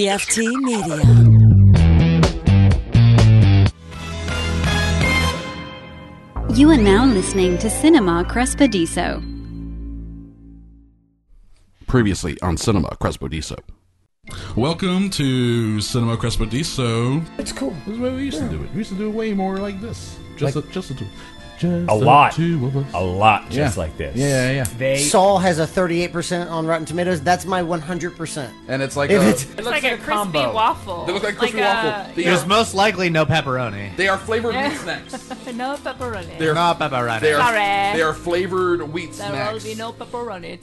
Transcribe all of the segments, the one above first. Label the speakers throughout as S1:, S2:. S1: PFT Media.
S2: You are now listening to Cinema Crespediso.
S3: previously on Cinema Crespediso.
S4: Welcome to Cinema Crespediso.
S5: It's cool.
S4: This is the way we used to do it. We used to do it way more like this. Just a, just a two. Just
S5: A lot.
S4: Two of us.
S5: A lot
S4: Yeah.
S5: just like this.
S4: Yeah, yeah. yeah.
S6: They
S7: Saul has a 38% on Rotten Tomatoes. That's my 100%.
S3: And it's like
S7: If
S3: a,
S7: it's-
S8: It's like, a, crispy
S9: combo.
S8: waffle.
S3: they look like crispy
S8: uh,
S3: waffle. They,
S9: There's
S3: are,
S9: most likely no pepperoni.
S3: they are flavored
S8: Yeah.
S3: wheat snacks.
S8: A, no pepperoni.
S3: They're-
S8: There
S9: Not pepperoni.
S3: They are
S8: Sorry.
S3: they are flavored wheat
S8: will
S3: snacks.
S8: be no pepperoni.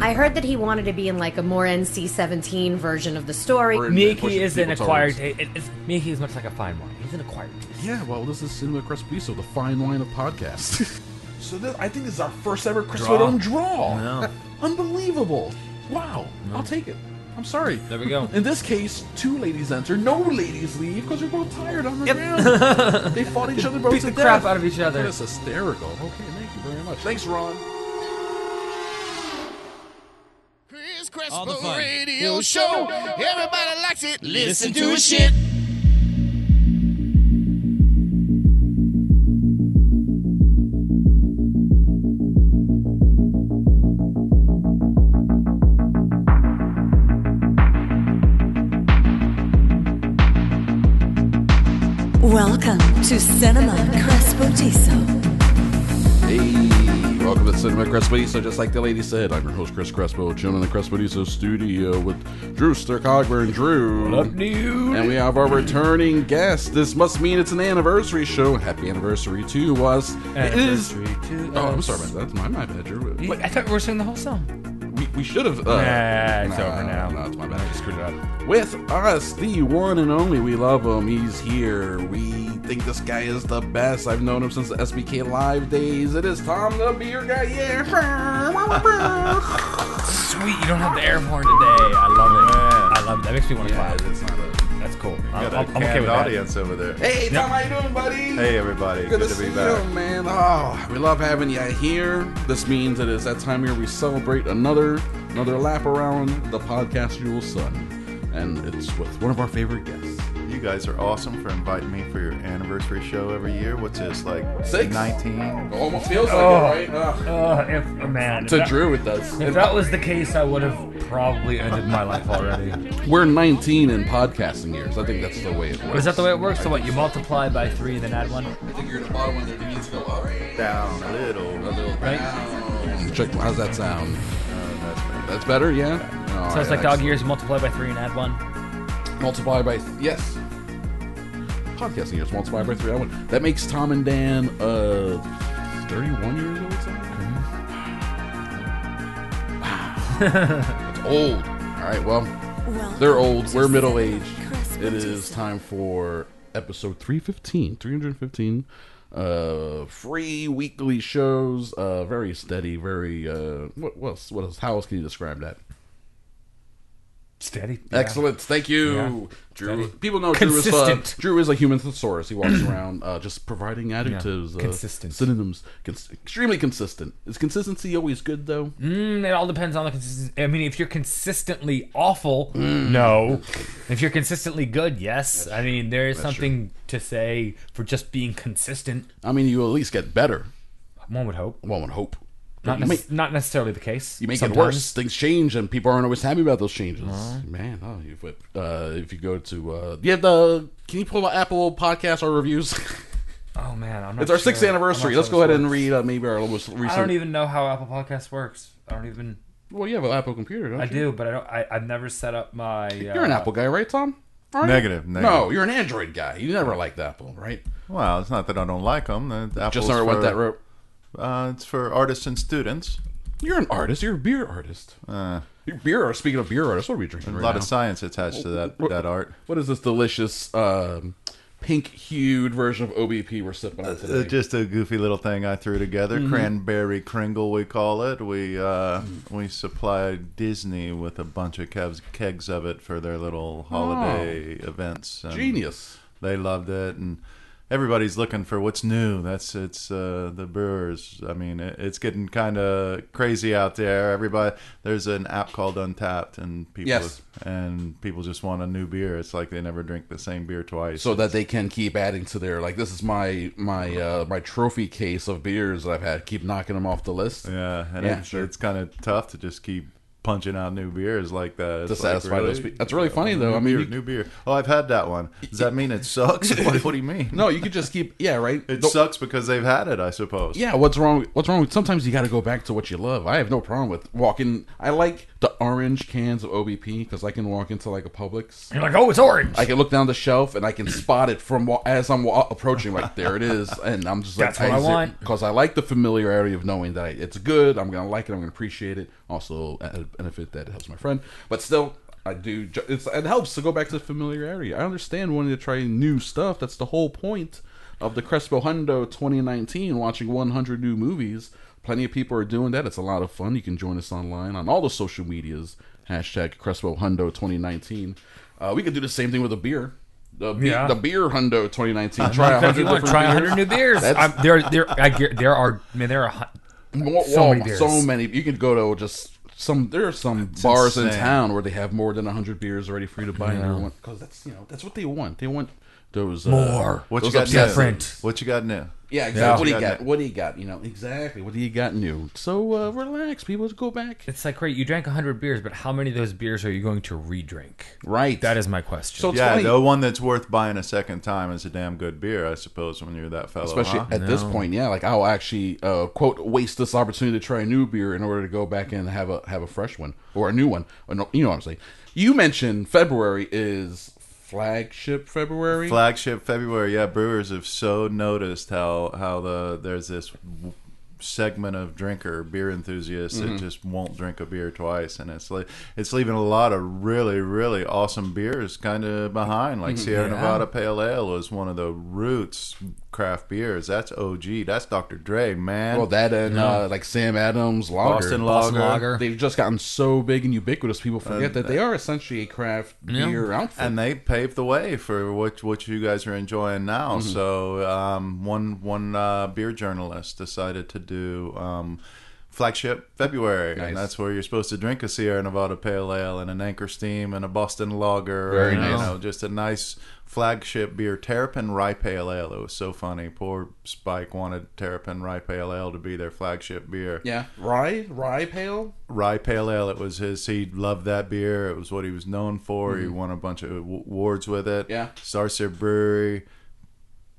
S10: I heard that he wanted to be in like a more NC-17 version of the
S3: Or
S10: story.
S3: in-
S5: Mickey
S3: pushing
S5: is an
S3: people's
S5: acquired.
S3: tolerance.
S5: It, it's, Mickey is much like a fine wine. He's an acquired.
S4: Yeah, well, this is Cinema Crespediso, the fine line of podcasts. so this, I think this is our first ever Crespediso draw.
S9: No.
S4: Unbelievable. Wow. I'll take it. I'm sorry.
S5: There we go.
S4: In this case, two ladies enter, no ladies leave because they're both tired on the ground. they fought each other both
S5: Beat
S4: to
S5: the
S4: death.
S5: crap out of each other.
S4: That's hysterical. Okay, thank you very much. Thanks, Ron.
S11: Chris Crespo Radio Show. Everybody likes it. Listen to his shit.
S1: Welcome to Cinema Crespediso.
S3: Hey, welcome to Cinema Crespediso. Just like the lady said, I'm your host Chris Crespo, chilling in the Crespediso studio with Drew Stercogler and Drew. And we have our returning guest. This must mean it's an anniversary show. Happy anniversary to us. it is. Oh, I'm sorry about that. That's my, my bad, Drew.
S5: Wait, I thought we were singing the whole song.
S3: We, we should have. Uh,
S5: Nah, it's over now.
S3: No, it's my bad.
S5: I screwed it up.
S3: With us, the one and only, we love him. He's here. We think this guy is the best. I've known him since the SBK Live days. It is Tom the Beer Guy. Yeah.
S5: Sweet, you don't have the air horn today. I love it. I love it. That makes me want to clap.
S11: It's not a
S5: That's cool. I'm,
S11: got a
S5: I'm- I'm okay
S11: canned
S5: with that.
S11: audience over there.
S3: hey, Tom, how you doing, buddy?
S11: Hey, everybody.
S3: Good,
S11: Good,
S3: to,
S11: to
S3: see
S11: be back.
S3: you, man. Oh, we love having you here. This means it is that time here we celebrate another another lap around the podcastual sun, and it's with one of our favorite guests.
S11: You guys are awesome for inviting me for your anniversary show every year. What's this, like Oh.
S3: Six?
S11: 19?
S3: Almost feels like it, right? Ugh.
S5: Uh, if, oh, man, if
S3: to
S5: that-
S3: Drew, it does.
S5: If that was the case, I would have probably ended my life already.
S3: We're 19 in podcasting years. I think that's the way it works.
S5: Is that the way it works? So what? You multiply by three, then add one.
S3: I think you're at the bottom when the needs go up.
S11: Down a little.
S5: Right.
S3: Check. How's that sound?
S11: Uh,
S3: That's better. Yeah. All
S5: So it's
S3: right,
S5: like dog
S3: excellent.
S5: years. Multiply by three and add one.
S3: Multiply by th- yes. Podcasting years multiply by three. I would- That makes Tom and Dan uh 31 years old. Something. Wow. That's old. All right. Well,
S1: Welcome
S3: they're old.
S1: to
S3: We're middle
S1: Cinema
S3: aged. It is
S1: Crespediso.
S3: time for episode 315, 315 uh free weekly shows uh very steady very uh what what else, what else how else can you describe that
S5: Steady.
S3: Excellent. Thank you.
S5: Yeah.
S3: Drew. People know Drew is
S5: Consistent.
S3: uh, Drew is a human thesaurus. He walks around uh, just providing adjectives,
S5: Consistent.
S3: uh, synonyms. Cons- extremely consistent. Is consistency always good though?
S5: Mm, it all depends on the consistency. I mean, if you're consistently awful, no. If you're consistently good, yes. I mean, there is something to say for just being consistent.
S3: I mean, you at least get better.
S5: One would hope.
S3: One would hope.
S5: Not,
S3: you,
S5: nec-
S3: make,
S5: not necessarily the case.
S3: you make it
S5: Sometimes. Uh-huh.
S3: worse. Things change, and people aren't always happy about those changes. Man, oh, if, uh, if you go to uh, yeah, the can you pull up Apple Podcast or reviews?
S5: Oh man, I'm not
S3: it's our
S5: sure.
S3: sixth
S5: I'm not
S3: anniversary.
S5: sure
S3: Let's
S5: this
S3: go ahead and
S5: works.
S3: read uh, maybe our most recent.
S5: I don't even know how Apple Podcasts works. I don't even.
S3: Well, you have an Apple computer, don't
S5: I
S3: you?
S5: do, but I don't. I, I've never set up my. Uh,
S3: You're an Apple guy, right, Tom? Aren't you?
S11: Negative,
S3: No,
S11: negative.
S3: you're an Android guy. You never liked Apple, right?
S11: Wow, it's not that I don't like them. Apple's
S3: Just never went
S11: for-
S3: that route.
S11: Uh, it's for artists and students.
S3: You're an artist. You're a beer artist.
S11: Uh,
S3: You're beer artist. Speaking of beer artists, what are we drinking
S11: a
S3: right
S11: lot
S3: now?
S11: of science attached to that, that art.
S3: what is this delicious um, pink-hued version of OBP we're sipping on
S11: Uh,
S3: today?
S11: just a goofy little thing I threw together. Cranberry Kringle, we call it. We uh, we supplied Disney with a bunch of kegs, kegs Oh. of it for their little holiday events. and
S3: Genius.
S11: They loved it, and everybody's looking for what's new. That's it's uh, the brewers. I mean, it, it's getting kind of crazy out there. Everybody, there's an app called Untapped, and people
S3: Yes.
S11: and people just want a new beer. It's like they never drink the same beer twice.
S3: so that they can keep adding to their like this is my my uh my trophy case of beers that I've had keep knocking them off the list
S11: yeah, and
S3: Yeah,
S11: it's,
S3: sure.
S11: it's kind of tough to just keep punching out new beers like that.
S3: to
S11: It's like,
S3: satisfy those
S11: really?
S3: people. That's really funny though.
S11: New
S3: I mean,
S11: beer,
S3: you-
S11: new beer. Oh, I've had that one. Does that mean it sucks? what, what do you mean?
S3: no, you could just keep yeah, right.
S11: it
S3: Don't-
S11: sucks because they've had it. I suppose.
S3: yeah, what's wrong? What's wrong with? Sometimes you got to go back to what you love. I have no problem with walking. I like the orange cans of OBP because I can walk into like a Publix.
S5: You're like, oh, it's orange.
S3: I can look down the shelf and I can spot it from wa- as I'm wa- approaching. Like there it is, and I'm just like,
S5: That's what I want.
S3: because I like the familiarity of knowing that I, it's good. I'm gonna like it. I'm gonna appreciate it. Also, a a benefit that it helps my friend, but still. I do. ju- It's, it helps to go back to the familiarity. I understand wanting to try new stuff. That's the whole point of the Crespo Hundo 2019. Watching 100 new movies. Plenty of people are doing that. It's a lot of fun. You can join us online on all the social medias. Hashtag Crespo Hundo 2019. Uh, we could do the same thing with a beer. The, be-
S5: Yeah.
S3: the beer hundo 2019. Try a
S5: If
S3: hundred
S5: you
S3: different
S5: want to try
S3: beers.
S5: 100 new beers, I'm, there, there, I, gu- there are, man, there are. hun-
S3: More-
S5: so
S3: oh,
S5: many beers.
S3: so many. You could go to just some. There are some bars in
S11: insane.
S3: town where they have more than hundred beers ready for you to buy. Because that's you know that's what they want. They want those uh,
S5: More.
S11: What
S3: those
S11: you got
S3: obsessed-
S5: different.
S11: new? What you got new?
S3: Yeah, exactly. What do you
S11: Yeah.
S3: got? What do you got? You know exactly. What do you got new? So uh, relax, people. Just go back.
S5: It's like, great, you drank 100 beers, but how many of those beers are you going to re-drink?
S3: Right.
S5: That is my question.
S3: So it's
S11: yeah,
S3: funny,
S11: the one that's worth buying a second time is a damn good beer, I suppose, when you're that fellow.
S3: especially
S11: huh?
S3: at this point. Yeah, like I'll actually uh, quote waste this opportunity to try a new beer in order to go back and have a have a fresh one or a new one. Or no, you know what I'm saying? You mentioned February is flagship February.
S11: flagship February. Yeah, brewers have so noticed how how the there's this w- segment of drinker beer enthusiasts
S3: Mm-hmm.
S11: that just won't drink a beer twice, and it's like it's leaving a lot of really really awesome beers kind of behind. Like
S3: Mm-hmm.
S11: Sierra Nevada Pale Ale is one of the roots craft beers. That's OG. That's Dr. Dre, man.
S3: well, that and uh, like Sam Adams Lager.
S11: Boston Lager.
S5: Lager.
S3: They've just gotten so big and ubiquitous. People forget that they are essentially a craft beer outfit.
S11: and they paved the way for what what you guys are enjoying now.
S3: Mm-hmm.
S11: So um, one one uh, beer journalist decided to do um, flagship February,
S3: Nice.
S11: and that's where you're supposed to drink a Sierra Nevada Pale Ale and an Anchor Steam and a Boston Lager.
S3: Very
S11: and,
S3: nice.
S11: You know, just a nice flagship beer, Terrapin Rye Pale Ale. It was so funny. Poor Spike wanted Terrapin Rye Pale Ale to be their flagship beer
S3: yeah, rye, rye pale.
S11: rye pale ale. It was his. He loved that beer. It was what he was known for. He won a bunch of w- awards with it.
S3: Mm-hmm. Yeah.
S11: Sarcer Brewery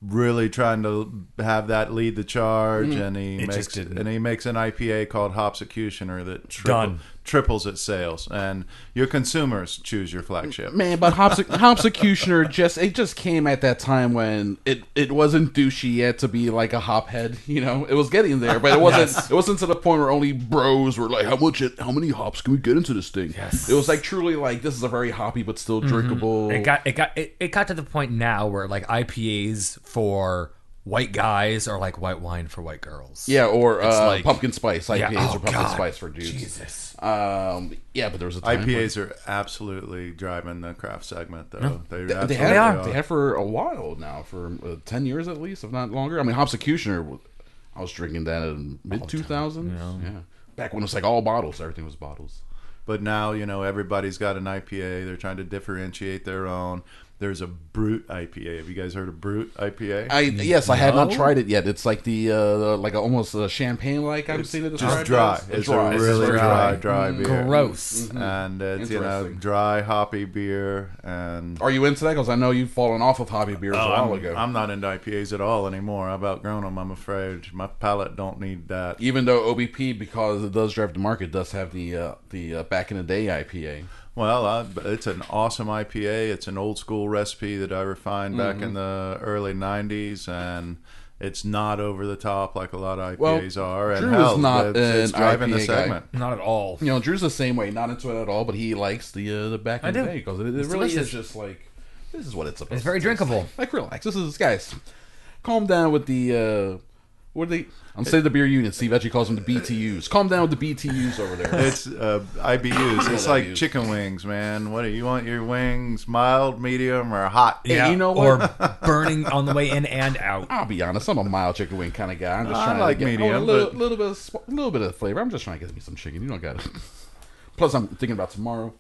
S11: really trying to have that lead the charge,
S3: Mm.
S11: and he
S5: It
S11: makes
S5: just didn't.
S11: and he makes an IPA called Hops Executioner that triple,
S5: Done.
S11: triples its sales. And your consumers choose your flagship.
S3: Man, but Hops Hopsecutioner just it just came at that time when it it wasn't douchey yet to be like a hophead, you know. It was getting there, but it wasn't it wasn't to the point where only bros were like, How much how many hops can we get into this thing?
S5: Yes. Mm-hmm.
S3: It was like truly like this is a very hoppy but still drinkable
S5: It got it got it, it got to the point now where like IPAs for white guys are like white wine for white girls.
S3: Yeah, or uh,
S5: like-
S3: pumpkin spice, IPAs
S5: oh,
S3: or pumpkin
S5: God.
S3: spice for dudes.
S5: Jesus.
S3: Um yeah, but there was a time when-
S11: IPAs are absolutely driving the craft segment, though.
S3: They,
S11: They,
S3: they,
S11: absolutely
S3: have, they have for a while now, for uh, ten years at least, if not longer. I mean, Hops Executioner, w- I was drinking that in mid two thousands. Yeah, back when it was like all bottles, everything was bottles.
S11: But now, you know, everybody's got an IPA. They're trying to differentiate their own. There's a Brute IPA. Have you guys heard of Brute IPA?
S3: I yes, I have not tried it yet. It's like the uh, like almost uh, champagne like I'm seeing it.
S11: just dry. It's a really dry, dry, beer.
S5: Gross.
S11: And it's, you know,
S3: Mm-hmm. Interesting.
S11: dry, hoppy beer. And
S3: Are you into that? Because I know you've fallen off of hobby beers a while
S11: Oh, I'm,
S3: ago.
S11: I'm not into IPAs at all anymore. I've outgrown them, I'm afraid. My palate don't need that.
S3: even though OBP, because it does drive the market, does have the uh, the uh, back in the day IPA.
S11: Well, I, it's an awesome IPA. It's an old school recipe that I refined back
S3: Mm-hmm.
S11: in the early '90s, and it's not over the top like a lot of
S3: Well,
S11: IPAs are. And
S3: Drew
S11: hell,
S3: is not
S11: it's, it's
S3: an
S11: driving the
S3: IPA guy.
S11: segment.
S5: Not at all.
S3: you know, Drew's the same way, not into it at all, but he likes the uh, the back
S5: I
S3: in the
S5: do.
S3: day because it, it
S5: It's
S3: really
S5: delicious.
S3: is just like this is what it's supposed.
S5: It's very
S3: to taste
S5: drinkable.
S3: Like, Like, relax. This is guys, calm down with the uh, What do they? I'm saying the beer union. Steve actually calls them the BTUs. Calm down with the BTUs over there.
S11: It's uh, IBUs. It's like
S3: IBUs.
S11: chicken wings, man. What do you want your wings? Mild, medium, or hot?
S5: Yeah,
S3: you know
S5: Or burning on the way in and out.
S3: I'll be honest. I'm a mild chicken wing kind of guy. I'm just
S11: I
S3: trying
S11: like
S3: to get
S11: medium,
S3: oh, a little,
S11: but-
S3: little bit, of, sp- little bit of flavor. I'm just trying to get me some chicken. You don't got it. Plus, I'm thinking about tomorrow.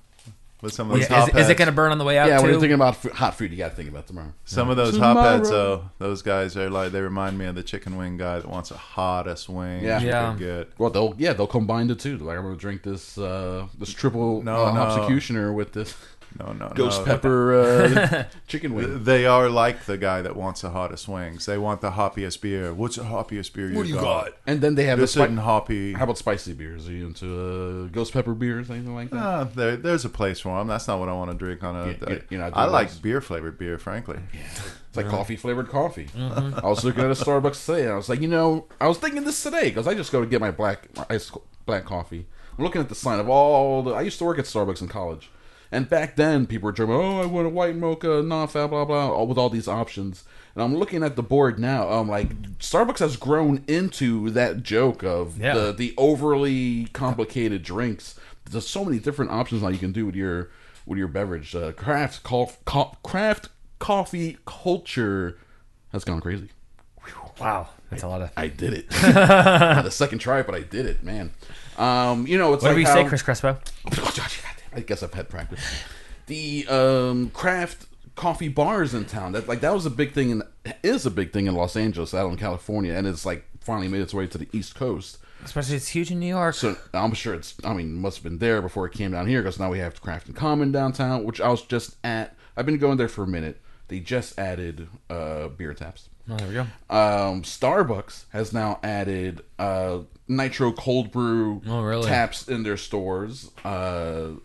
S11: With some of those
S5: Yeah,
S11: hot
S5: is, is it
S11: pads.
S5: going to burn on the way out
S3: yeah, when
S5: too?
S3: you're thinking about f- hot food, you got to think about tomorrow.
S11: Some of those hot pads,
S3: Tomorrow.
S11: though, those guys are like they remind me of the chicken wing guy that wants the hottest wing.
S3: Yeah.
S5: Yeah.
S11: Good.
S3: Well, they'll yeah they'll combine the two. Like I'm gonna drink this uh this triple
S11: No,
S3: uh,
S11: no.
S3: executioner with this
S11: No, no,
S3: ghost
S11: no.
S3: pepper uh, chicken wing.
S11: They are like the guy that wants the hottest wings. They want the hoppiest beer. What's the hoppiest beer you, got?
S3: And then they have the
S11: This
S3: spi-
S11: isn't hoppy.
S3: How about spicy beers? Are you into uh, ghost pepper beers, anything like that?
S11: Uh, there, there's a place for them. That's not what I want to drink on a.
S3: Yeah, you- you're not
S11: I
S3: doing
S11: like
S3: those.
S11: beer flavored beer, frankly.
S3: It's like coffee flavored coffee. I was looking at a Starbucks today, and I was like, you know, I was thinking this today because I just go to get my black my ice co- black coffee. I'm looking at the sign of all the. I used to work at Starbucks in college, and back then people were dreaming, oh, I want a white mocha, non-fat, blah blah, all, with all these options. And I'm looking at the board now. I'm like, Starbucks has grown into that joke of
S5: Yeah.
S3: the the overly complicated drinks. There's so many different options now you can do with your with your beverage. Uh, craft cof, co- craft coffee culture has gone crazy.
S5: wow, that's a lot of.
S3: I did it. Not the second try, but I did it, man. Um, you know, it's like
S5: What do we
S3: how,
S5: say, Chris Crespo?
S3: I guess I've had practice. The um, craft coffee bars in town. That like that was a big thing and is a big thing in Los Angeles, out in California, and it's like finally made its way to the East Coast.
S5: Especially it's huge in New York.
S3: So I'm sure it's. I mean, must have been there before it came down here because now we have Craft and Common downtown, which I was just at. I've been going there for a minute. They just added uh, beer taps.
S5: oh, there we go.
S3: Um, Starbucks has now added uh, nitro cold brew
S5: Oh, really?
S3: taps in their stores. Uh,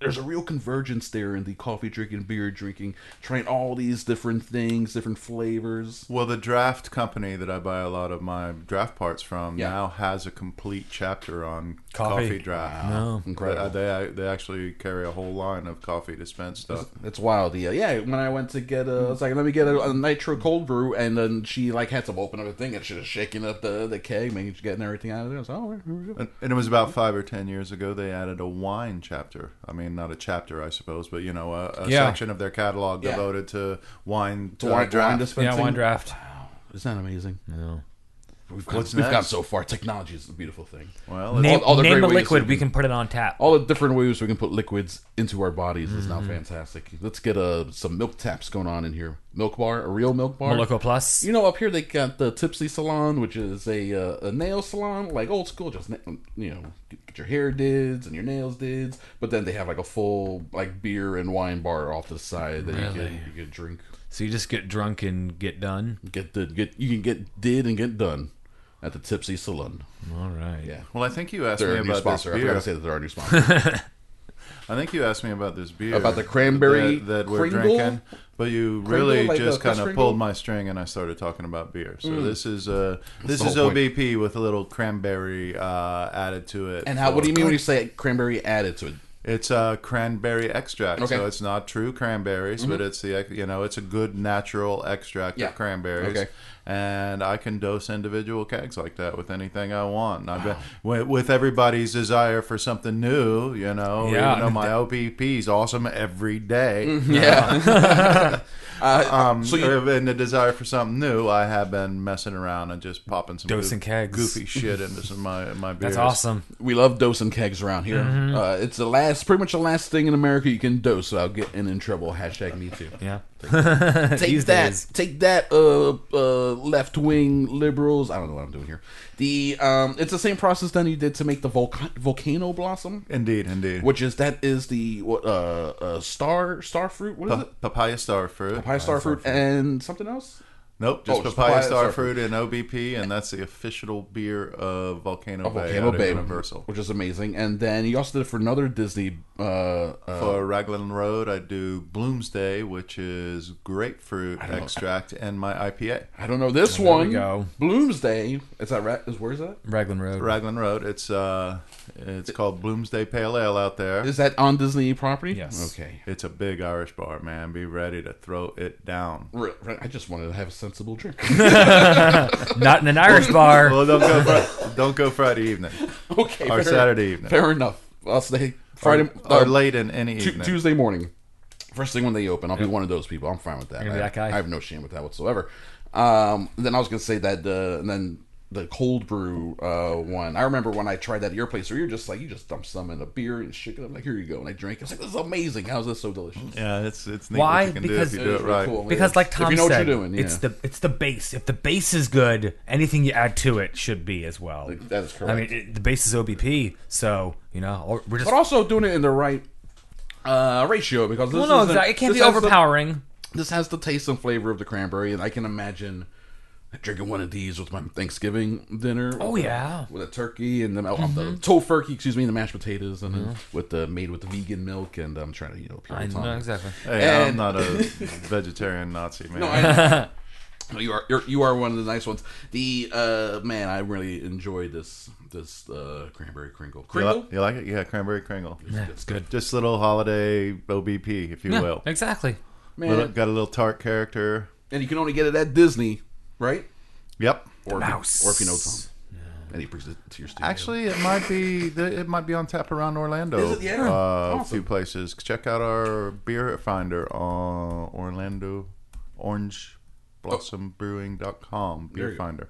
S3: there's a real convergence there in the coffee drinking, beer drinking, trying all these different things, different flavors.
S11: Well, the draft company that I buy a lot of my draft parts from
S3: Yeah.
S11: now has a complete chapter on
S5: Coffee.
S11: coffee, draft.
S3: uh,
S5: uh,
S3: Incredible.
S11: They, they they actually carry a whole line of coffee dispense stuff.
S3: It's wild. Yeah, yeah. When I went to get a, I was like, let me get a, a nitro cold brew, and then she like had to open up a thing and she was shaking up the the keg, making getting everything out of there. I was like, oh, here we go.
S11: And, and it was about five or ten years ago they added a wine chapter. I mean, not a chapter, I suppose, but you know, a, a
S5: Yeah.
S11: section of their catalog
S3: Yeah.
S11: devoted to wine
S3: To
S11: uh,
S3: wine- wine
S5: Yeah,
S3: dispensing.
S5: one draft.
S3: Isn't that amazing?
S5: No.
S3: We've gone,
S11: What's
S3: we've
S11: next?
S3: gone so far. Technology is a beautiful thing.
S11: Well, it's-
S5: Name,
S3: all the
S5: name
S3: great
S5: a
S3: ways
S5: liquid.
S3: you
S5: We
S3: can-
S5: can put it on tap.
S3: All the different ways we can put liquids into our bodies is
S11: Mm-hmm.
S3: now fantastic. Let's get uh, some milk taps going on in here. Milk bar, a real milk bar.
S5: Moloko Plus.
S3: You know, up here they got the Tipsy Salon, which is a uh, a nail salon, like old school, just na- you know, get, get your hair dids and your nails dids. But then they have like a full like beer and wine bar off to the side that you can you can drink,
S5: So you just get drunk and get done.
S3: get the get you can get did and get done at the Tipsy Salon.
S5: All right.
S3: Yeah.
S11: well, I think you asked
S3: They're
S11: me
S3: our new
S11: about this
S3: sponsor. I forgot
S11: beer.
S3: to say that they're our new sponsor.
S11: I think you asked me about this beer
S3: About the cranberry
S11: that, that we're
S3: Kringle?
S11: drinking, but you really
S3: like
S11: just
S3: the- the
S11: kind of
S3: Kringle?
S11: pulled my string and I started talking about beer. So this is uh, this
S3: Mm. the
S11: is
S3: whole point.
S11: OBP with a little cranberry uh, added to it.
S3: and how? What do
S11: for-
S3: you mean when you say cranberry added to it?
S11: It's uh, cranberry extract,
S3: Okay. Mm-hmm.
S11: so it's not true cranberries, but it's the you know it's a good natural extract
S3: Yeah.
S11: of cranberries.
S3: Okay.
S11: And I can dose individual kegs like that with anything I want. And I've been, with, with everybody's desire for something new, you know.
S5: Yeah.
S11: Even though my OPP is awesome every day,
S3: Yeah.
S11: um,
S3: So you-
S11: and the desire for something new, I have been messing around and just popping some
S5: Dosing kegs.
S11: goofy shit into some of my my
S5: That's
S11: beers.
S5: awesome.
S3: we love dosing kegs around here.
S11: Mm-hmm.
S3: Uh, it's the last, pretty much the last thing in America you can dose without getting in trouble. Hashtag me too.
S5: Yeah.
S3: take
S5: These
S3: that,
S5: days.
S3: take that, uh, uh, left wing liberals. I don't know what I'm doing here. The um, it's the same process then you did to make the volca- volcano blossom,
S11: Indeed, indeed.
S3: which is that is the what uh, uh star star fruit. What is
S11: Pa-
S3: it?
S11: papaya star fruit.
S3: Papaya star, fruit, and something else.
S11: Nope, just
S3: Oh, just
S11: papaya,
S3: papaya
S11: star
S3: star
S11: fruit and OBP, and that's the official beer of Volcano,
S3: Of
S11: Bay,
S3: Volcano
S11: out of
S3: Bay,
S11: Universal.
S3: which is amazing. And then he also did it for another Disney uh, uh
S11: For Raglan Road. I do Bloomsday, which is grapefruit extract, and my IPA.
S3: I don't know this one.
S5: go.
S3: Bloomsday. Is that right? Is where's that?
S5: Raglan Road.
S11: Raglan Road. It's uh, it's called Bloomsday Pale Ale out there.
S3: Is that on Disney property?
S5: Yes.
S3: Okay.
S11: It's a big Irish bar, man. Be ready to throw it down.
S3: Re- re- I just wanted to have a sensible drink.
S5: Not in an Irish bar.
S11: Well, don't go Fri don't go Friday evening
S3: okay.
S11: or
S3: fair-
S11: Saturday evening
S3: Fair enough. I'll stay Friday
S11: or
S3: uh,
S11: late in any
S3: Tu-
S11: evening.
S3: Tuesday morning. First thing when they open, I'll be one of those people. I'm fine with that.
S5: You're
S3: I,
S5: gonna be that guy?
S3: I have no shame with that whatsoever. Um, then I was gonna say that, uh, and then the cold brew uh, one. I remember when I tried that at your place, where you're just like you just dump some in a beer and shake it up. Like here you go, and I drank. it. I was like, this is amazing. How's this so delicious?
S11: Yeah, it's it's neat
S5: Why?
S11: what you can
S5: Because-
S11: do if
S3: It
S11: you do
S3: was
S11: it
S3: really
S11: right.
S3: cool.
S5: Because like
S3: If
S5: Tom
S3: you know
S5: said,
S3: what you're doing, yeah.
S5: it's the it's the base. If the base is good, anything you add to it should be as well.
S3: that is correct.
S5: I mean, it, the base is OBP, so you know or- we're just.
S3: but also doing it in the right uh, ratio because this
S5: well, no,
S3: isn't-
S5: exactly. It can't
S3: this
S5: be
S3: has the-
S5: overpowering.
S3: this has the taste and flavor of the cranberry, and I can imagine drinking one of these with my Thanksgiving dinner.
S5: Oh,
S3: with the-
S5: yeah. Mm-hmm.
S3: with a turkey and the, oh, the tofurkey, excuse me, and the mashed potatoes, and then with the made with the vegan milk, and I'm trying to you know
S5: I
S3: Puritan.
S5: know exactly.
S11: Hey,
S3: And-
S11: I'm not a vegetarian Nazi, man.
S3: No, I, no, you are you're, you are one of the nice ones. The uh, man, I really enjoyed this this uh, cranberry crinkle.
S11: you,
S3: Crinkle,
S11: li- you like it? Yeah, cranberry kringle.
S5: It's good.
S11: Just little holiday OBP, if you
S5: Yeah,
S11: will.
S5: exactly.
S3: man,
S11: Little- got a little tart character.
S3: and you can only get it at Disney, right?
S11: Yep.
S3: Or if you-
S5: Mouse.
S3: or if you know Tom, and he brings it to your studio.
S11: Actually, it might be the, it might be on tap around Orlando.
S3: Is it? Yeah.
S11: uh, a
S3: Awesome.
S11: few places. Check out our beer finder on Orlando Orange Blossom Brewing.com
S3: Oh. There
S11: beer
S3: you go.
S11: finder.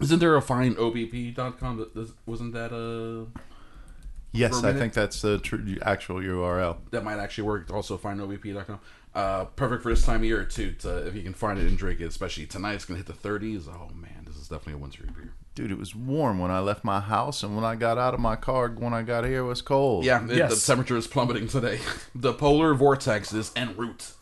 S3: Isn't there a fine OBP.com? That, that, wasn't that uh, a
S11: Yes, I
S3: Brewing it?
S11: think that's the true, actual URL.
S3: that might actually work? Also, find OBP.com. Uh, perfect for this time of year too. It's, uh, if you can find it and drink it, especially tonight, it's gonna hit the 30s. Oh man, this is definitely a wintry beer.
S11: Dude, it was warm when I left my house, and when I got out of my car, when I got here, it was cold.
S3: Yeah, it-
S5: Yes.
S3: the temperature is plummeting today. the polar vortex is en route.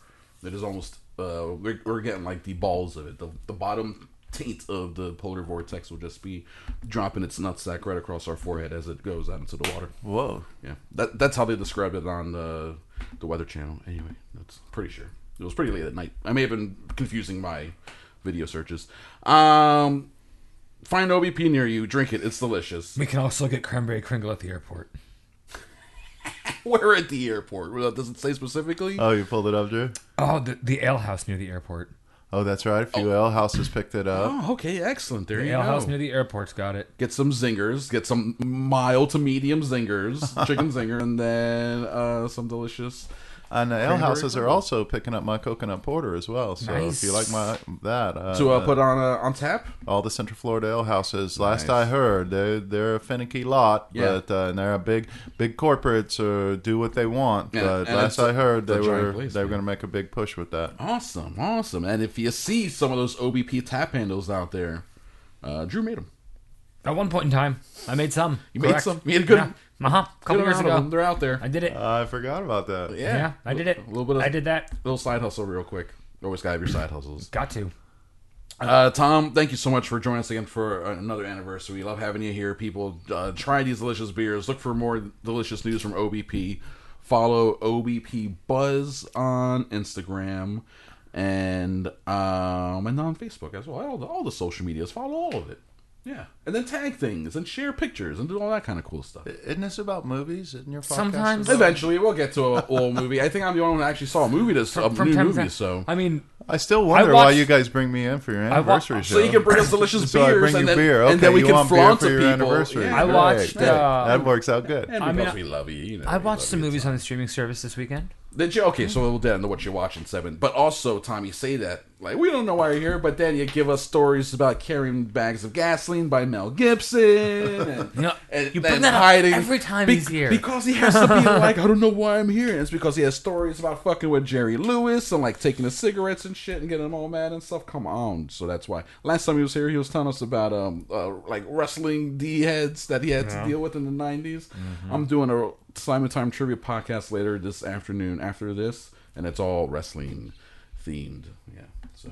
S3: It is almost. Uh, we're, we're getting like the balls of it. The, the bottom taint of the polar vortex will just be dropping its nutsack right across our forehead as it goes out into the water.
S11: Whoa.
S3: Yeah, that, that's how they described it on the the Weather Channel. Anyway, that's pretty sure. It was pretty late at night. I may have been confusing my video searches. Um, find OBP near you. Drink it. It's delicious.
S5: We can also get cranberry kringle at the airport.
S3: We're at the airport. Well, That doesn't say
S5: Uh,
S3: specifically.
S11: Oh, you pulled it up, Drew?
S5: Oh, the, the ale house near the airport.
S11: Oh, that's right. A few ale houses picked it up.
S3: oh, okay, excellent. There
S5: The
S3: you
S5: ale house
S3: go.
S5: near the airport's got it.
S3: Get some zingers. Get some mild to medium zingers, chicken zinger, and then uh, some delicious.
S11: And the ale
S3: Cranberry
S11: houses are
S3: purple.
S11: also picking up my coconut porter as well. So if you like
S5: Nice.
S11: my that, uh,
S3: To uh, put on uh, on tap.
S11: all the Central Florida ale houses. Last
S3: Nice.
S11: I heard, they they're a finicky lot,
S3: Yeah.
S11: but uh, and they're a big big corporates or do what they want.
S3: Yeah,
S11: but
S3: and it's
S11: last I heard,
S3: a
S11: they
S3: giant
S11: were
S3: place,
S11: they were
S3: man.
S11: going to make a big push with that.
S3: Awesome, awesome. And if you see some of those OBP tap handles out there, uh, Drew made them.
S5: At one point in time, I made some.
S3: You made some. You had a good-
S5: Uh huh. A couple years ago,
S3: They're out there.
S5: I did it.
S11: I forgot about that.
S3: Oh. yeah.
S5: yeah, I did it.
S3: A little bit of
S5: I did that.
S3: little side hustle real quick. Always gotta have your side hustles.
S5: Got to.
S3: Uh, Tom, thank you so much for joining us again for another anniversary. We love having you here. People, uh, try these delicious beers. Look for more delicious news from OBP. Follow OBP Buzz on Instagram and um, and on Facebook as well. All the, all the social medias. Follow all of it. Yeah, and then tag things and share pictures and do all that kind of cool stuff.
S11: Isn't this about movies? Isn't your podcast
S5: Sometimes-
S11: about-
S3: Eventually, we'll get to a old movie. I think I'm the only one that actually saw a movie this a new
S5: time to
S3: movie.
S5: time-
S3: So
S5: I mean,
S11: I still wonder why
S5: watched-
S11: you guys bring me in for your
S5: wa-
S11: anniversary show.
S3: So you can bring us delicious
S11: So I
S3: beers
S11: bring you
S3: and, then,
S11: beer.
S3: and then
S11: Okay,
S3: we
S11: you
S3: can
S11: want beer
S3: flaunt
S11: for your
S3: to people.
S11: anniversary.
S3: Yeah.
S5: I
S11: Great.
S5: watched,
S11: Hey,
S5: uh,
S11: that works out good.
S3: And
S5: I mean,
S3: because
S5: I-
S3: we love you. you know,
S5: I
S3: we
S5: watched
S3: love
S5: some
S3: you.
S5: movies on the streaming service this weekend.
S3: Did you? Okay, so we'll get into what you watch in seven. But also, Tommy, say that like we don't know why you're here, but then you give us stories about carrying bags of gasoline by Mel Gibson. And,
S5: No,
S3: and
S5: you bring
S3: then
S5: that up
S3: hiding
S5: every time
S3: Bec-
S5: he's here.
S3: because he has to be like, I don't know why I'm here. And it's because he has stories about fucking with Jerry Lewis and like taking the cigarettes and shit and getting him all mad and stuff. Come on, so that's why. Last time he was here, he was telling us about um uh, like wrestling D heads that he had to deal with in the 90s. I'm doing a Simon Time trivia podcast later this afternoon after this, and it's all wrestling themed. Yeah, so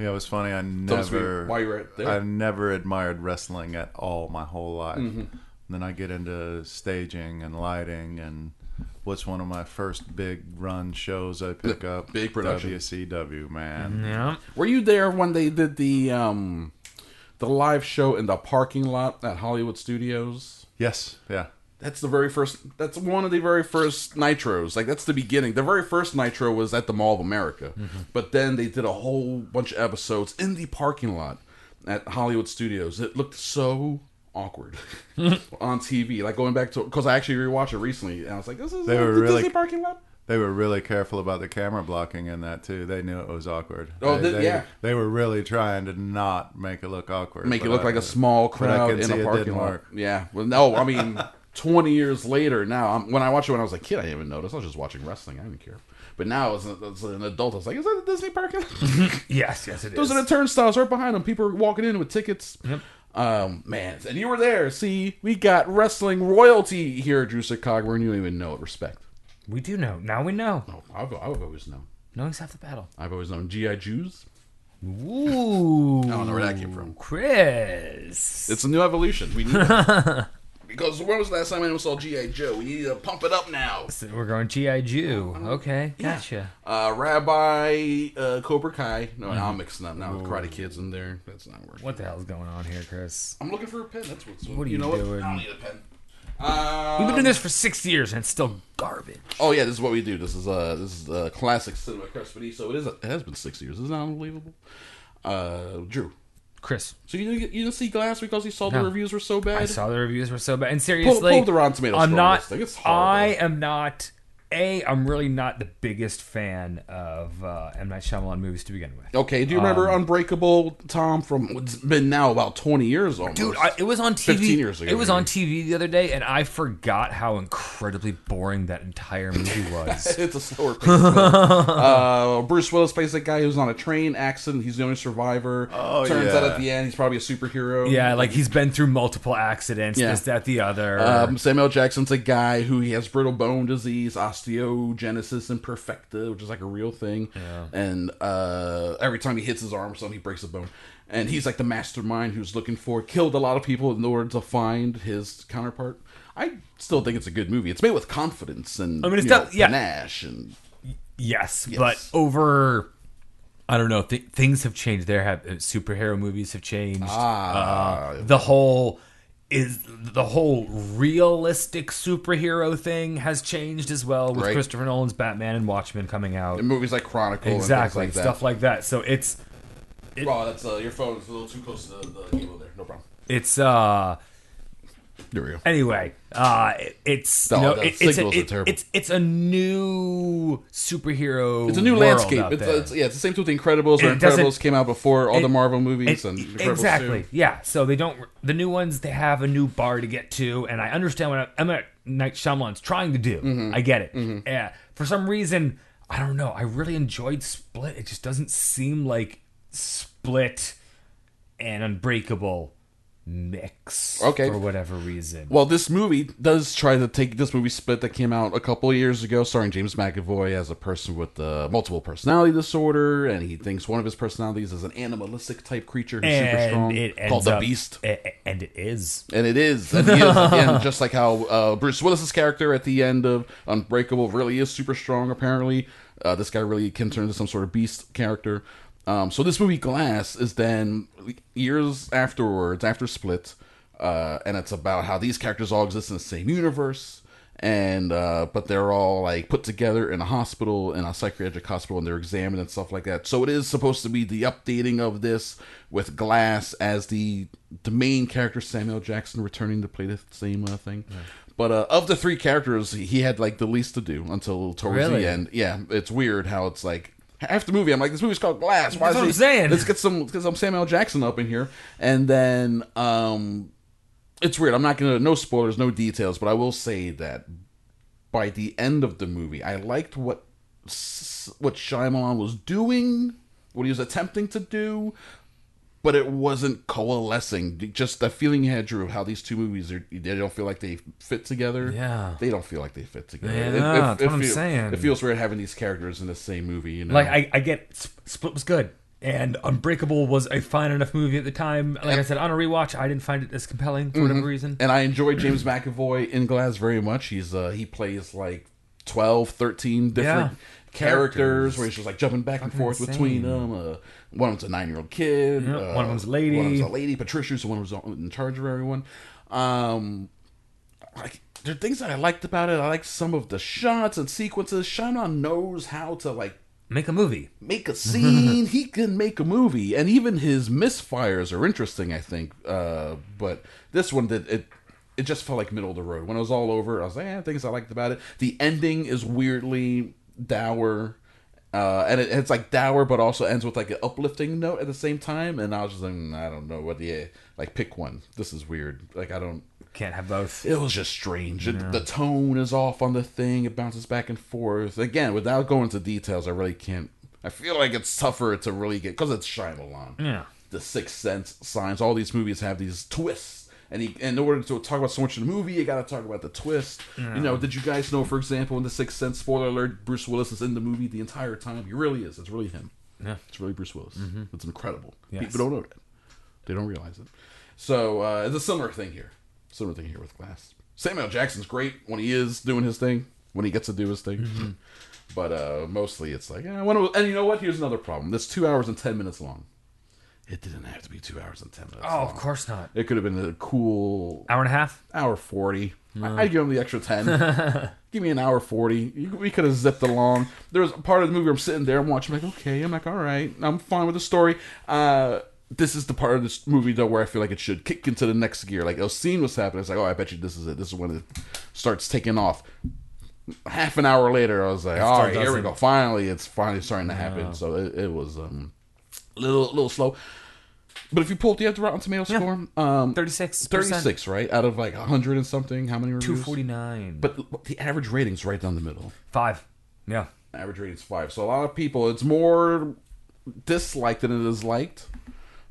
S11: Yeah, it was funny. I
S3: Tell us
S11: never
S3: why you were there. Mm-hmm.
S11: I never admired wrestling at all my whole life. Then I get into staging and lighting and what's one of my first big run shows I pick up?
S3: big production.
S11: WCW, man.
S5: Yeah.
S3: Were you there when they did the um the live show in the parking lot at Hollywood Studios?
S11: Yes, yeah.
S3: That's the very first. That's one of the very first nitros. Like that's the beginning. The very first nitro was at the Mall of America,
S11: Mm-hmm.
S3: but then they did a whole bunch of episodes in the parking lot at Hollywood Studios. It looked so awkward
S11: Hmm.
S3: on TV. Like going back to because I actually rewatched it recently, and I was like, "This is
S11: They
S3: the
S11: were really-
S3: Disney parking lot."
S11: They were really careful about the camera blocking in that too. They knew it was awkward.
S3: Oh,
S11: they,
S3: th-
S11: they-
S3: yeah.
S11: They were really trying to not make it look awkward.
S3: make it
S11: but
S3: look
S11: I-
S3: like a small
S11: but I
S3: crowd
S11: can
S3: in
S11: see
S3: a
S11: it
S3: parking
S11: didn't
S3: lot.
S11: work.
S3: Yeah. Well, no, I mean, 20 years later now, I'm, when I watched it when I was a kid, I didn't even notice. I was just watching wrestling. I didn't care. But now, as, a, as an adult, I was like, is that a Disney parking lot?
S5: Yes, yes, it is.
S3: Those are the turnstiles right behind them. People are walking in with tickets. Um, man, and you were there. See, we got wrestling royalty here at Drew Cogburn. You don't even know it. Respect.
S5: we do know. Now we know.
S3: Oh, I've, I've always known.
S5: Knowing's half the battle.
S3: I've always known G.I. Jews.
S5: Ooh. I
S3: don't know where that came from.
S5: Chris.
S3: It's a new evolution. We need that. Because when was the last time anyone saw G.I. Joe? We need to pump it up now.
S5: So We're going G.I.
S3: Oh,
S5: Jew. Okay, gotcha.
S3: Uh, Rabbi uh, Cobra Kai. No, I'm mixing up now with Karate Kids in there. That's not working.
S5: What the hell's going on here, Chris?
S3: I'm looking for a pen. That's what's.
S5: What are you doing?
S3: I don't need a pen. Uh,
S5: We've been doing this for six years and it's still garbage.
S3: oh yeah, this is what we do. This is uh this is uh, classic cinema crespity. So it is. It has been six years. Isn't that unbelievable? Uh, Drew.
S5: Chris,
S3: So you didn't get, you didn't see Glass because you saw the
S5: No.
S3: reviews were so bad.
S5: I saw the reviews were so bad. And
S3: pull,
S5: seriously,
S3: pull the Rotten Tomatoes.
S5: I'm
S3: score on this
S5: not.
S3: thing. It's horrible.
S5: I am not. A, I'm really not the biggest fan of uh, M Night Shyamalan movies to begin with.
S3: Okay, do you remember
S5: Um,
S3: Unbreakable Tom from it's been now about twenty years almost?
S5: Dude, I, it was on TV.
S3: 15 years ago,
S5: It was on
S3: maybe.
S5: TV the other day, and I forgot how incredibly boring that entire movie was.
S3: it's a slower pace. film. uh, Bruce Willis plays that guy who's on a train accident. He's the only survivor.
S11: Oh,
S3: Turns
S11: yeah.
S3: out at the end he's probably a superhero.
S5: yeah, like he's been through multiple accidents,
S3: Yeah.
S5: this, that, the other.
S3: Um, Samuel Jackson's a guy who he has brittle bone disease, osteogenesis imperfecta, which is like a real thing. And uh, every time he hits his arm or something, he breaks a bone. And he's like the mastermind who's looking for, killed a lot of people in order to find his counterpart. I still think it's a good movie. It's made with confidence and
S5: I mean, it's
S3: you know,
S5: def- yeah.
S3: panache and
S5: Yes,
S3: Yes.
S5: but over. I don't know. Th- things have changed. There have uh, superhero movies have changed. Ah, the whole is the whole realistic superhero thing has changed as well with
S3: Right.
S5: Christopher Nolan's Batman and Watchmen coming out.
S3: movies like Chronicle
S5: Exactly,
S3: and things like that.
S5: stuff like that. So it's
S3: Oh, that's uh, your phone's a little too close to the, the cable there. No problem.
S5: it's uh
S3: There we go.
S5: anyway uh it- it's you
S3: Oh,
S5: know,
S3: the
S5: it- it's, a,
S3: signals are
S5: it-
S3: terrible.
S5: it's it's a new superhero.
S3: It's a new
S5: world
S3: landscape.
S5: out
S3: It's,
S5: there.
S3: it's, yeah, it's the same two with the Incredibles.
S5: It
S3: The Incredibles
S5: doesn't-
S3: came out before all the
S5: it-
S3: Marvel movies and
S5: E-
S3: Incredibles
S5: exactly
S3: 2.
S5: yeah so they don't the new ones they have a new bar to get to and i understand what M. Night Shyamalan's trying to do
S3: Mm-hmm.
S5: i get it yeah for some reason i don't know i really enjoyed split it just doesn't seem like split and unbreakable mix
S3: Okay.
S5: for whatever reason
S3: Well, this movie does try to take this movie Split that came out a couple of years ago, starring James McAvoy as a person with uh, multiple personality disorder, and he thinks one of his personalities is an animalistic type creature who's super strong
S5: and it ends
S3: called the
S5: up-
S3: Beast.
S5: a- a- and it is
S3: And it is, and he is at the end, just like how uh, Bruce Willis's character at the end of Unbreakable really is super strong. Apparently, uh, this guy really can turn into some sort of beast character. Um, so this movie Glass is then years afterwards, after Split, uh, and it's about how these characters all exist in the same universe, and uh, but they're all like put together in a hospital in a psychiatric hospital and they're examined and stuff like that so it is supposed to be the updating of this with glass as the the main character samuel jackson returning to play the same uh, thing but uh, of the three characters he had like the least to do until towards
S5: Really?
S3: the end yeah it's weird how it's like after the movie, I'm like, this movie's called Glass. Why is
S5: That's what
S3: he-
S5: I'm saying.
S3: Let's get some, let's get some Samuel Jackson up in here, and then um, it's weird. I'm not gonna no spoilers, no details, but I will say that by the end of the movie, I liked what s- what Shyamalan was doing, what he was attempting to do, but it wasn't coalescing. Just the feeling you had, Drew, of how these two movies are, they don't feel like they fit together.
S5: Yeah.
S3: they don't feel like they fit together.
S5: Yeah, that's what I'm
S3: feel-
S5: saying.
S3: It feels weird having these characters in the same movie. You know,
S5: like i i get Sp- split was good And Unbreakable was a fine enough movie at the time. Like I said, on a rewatch, I didn't find it as compelling for whatever reason.
S3: and I enjoy James McAvoy in Glass very much. He's uh he plays like 12, 13 different
S5: Yeah.
S3: characters,
S5: Characters.
S3: where he's just like jumping back and
S5: Fucking
S3: forth between them. Uh, one of them's a nine year old kid.
S5: Yep,
S3: uh,
S5: one of them's a lady.
S3: One of them's a lady. Patricia's the one who's in charge of everyone. Um, like there are things that I liked about it. I like some of the shots and sequences. Shyamalan knows how to like
S5: Make a movie.
S3: make a scene. he can make a movie, and even his misfires are interesting. I think, uh, but this one did it. It just felt like middle of the road. When it was all over, I was like, eh, things I liked about it. The ending is weirdly dour. Uh, and it, it's like dour, but also ends with like an uplifting note at the same time. And I was just like, mm, I don't know what the like pick one. This is weird. Like I don't
S5: Can't have both.
S3: it was just strange. It- The tone is off on the thing. It bounces back and forth. Again, without going into details, I really can't. I feel like it's tougher to really get because it's Shyamalan.
S5: Yeah.
S3: The Sixth Sense, Signs. All these movies have these twists, and he, in order to talk about so much of the movie, you got to talk about the twist. You know, did you guys know, for example, in The Sixth Sense? Spoiler alert: Bruce Willis is in the movie the entire time. He really is. It's really him.
S5: Yeah.
S3: It's really Bruce Willis. It's incredible.
S5: Yes.
S3: People don't know that. They don't realize it. So uh, it's a similar thing here. Similar thing here with Glass. Samuel Jackson's great when he is doing his thing, when he gets to do his thing.
S5: Mm-hmm.
S3: But uh, mostly it's like, eh, when it was- and you know what? Here's another problem. That's two hours and ten minutes long. It didn't have to be two hours and ten minutes.
S5: Oh,
S3: long.
S5: of course not.
S3: It could have been a cool
S5: Hour and a half.
S3: hour 40. I, I'd give him the extra 10. give me an hour 40. You- We could have zipped along. There was a part of the movie where I'm sitting there, I'm watching, I'm like, okay, I'm like, all right, I'm fine with the story. Uh, this is the part of this movie, though, where I feel like it should kick into the next gear. Like, a scene was happening. It's like, oh, I bet you this is it. This is when it starts taking off. Half an hour later, I was like, all right, here we
S5: doesn't.
S3: go. Finally, it's finally starting to happen. So it, it was um, a little, little slow. But if you pulled, do you have the Rotten Tomato score? Um,
S5: 36%.
S3: 36, right? Out of like 100 and something. How many reviews?
S5: 249.
S3: But the- the average rating's right down the middle.
S5: five. Yeah.
S3: Average rating's five. So a lot of people, it's more disliked than it is liked.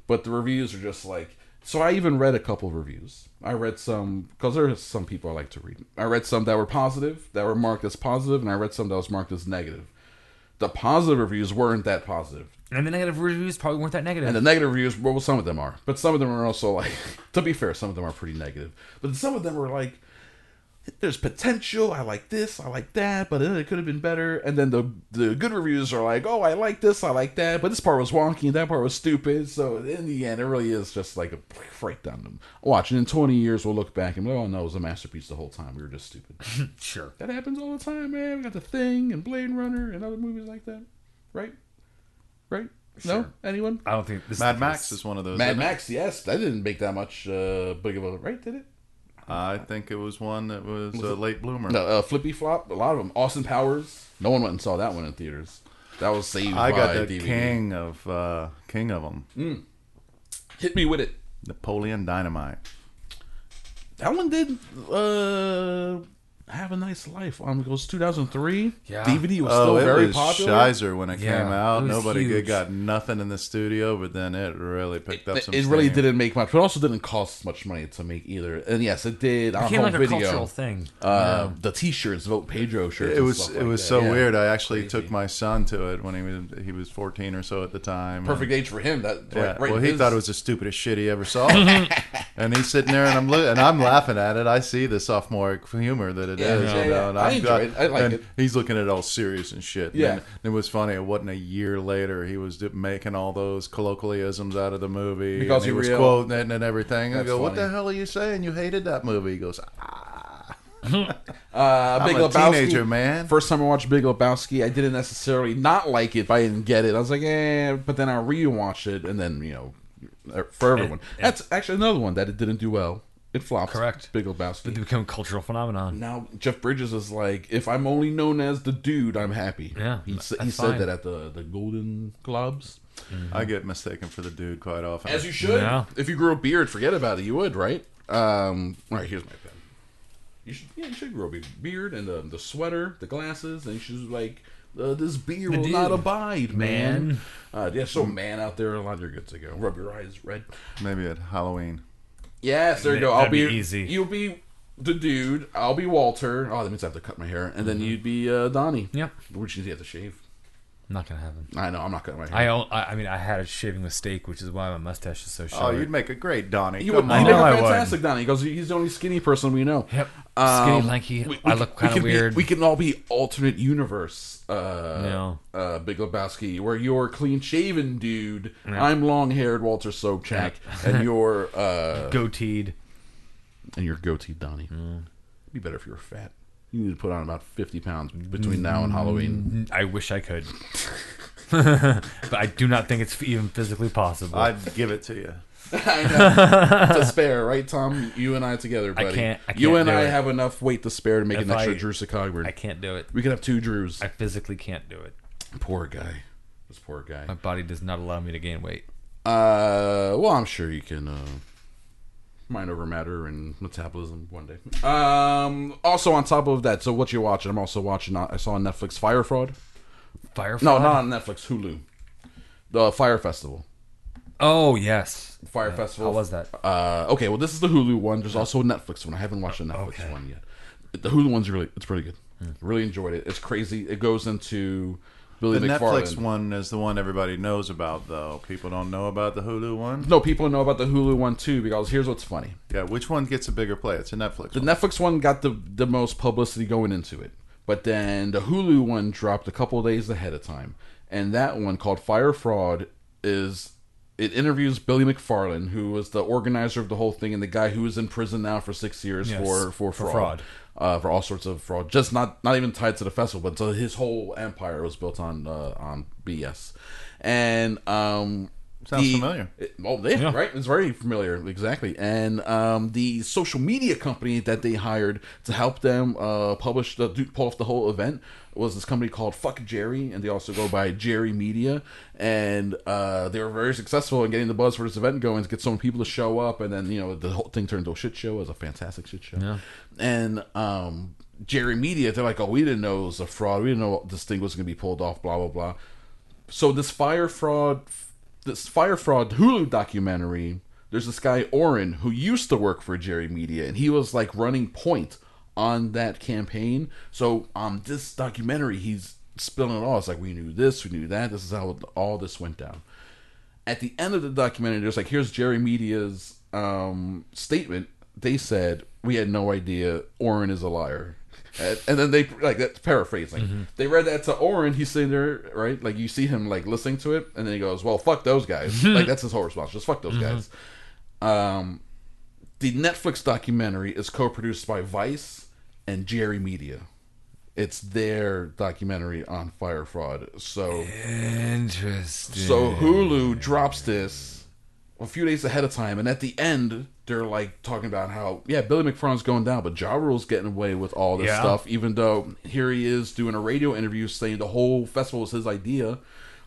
S3: But the reviews are just like. So I even read a couple of reviews. I read some because there are some people I like to read. I read some that were positive, that were marked as positive, and I read some that was marked as negative. The positive reviews weren't that positive.
S5: And the negative reviews probably weren't that negative.
S3: And the negative reviews, well, some of them are, but some of them are also like, to be fair, some of them are pretty negative. But some of them are like, there's potential. I like this. I like that. But uh, it could have been better. And then the the good reviews are like, oh, I like this. I like that. But this part was wonky. That part was stupid. So in the end, it really is just like a right down them. Watch, and in 20 years, we'll look back and be like, oh no, it was a masterpiece the whole time. We were just stupid.
S5: sure.
S3: that happens all the time, man. We got the Thing and Blade Runner and other movies like that, right? Right? No, anyone?
S5: I don't think this
S11: Mad
S5: is
S11: Max is one of those.
S3: Mad
S11: isn't it?
S3: Max, yes, that didn't make that much uh, big of a right, did it?
S11: I think it was one that was, a late bloomer.
S3: No, uh, Flippy Flop, a lot of them. Austin Powers, no one went and saw that one in theaters. That was saved
S11: I
S3: by
S11: got the
S3: DVD. Mm.
S11: king of uh, king of them,
S3: Hit me with it.
S11: Napoleon Dynamite.
S3: That one did uh, have a nice life. Um, it was 2003.
S5: Yeah.
S3: DVD was
S11: Oh,
S3: still
S11: it
S3: very
S11: was
S3: popular.
S11: Shizer when it
S5: Yeah,
S11: came
S5: it
S11: out.
S5: was
S11: Nobody
S5: huge.
S11: good got nothing in the studio, but then it really picked up
S3: It,
S11: some.
S3: it really
S11: steam.
S3: didn't make much, but it also didn't cost much money to make either. And yes, it did. on
S5: Became
S3: home
S5: like a
S3: video.
S5: cultural thing.
S3: Uh, The T-shirts, vote Pedro shirts.
S11: It
S3: and
S11: was
S3: stuff
S11: it
S3: like
S11: was
S3: that.
S11: so
S3: Yeah.
S11: weird. I actually took my son to it when he was he was fourteen or so at the time.
S3: Perfect age for him. That
S11: Yeah.
S3: right, right
S11: well, he
S3: his-
S11: thought it was the stupidest shit he ever saw, and he's sitting there, and I'm lo- and I'm laughing at it. I see the sophomoric humor that it is.
S3: Yeah, yeah,
S11: you know,
S3: yeah.
S11: and
S3: I
S11: I've
S3: enjoy
S11: got-
S3: it. I like
S11: and
S3: it.
S11: He's looking at it all serious and shit. And
S3: Yeah.
S11: then- it was funny. It wasn't a year later he was d- making all those colloquialisms out of the movie
S3: Because
S11: and he
S3: he
S11: was
S3: real-
S11: quoting it and everything. I
S3: That's
S11: go, "What the
S3: funny.
S11: hell are you saying? You hated that movie?" He goes,
S3: Uh, Big
S11: I'm a
S3: Lebowski.
S11: teenager, man.
S3: First time I watched Big Lebowski, I didn't necessarily not like it, but I didn't get it. I was like, eh. But then I rewatched it, and then you know, er, for everyone, that's actually another one that it didn't do well. It flopped.
S5: Correct.
S3: Big Lebowski.
S5: It became a cultural phenomenon.
S3: now Jeff Bridges is like, if I'm only known as the dude, I'm happy.
S5: Yeah,
S3: he, sa- he
S5: that's
S3: said
S5: fine.
S3: that at the the Golden Globes.
S11: "I get mistaken for the dude quite often."
S3: Mm-hmm. As you should.
S5: Yeah.
S3: If you grew a beard, forget about it. You would, right? Um, all right, here's my pen. You should, yeah, you should grow a big beard and the, the sweater, the glasses, and she's like, uh, this beard will not
S5: dude.
S3: abide, man.
S5: Man.
S3: Uh, yeah, so man out there, a lot you're good to go. Rub your eyes red.
S11: Maybe at Halloween.
S3: Yes, there you go. I'll
S5: That'd
S3: be,
S5: be easy.
S3: You'll be the dude. I'll be Walter. Oh, that means I have to cut my hair, and then you'd be uh, Donnie.
S5: Mm-hmm. Yep.
S3: Which means you have to shave.
S5: Not gonna happen.
S3: I know. I'm not cutting my hair.
S5: I own, I I mean, I had a shaving mistake, which is why my mustache is so
S11: Oh,
S5: short.
S11: you'd make a great Donnie.
S3: He
S11: Come
S3: would.
S11: on.
S3: He'd
S5: know I
S3: make a
S5: would.
S3: fantastic Donnie. He goes. He's the only skinny person we know.
S5: Yep.
S3: Um,
S5: Skinny, lanky.
S3: we- we
S5: I
S3: can-
S5: look
S3: we
S5: kind
S3: can
S5: of
S3: be-
S5: weird.
S3: we can all be alternate universe. Uh,
S5: Yeah.
S3: uh, Big Lebowski, where you're clean shaven dude. I'm long haired Walter Sobchak, and you're uh,
S5: Goateed.
S3: and you're goatee Donnie. Be better if you were fat. You need to put on about fifty pounds between now and Halloween.
S5: I wish I could, but I do not think it's even physically possible. I,
S11: I'd give it to you.
S3: I know. to spare, right, Tom? You and I together, buddy.
S5: can't- I
S3: you
S5: can't
S3: and
S5: do
S3: I
S5: it.
S3: have enough weight to spare to make
S5: If
S3: an extra
S5: I-
S3: Drew Sakogburn.
S5: can't do it.
S3: We could have two Drews.
S5: I physically can't do it.
S3: Poor guy. This poor guy.
S5: My body does not allow me to gain weight.
S3: Uh, well, I'm sure you can uh, mind over matter and metabolism one day. Um, also on top of that, so what you watching? I'm also watching. uh, I saw on Netflix Fire Fraud.
S5: Firefly.
S3: No, not on Netflix. Hulu. The Fire Festival.
S5: Oh yes.
S3: Fire Festival.
S5: How was that?
S3: Uh, okay, well, this is the Hulu one. There's also a Netflix one. I haven't watched the Netflix
S5: Okay. Hmm.
S3: one yet. The Hulu one's really, it's pretty good. Really enjoyed it. It's crazy. It goes into Billy
S11: The
S3: McFarland.
S11: Netflix one is the one everybody knows about, though. People don't know about the Hulu one.
S3: No, people know about the Hulu one too because here's what's funny.
S11: Yeah, which one gets a bigger play? It's a Netflix.
S3: The
S11: one.
S3: Netflix one got the the most publicity going into it, but then the Hulu one dropped a couple of days ahead of time, and that one called Fire Fraud is it interviews Billy McFarland, who was the organizer of the whole thing and the guy who is in prison now for six years
S5: Yes,
S3: for for
S5: for
S3: fraud.
S5: fraud.
S3: Uh, for all sorts of fraud, just not not even tied to the festival, but so his whole empire was built on uh, on BS, and um,
S11: Sounds
S3: the-
S11: familiar.
S3: it- well, yeah, right. It's very familiar, exactly. And um, the social media company that they hired to help them uh, publish the do- pull off the whole event was this company called Fuck Jerry, and they also go by Jerry Media. And uh, they were very successful in getting the buzz for this event going to get so many people to show up, and then you know the whole thing turned into a shit show. It was a fantastic shit show. And um, Jerry Media, they're like, "Oh, we didn't know it was a fraud. We didn't know this thing was going to be pulled off. Blah blah blah." so this fire fraud this fire fraud hulu documentary there's this guy Oren who used to work for Jerry Media and he was like running point on that campaign. So on this documentary he's spilling it all. It's like we knew this, we knew that. This is how all this went down at the end of the documentary, there's like, here's Jerry Media's um, statement. They said we had no idea Oren is a liar, and, and then they like that's paraphrasing. They read that to Oren. He's sitting there, right? Like you see him like listening to it, and then he goes, "Well, fuck those guys." like that's his whole response. Just fuck those guys. Um, the Netflix documentary is co-produced by Vice and Jerry Media. It's their documentary on fire fraud. So.
S5: Interesting.
S3: So Hulu drops this a few days ahead of time, and at the end, they're like talking about how yeah, Billy McFarland's going down, but Ja Rule's getting away with all this
S5: Yeah.
S3: stuff, even though here he is doing a radio interview saying the whole festival was his idea.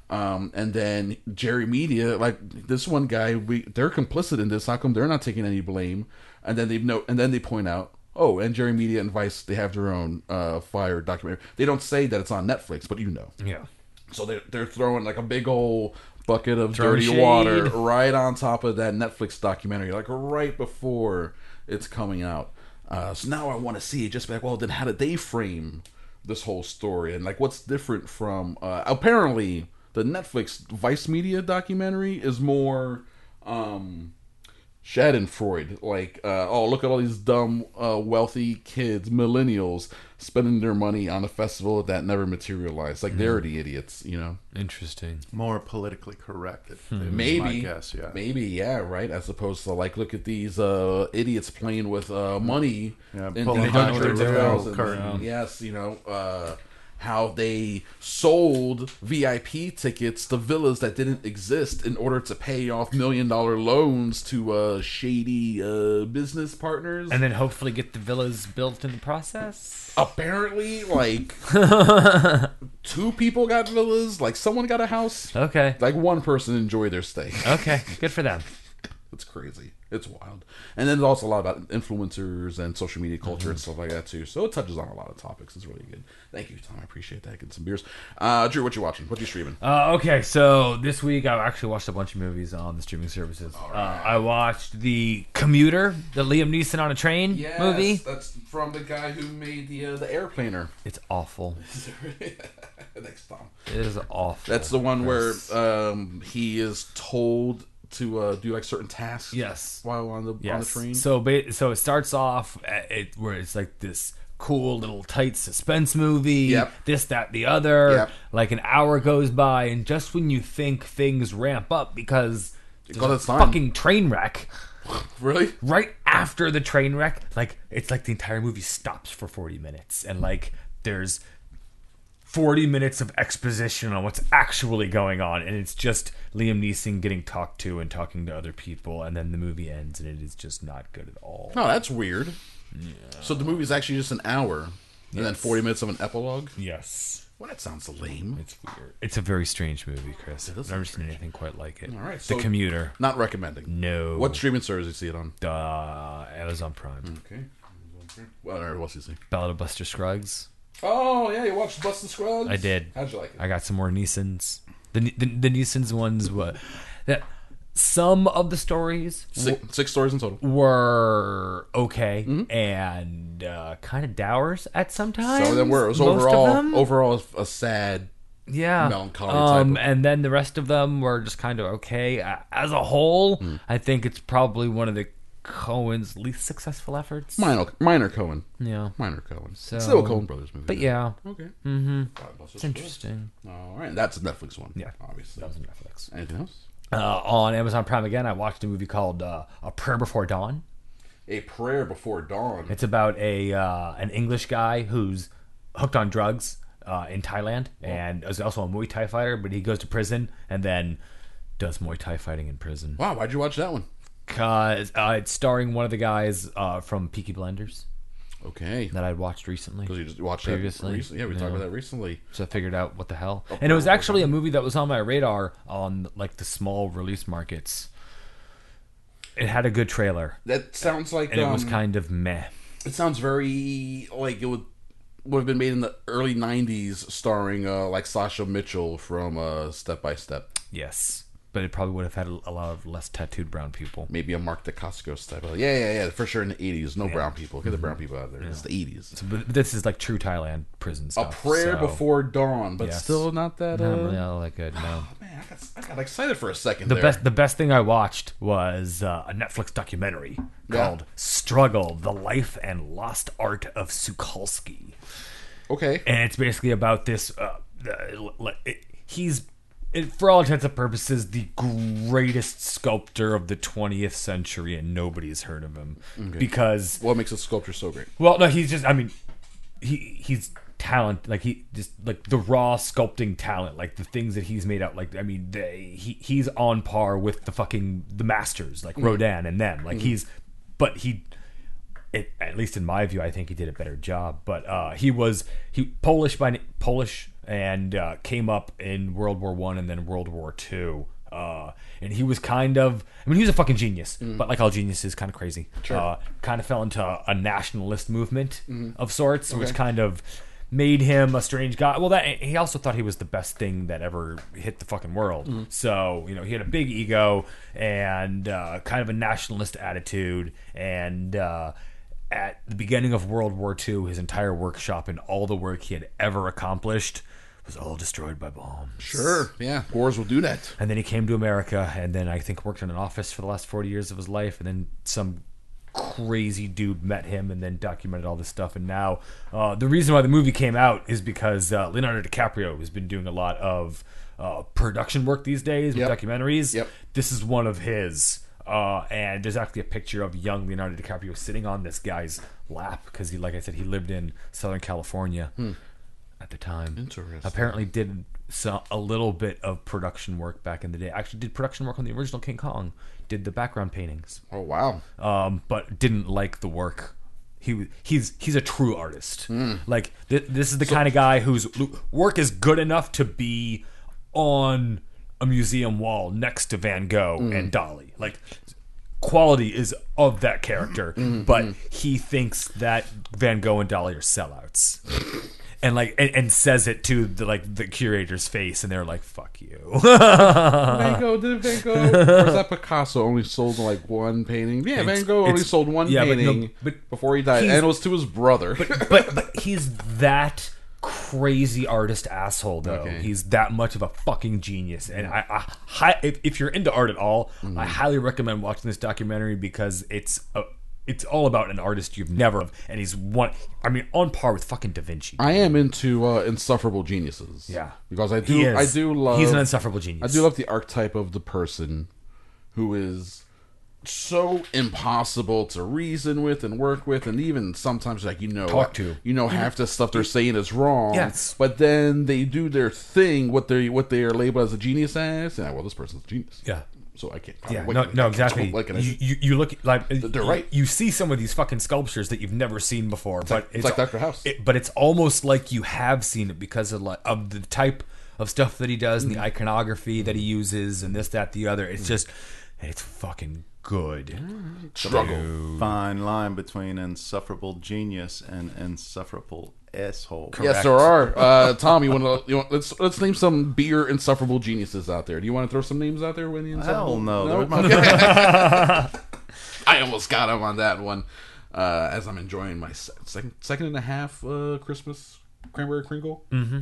S3: Um, and then Jerry Media, like this one guy, we they're complicit in this. How come they're not taking any blame? And then they know, and then they point out, oh, and Jerry Media and Vice, they have their own uh, fire documentary. They don't say that it's on Netflix, but you know.
S5: yeah.
S3: So they're, they're throwing like a big old bucket of
S5: Throwing
S3: dirty
S5: shade.
S3: water right on top of that Netflix documentary, like right before it's coming out. Uh, so now I want to see just like, well, then how did they frame this whole story? And like, what's different from. Uh, apparently, the Netflix Vice Media documentary is more. Um, Schadenfreude, like, uh, oh, look at all these dumb, uh, wealthy kids, millennials, spending their money on a festival that never materialized. Like, they're the idiots, you know?
S5: Interesting.
S11: More politically correct. it- it was My
S3: Hmm. Maybe.
S11: guess, yeah.
S3: Maybe, yeah, right? As opposed to, like, look at these uh, idiots playing with uh, money
S11: Yeah,
S3: in
S11: pulling
S3: the
S11: out their
S3: hundreds of
S11: real
S3: thousands.
S11: curtain.
S3: Yes, you know, uh, how they sold VIP tickets to villas that didn't exist in order to pay off million dollar loans to uh, shady uh, business partners.
S5: And then hopefully get the villas built in the process.
S3: apparently like two people got villas like someone got a house
S5: Okay.
S3: like one person enjoyed their stay
S5: Okay. Good for them.
S3: It's crazy. It's wild. And then there's also a lot about influencers and social media culture
S5: Mm-hmm.
S3: and stuff like that too. So it touches on a lot of topics. It's really good. Thank you, Tom. I appreciate that. Get some beers. Uh, Drew, what you watching? What you streaming?
S5: Uh, okay, so this week I actually watched a bunch of movies on the streaming services. Uh, I watched the Commuter, the Liam Neeson on a train movie.
S3: That's from the guy who made the uh, the airplaner.
S5: It's awful.
S3: Thanks, Tom.
S5: It is awful.
S3: That's the one where um, he is told to uh, do like certain tasks.
S5: Yes.
S3: While on the on the train.
S5: So, ba- so it starts off at it, where it's like this cool little tight suspense movie.
S3: Yep.
S5: This, that, the other.
S3: Yep.
S5: Like an hour goes by, and just when you think things ramp up because there's
S3: got
S5: a
S3: its time.
S5: fucking train wreck.
S3: really?
S5: Right after the train wreck, like it's like the entire movie stops for forty minutes, and like there's forty minutes of exposition on what's actually going on, and it's just Liam Neeson getting talked to and talking to other people, and then the movie ends, and it is just not good at all.
S3: No, that's weird. So the movie's actually just an hour, and then forty minutes of an epilogue.
S5: Yes.
S3: Well, that sounds lame.
S5: It's weird. It's a very strange movie, Chris. I've never seen anything quite like it. All
S3: right,
S5: The
S3: so-
S5: Commuter.
S3: Not recommending.
S5: No.
S3: What streaming service you see it on?
S5: Uh, Amazon Prime.
S3: Okay. Well, or what's you see?
S5: Ballad of Buster Scruggs.
S3: Oh yeah, you watched Busted Scrubs.
S5: I did.
S3: How'd you like it?
S5: I got some more Neeson's. The the, the Neeson's ones were that some of the stories
S3: Six, six stories in total.
S5: were okay and uh, kind of dowers at some times.
S3: Mm-hmm. Some of them were. It was
S5: Most of
S3: overall
S5: them?
S3: overall a sad.
S5: yeah
S3: melancholy type
S5: um
S3: of-
S5: and then the rest of them were just kind of okay Uh, as a whole
S3: Mm.
S5: i think it's probably one of the cohen's least successful efforts
S3: Minor, minor Cohen.
S5: yeah
S3: Minor Cohen. So,
S5: So-
S3: Still a Cohen brothers movie.
S5: but
S3: though.
S5: yeah
S3: Okay. Mm-hmm. It's
S5: interesting
S3: All right, that's a Netflix one.
S5: Yeah.
S3: obviously.
S5: that was on netflix
S3: Anything else?
S5: uh, on amazon prime again i watched a movie called uh, a prayer before dawn
S3: A Prayer Before Dawn.
S5: It's about a uh, an English guy who's hooked on drugs uh, in Thailand and is also a Muay Thai fighter, but he goes to prison and then does Muay Thai fighting in prison.
S3: Wow, why'd you watch that one?
S5: Cause uh, it's starring one of the guys uh, from Peaky Blinders
S3: Okay,
S5: that I'd watched recently.
S3: because you just watched
S5: Previously,
S3: that recently. Yeah, we talked about that recently.
S5: So I figured out what the hell. And it was actually a movie that was on my radar on like the small release markets. It had a good trailer,
S3: That sounds like
S5: and it was
S3: um,
S5: kind of meh.
S3: It sounds very like it would would have been made in the early '90s, starring uh, like Sasha Mitchell from uh, Step by Step.
S5: Yes, but it probably would have had a, a lot of less tattooed brown people.
S3: Maybe a Mark DeCascos type of yeah, yeah, yeah, for sure in the '80s. No brown people. Get the
S5: Mm-hmm.
S3: brown people out of there. It's the '80s.
S5: But this is like true Thailand prison
S3: A
S5: stuff.
S3: Prayer
S5: so-
S3: Before Dawn, but
S5: Yes.
S3: still not that. Uh,
S5: Not really all that good. No.
S3: man, I got, I got excited for a second.
S5: The
S3: there.
S5: best, the best thing I watched was uh, a Netflix documentary called "Struggle: The Life and Lost Art of Sukalski."
S3: Okay.
S5: and it's basically about this. Uh, uh, like, it, he's, it, for all intents and purposes, the greatest sculptor of the 20th century, and nobody's heard of him because
S3: What makes a sculpture so great?
S5: well, no, he's just. I mean, he he's talent. Like he just like the raw sculpting talent. Like the things that he's made out. Like I mean, they, he he's on par with the fucking the masters like Rodin and them. Like he's, but he. It, at least in my view, I think he did a better job. But uh, he was he Polish by Polish and uh, came up in World War One and then World War Two. Uh, and he was kind of, I mean, he was a fucking genius, but like all geniuses, kind of crazy. Uh, kind of fell into a nationalist movement of sorts, which kind of made him a strange guy. Well, that he also thought he was the best thing that ever hit the fucking world. So you know, he had a big ego and uh, kind of a nationalist attitude. And uh, at the beginning of World War II, his entire workshop and all the work he had ever accomplished was all destroyed by bombs.
S3: Sure. Yeah. Wars will do that.
S5: And then he came to America, and then I think worked in an office for the last forty years of his life, and then some crazy dude met him and then documented all this stuff. And now uh, the reason why the movie came out is because uh, Leonardo DiCaprio has been doing a lot of uh, production work these days with
S3: Yep.
S5: documentaries.
S3: Yep.
S5: This is one of his. Uh, and there's actually a picture of young Leonardo DiCaprio sitting on this guy's lap because he, like I said, he lived in Southern California
S3: Hmm.
S5: at the time.
S3: Interesting.
S5: Apparently, did so, a little bit of production work back in the day. Actually, did production work on the original King Kong. Did the background paintings,
S3: Oh wow.
S5: um, but didn't like the work. He w- he's he's a true artist. Like th- this is the kind of guy whose l- work is good enough to be on a museum wall next to Van Gogh and Dali. Like quality is of that character, but he thinks that Van Gogh and Dolly are sellouts. And like, and, and says it to the like the curator's face, and they're like, "Fuck you." Uh-huh.
S3: Van Gogh did Van Gogh. or is that Picasso only sold like one painting? Yeah, Van Gogh only
S5: it's-
S3: sold one
S5: yeah, but no-
S3: painting
S5: but
S3: before he died,
S5: he's-
S3: and it was to his brother.
S5: but but he's that crazy artist asshole though.
S3: Okay.
S5: He's that much of a fucking genius. And I, I hi, if, if you're into art at all,
S3: Mm-hmm.
S5: I highly recommend watching this documentary because it's a, it's all about an artist you've never and he's one I mean on par with fucking Da Vinci.
S3: I am into uh, insufferable geniuses.
S5: Yeah.
S3: because I
S5: He
S3: do.
S5: is.
S3: I do love.
S5: He's an insufferable genius.
S3: I do love the archetype of the person who is so impossible to reason with and work with, and even sometimes like you know,
S5: Talk to.
S3: you know half the stuff they're saying is wrong.
S5: Yes.
S3: but then they do their thing, what they what they are labeled as a genius as, and well, this person's a genius.
S5: Yeah.
S3: so I can't.
S5: Yeah,
S3: what
S5: no,
S3: can I-
S5: no, exactly.
S3: what can I
S5: you,
S3: do?
S5: you, you look like
S3: They're
S5: you-
S3: right.
S5: You, see some of these fucking sculptures that you've never seen before, but
S3: like- it's like Dr. House.
S5: it- but it's almost like you have seen it because of like, of the type of stuff that he does and the
S3: Mm-hmm.
S5: iconography that he uses and this, that, the other. It's just, it's fucking good.
S3: Mm-hmm. struggle.
S11: Fine line between insufferable genius and insufferable asshole.
S3: Yes, there are. Uh, Tom, you want to you want, let's let's name some beer insufferable geniuses out there. Do you want to throw some names out there, Winnie?
S11: Hell
S3: Insufferable?
S11: no.
S3: No?
S11: they're my-
S3: I almost got him on that one. Uh, as I'm enjoying my se- second second and a half uh, Christmas cranberry crinkle. Mm-hmm.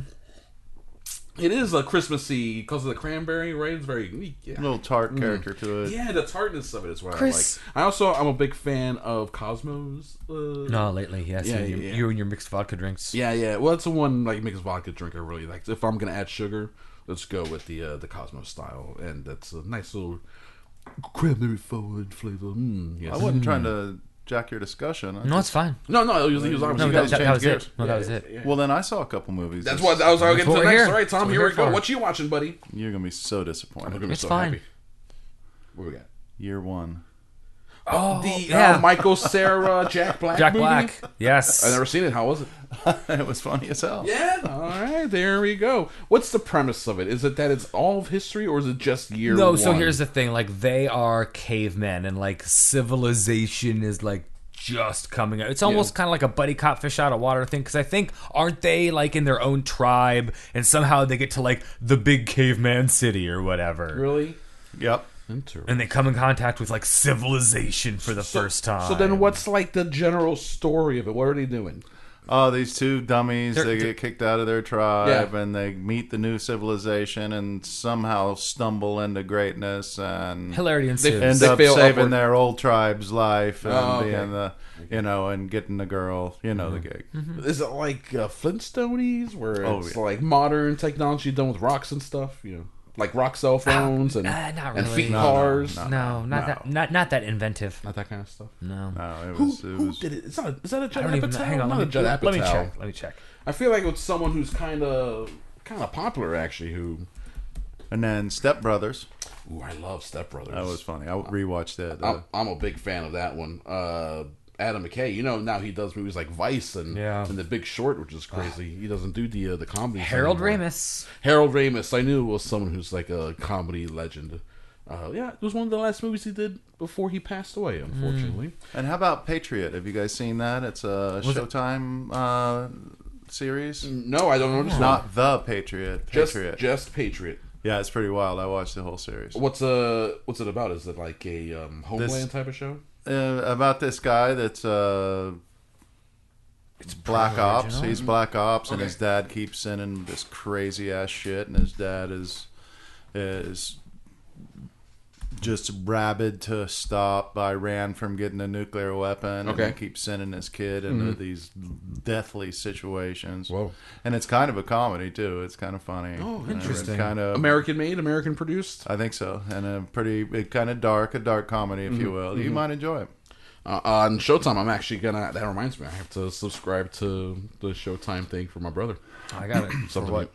S3: is a Christmassy because of the cranberry, right? It's very yeah.
S11: little tart character to it.
S3: Hmm. Yeah, the tartness of it is what
S10: Chris-
S3: I like. I also I'm a big fan of Cosmos. Uh,
S5: No, lately, yes,
S3: Yeah,
S5: and you,
S3: yeah, yeah.
S5: you and your mixed vodka drinks.
S3: Yeah, yeah. Well, that's the one like mixed vodka drink I really like. If I'm gonna add sugar, let's go with the uh, the Cosmos style, and that's a nice little cranberry forward flavor. Mm, yes.
S11: I wasn't trying to jack your discussion. I
S5: No, it's fine.
S3: No, no, it was, it was
S5: No,
S3: obviously
S11: you
S5: that,
S11: guys
S5: that- that
S11: change
S5: was
S11: gears.
S5: it. No, that was it.
S11: Well, then I saw a couple movies.
S3: That's
S11: this-
S3: what I was going to
S5: That's
S3: get to the
S5: what we're
S3: next.
S5: here.
S3: All right, Tom,
S5: That's what
S3: here
S5: we're
S3: we go.
S5: here for.
S3: What you watching, buddy?
S11: You're gonna be so disappointed.
S5: It's fine.
S3: What we got?
S11: Year one.
S5: Oh,
S3: The
S5: yeah.
S3: uh, Michael Sarah Jack Black.
S5: Jack
S3: movie?
S5: Black. Yes.
S3: I never seen it. How was it?
S11: it was funny as hell.
S3: Yeah. All right, there we go. What's the premise of it? Is it that it's all of history, or is it just year?
S5: no so
S3: one?
S5: here's the thing like they are cavemen and like civilization is like just coming up it's almost kind of like a buddy cop fish out of water thing because i think aren't they like in their own tribe and somehow they get to like the big caveman city or whatever
S3: really.
S11: Yep.
S5: and they come in contact with like civilization for the first time
S3: So then, what's like the general story of it? What are they doing?
S11: Oh, these two dummies,
S5: They're-
S11: they
S5: they're-
S11: get kicked out of their tribe
S3: Yeah.
S11: and they meet the new civilization and somehow stumble into greatness and
S5: hilarity ensues
S11: end
S3: They
S11: up
S3: fail
S11: saving
S3: upward.
S11: their old tribe's life and
S3: Oh, okay. Mm-hmm.
S11: being the, you know, and getting the girl, you know, the gig.
S5: Mm-hmm.
S3: Is it like uh, Flintstonies, where
S11: Oh,
S3: it's
S11: yeah.
S3: like modern technology done with rocks and stuff? You know, like rock cell phones and
S5: uh, Ah, not
S3: and
S5: really.
S3: feet
S5: No, no,
S3: cars.
S5: no not that not not that inventive
S3: Not that kind of stuff.
S5: no
S11: No, Oh, it
S3: Who,
S11: was, it
S3: who
S11: was
S3: did it? It's not, is that a
S5: I
S3: Judd
S5: don't even
S3: Apatow?
S5: hang on
S3: Not
S5: let
S3: a
S5: me,
S3: Judd
S5: let me
S3: Apatow.
S5: check let me check
S3: I feel like it's someone who's kind of kind of popular actually. Who?
S11: And then Step Brothers.
S3: Ooh, I love Step Brothers.
S11: That was funny. I rewatched that. Uh,
S3: I'm, I'm a big fan of that one. Uh, Adam McKay, you know now he does movies like Vice and
S5: Yeah. Ah.
S3: and The Big Short, which is crazy. he doesn't do the uh, the comedy.
S5: harold ramis
S3: Harold Ramis. I knew was someone who's like a comedy legend. Uh, yeah, it was one of the last movies he did before he passed away,
S5: Hmm.
S3: unfortunately.
S11: and how about Patriot? Have you guys seen that? It's a Showtime uh, series.
S3: No, I don't know. Just
S11: Not the Patriot.
S3: Mm. just
S11: Patriot.
S3: just Patriot.
S11: yeah, it's pretty wild. I watched the whole series.
S3: What's uh what's it about? Is it like a um, homeland type of show?
S11: uh, about this guy that's uh it's black ops he's black ops and his dad keeps sending this crazy ass shit and his dad is is just rabid to stop Iran from getting a nuclear
S3: Okay. Mm-hmm.
S11: weapon. And they keep sending his kid into these deathly situations.
S3: Whoa.
S11: And it's kind of a comedy, too. It's kind of funny. Oh,
S3: interesting.
S11: Kind of
S3: American made, American produced.
S11: I think so. And a pretty, kind of dark, a dark comedy, if
S3: Mm-hmm.
S11: you will. You might enjoy it.
S3: Uh, on Showtime, I'm actually gonna. That reminds me, I have to subscribe to the Showtime thing for my brother.
S5: i got it
S3: Something like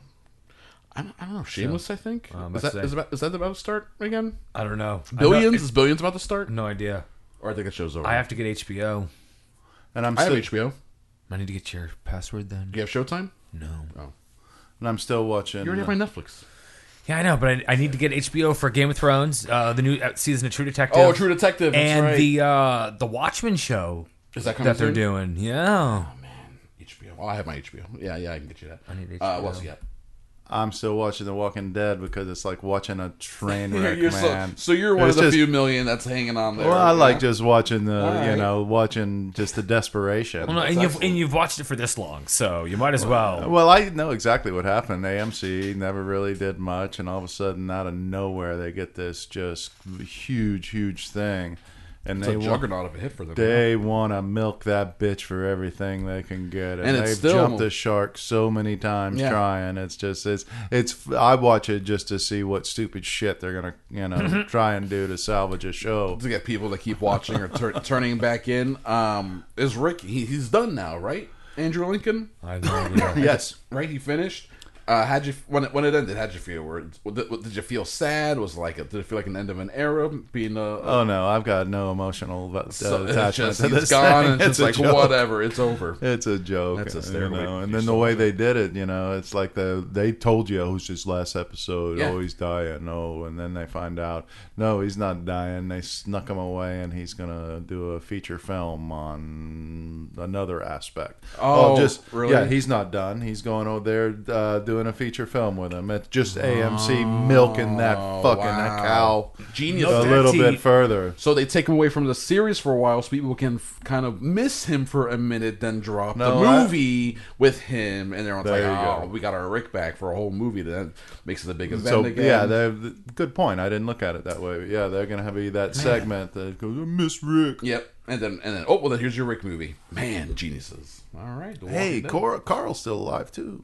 S3: I don't, I don't know. Shameless, I think. is
S5: that's
S3: that
S5: it.
S3: is, about, is that about to start again?
S5: i don't know I know-
S3: Billions is billions about to start,
S5: no idea
S3: or I think the show's over.
S5: i have to get hbo
S11: And I'm
S3: I have
S11: still,
S3: HBO.
S5: I need to get your password then.
S3: Do you have Showtime?
S5: No.
S11: and I'm still watching.
S3: You already have my Netflix.
S5: Yeah, I know, but I, I need to get HBO for Game of Thrones, uh, the new uh, season of True Detective.
S3: Oh, True Detective, that's
S5: and
S3: right.
S5: the uh, the Watchmen show
S3: Is Oh, that coming
S5: that they're
S3: soon?
S5: doing. Yeah,
S3: HBO. Well, I have my HBO. Yeah, yeah, I can get you that. I
S5: need
S3: Uh,
S5: HBO.
S3: what else you got?
S11: I'm still watching The Walking Dead because it's like watching a train
S3: You're,
S11: wreck,
S3: you're so,
S11: man.
S3: so you're one of
S11: It's
S3: the
S11: just-
S3: few million that's hanging on there.
S11: Well, I like
S3: yeah?
S11: just watching the,
S3: right.
S11: you know, watching just the desperation.
S5: well, no, and you've and you've watched it for this long, so you might as well.
S11: Well, I know exactly what happened. AMC never really did much, and all of a sudden, out of nowhere, they get this just huge, huge thing, and
S3: It's
S11: they
S3: a
S11: want,
S3: juggernaut of a hit for them.
S11: they want to milk that bitch for everything they can get, and,
S3: And it's
S11: they've
S3: still-
S11: jumped the shark so many times
S3: Yeah.
S11: trying. It's just it's it's. I watch it just to see what stupid shit they're gonna you know try and do to salvage a show.
S3: to get people to keep watching or tur turning back in. Um, is Rick? He, he's done now, right? Andrew Lincoln,
S5: I have no idea.
S11: Yes.
S3: right? He finished. Uh, how'd you when it, when it ended? How'd you feel? Were, did, did you feel sad? Was it like a, did it feel like an end of an era? Being a,
S11: Oh no, I've got no emotional uh,
S3: so,
S11: attachment
S3: it's just
S11: to
S3: he's
S11: this
S3: gone.
S11: thing.
S3: And it's,
S11: a
S3: just like
S11: joke.
S3: whatever. It's over.
S11: It's a joke.
S3: That's
S11: you
S3: hysterical.
S11: know,
S3: You
S11: And then the
S3: saw
S11: way
S3: that.
S11: they did it, you know, it's like the they told you who's his last episode.
S3: Yeah.
S11: Oh, he's dying. Oh, and then they find out no, he's not dying. They snuck him away, and he's gonna do a feature film on another aspect.
S3: Oh,
S11: just
S3: really?
S11: yeah, he's not done. He's going over there uh, doing a feature film with him. It's just AMC milking that fucking
S3: Oh, wow.
S11: cow
S3: Genius.
S11: a
S5: that
S11: little
S5: tea.
S11: bit further.
S3: So they take him away from the series for a while, so people can f- kind of miss him for a minute, then drop
S11: No,
S3: the
S11: I-
S3: movie with him, and everyone's
S11: There
S3: like,
S11: you
S3: "Oh,
S11: go.
S3: we got our Rick back for a whole movie." That makes it a big event
S11: So
S3: again.
S11: yeah, they're, th- good point. I didn't look at it that way. But yeah, they're gonna have be that segment that goes "I Miss Rick.
S3: Yep. And then and then oh well then here's your Rick movie. Man, geniuses. All right. The
S11: Hey,
S3: Walking Dead.
S11: Cor- Carl's still alive too.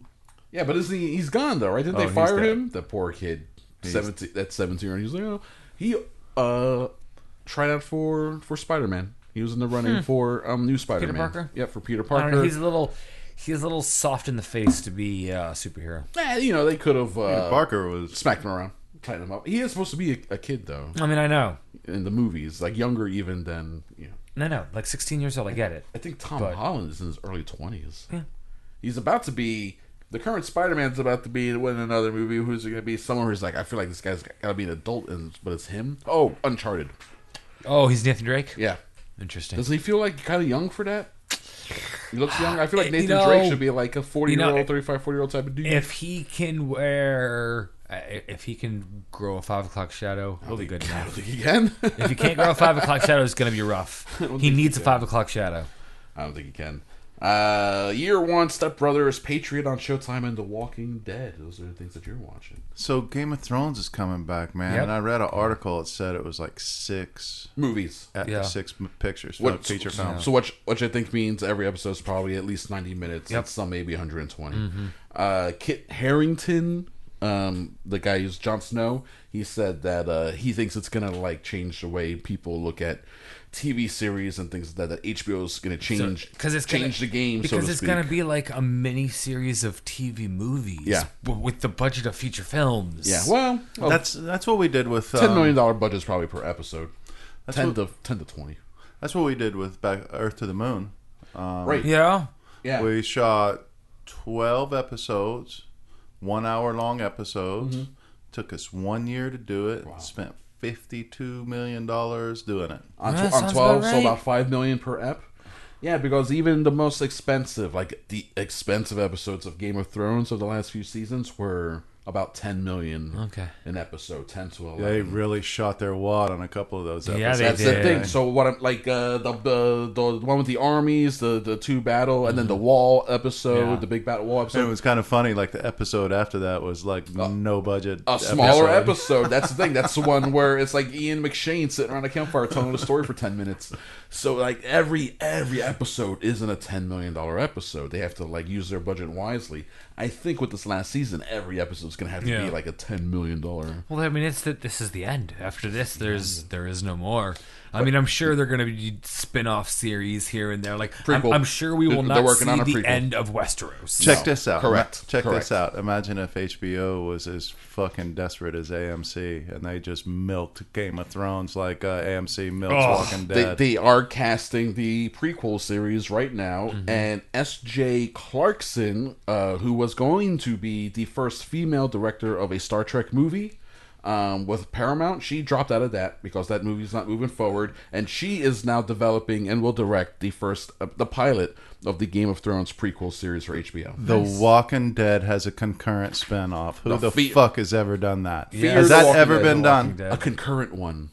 S3: Yeah, but is he he's gone though, right? Didn't
S11: Oh,
S3: they
S11: he's
S3: fire
S11: dead.
S3: him? The poor kid. Seventeen that's seventeen and he's like, oh he uh tried out for for Spider Man. He was in the running for um new Spider Man.
S5: Hmm. Parker?
S3: Yep, for Peter
S5: I don't know,
S3: Parker.
S5: he's a little he's a little soft in the face to be uh, a superhero.
S3: Eh, you know, they could have uh,
S11: Barker was
S3: smacked him around, tightened him up. He is supposed to be a, a kid though
S5: I mean, I know,
S3: in the movies, like younger even than you know
S5: no, no, like 16 years old, I get it.
S3: I think Tom Holland is in his early twenties. He's about to be the current Spider Man's about to be in another movie. Who's going to be someone who's like, I feel like this guy's got to be an adult, and but it's him. Oh, Uncharted.
S5: Oh, he's Nathan Drake.
S3: Yeah,
S5: Interesting.
S3: doesn't he feel like kind of young for that? He looks young. I feel like
S5: You
S3: Nathan
S5: know-
S3: Drake should be like a forty
S5: you
S3: year
S5: know,
S3: old, 35, 40 year old type of dude.
S5: If he can wear, uh, if he can grow a five o'clock shadow, he'll be good
S3: I
S5: enough.
S3: don't think he can.
S5: If you can't grow a five o'clock shadow, it's going to be rough. He needs a five o'clock shadow.
S3: I don't think he can. Uh, year one, Step Brothers, Patriot on Showtime, and The Walking Dead. Those are the things that you're watching.
S11: so Game of Thrones is coming back, man.
S5: Yep.
S11: And I read an article that said it was like six
S3: Movies.
S11: at
S5: Yeah.
S11: six m- pictures
S3: What
S11: uh, feature
S3: so-
S11: films.
S3: So which which I think means every episode is probably at least ninety minutes. and some maybe one hundred and twenty.
S5: Mm-hmm.
S3: Uh, Kit Harrington, um, the guy who's Jon Snow, he said that uh, he thinks it's gonna like change the way people look at TV series and things like that. That HBO is gonna change
S5: Because it's gonna-
S3: change the game.
S5: Because
S3: so to
S5: it's going
S3: speak.
S5: to be like a mini series of TV movies.
S3: Yeah.
S5: w- with the budget of feature films.
S3: yeah. Well, well
S11: That's that's what we did with
S3: ten
S11: um,
S3: million dollar budget is probably per episode. Ten
S11: what-
S3: to ten to twenty.
S11: That's what we did with back Earth to the Moon.
S3: right.
S5: Yeah.
S3: Yeah.
S11: We shot 12 episodes, one hour long episodes. Took us one year to do it. Spent $52 million doing it.
S3: on,
S5: Yeah,
S3: tw- on
S5: sounds
S3: 12
S5: about
S3: so
S5: right.
S3: about 5 million per ep yeah because even the most expensive like the expensive episodes of game of thrones of the last few seasons were about 10 million
S5: Okay.
S3: an episode 10 to 11
S11: They really shot their wad on a couple of those episodes.
S5: Yeah, they
S3: that's the
S5: did.
S3: thing. So what I'm like uh, the, the the one with the armies, the the two battle, and then the wall episode,
S5: Yeah.
S3: the big battle wall
S11: And it
S3: episode,
S11: was kind of funny. Like the episode after that was like no budget.
S3: a smaller episode. That's the thing. That's the one where it's like Ian McShane sitting around a campfire telling a story for ten minutes. So like every every episode isn't a ten million dollar episode. They have to like use their budget wisely. I think with this last season, every episode's gonna have to
S5: Yeah.
S3: be like a ten million dollar.
S5: Well, I mean, it's that this is the end. After this, there's there is no more. I mean, I'm sure they're going to be spin-off series here and there. Like, I'm,
S3: Prequel.
S5: I'm sure we
S3: They're-
S5: will
S3: they're
S5: not
S3: working
S5: see
S3: on a
S5: the
S3: prequel.
S5: end of Westeros.
S11: Check
S3: No.
S11: this out.
S3: Correct.
S11: Check
S3: Correct.
S11: this out. Imagine if HBO was as fucking desperate as AMC and they just milked Game of Thrones like uh, AMC milks
S3: Oh,
S11: Walking
S3: They,
S11: Dead.
S3: they are casting the prequel series right now,
S11: Mm-hmm.
S3: and S.J. Clarkson, uh, who was going to be the first female now director of a Star Trek movie. Um, with Paramount, she dropped out of that because that movie's not moving forward, and she is now developing and will direct the first, uh, the pilot of the Game of Thrones prequel series for HBO.
S11: The Walking Dead has a concurrent spinoff. Who
S3: The
S11: the,
S3: Fear-
S11: fuck has ever done that?
S3: Fear
S11: Has
S3: the
S11: that
S3: Walking
S11: ever
S3: Dead,
S11: been
S3: The
S11: done?
S5: Dead.
S3: A concurrent one.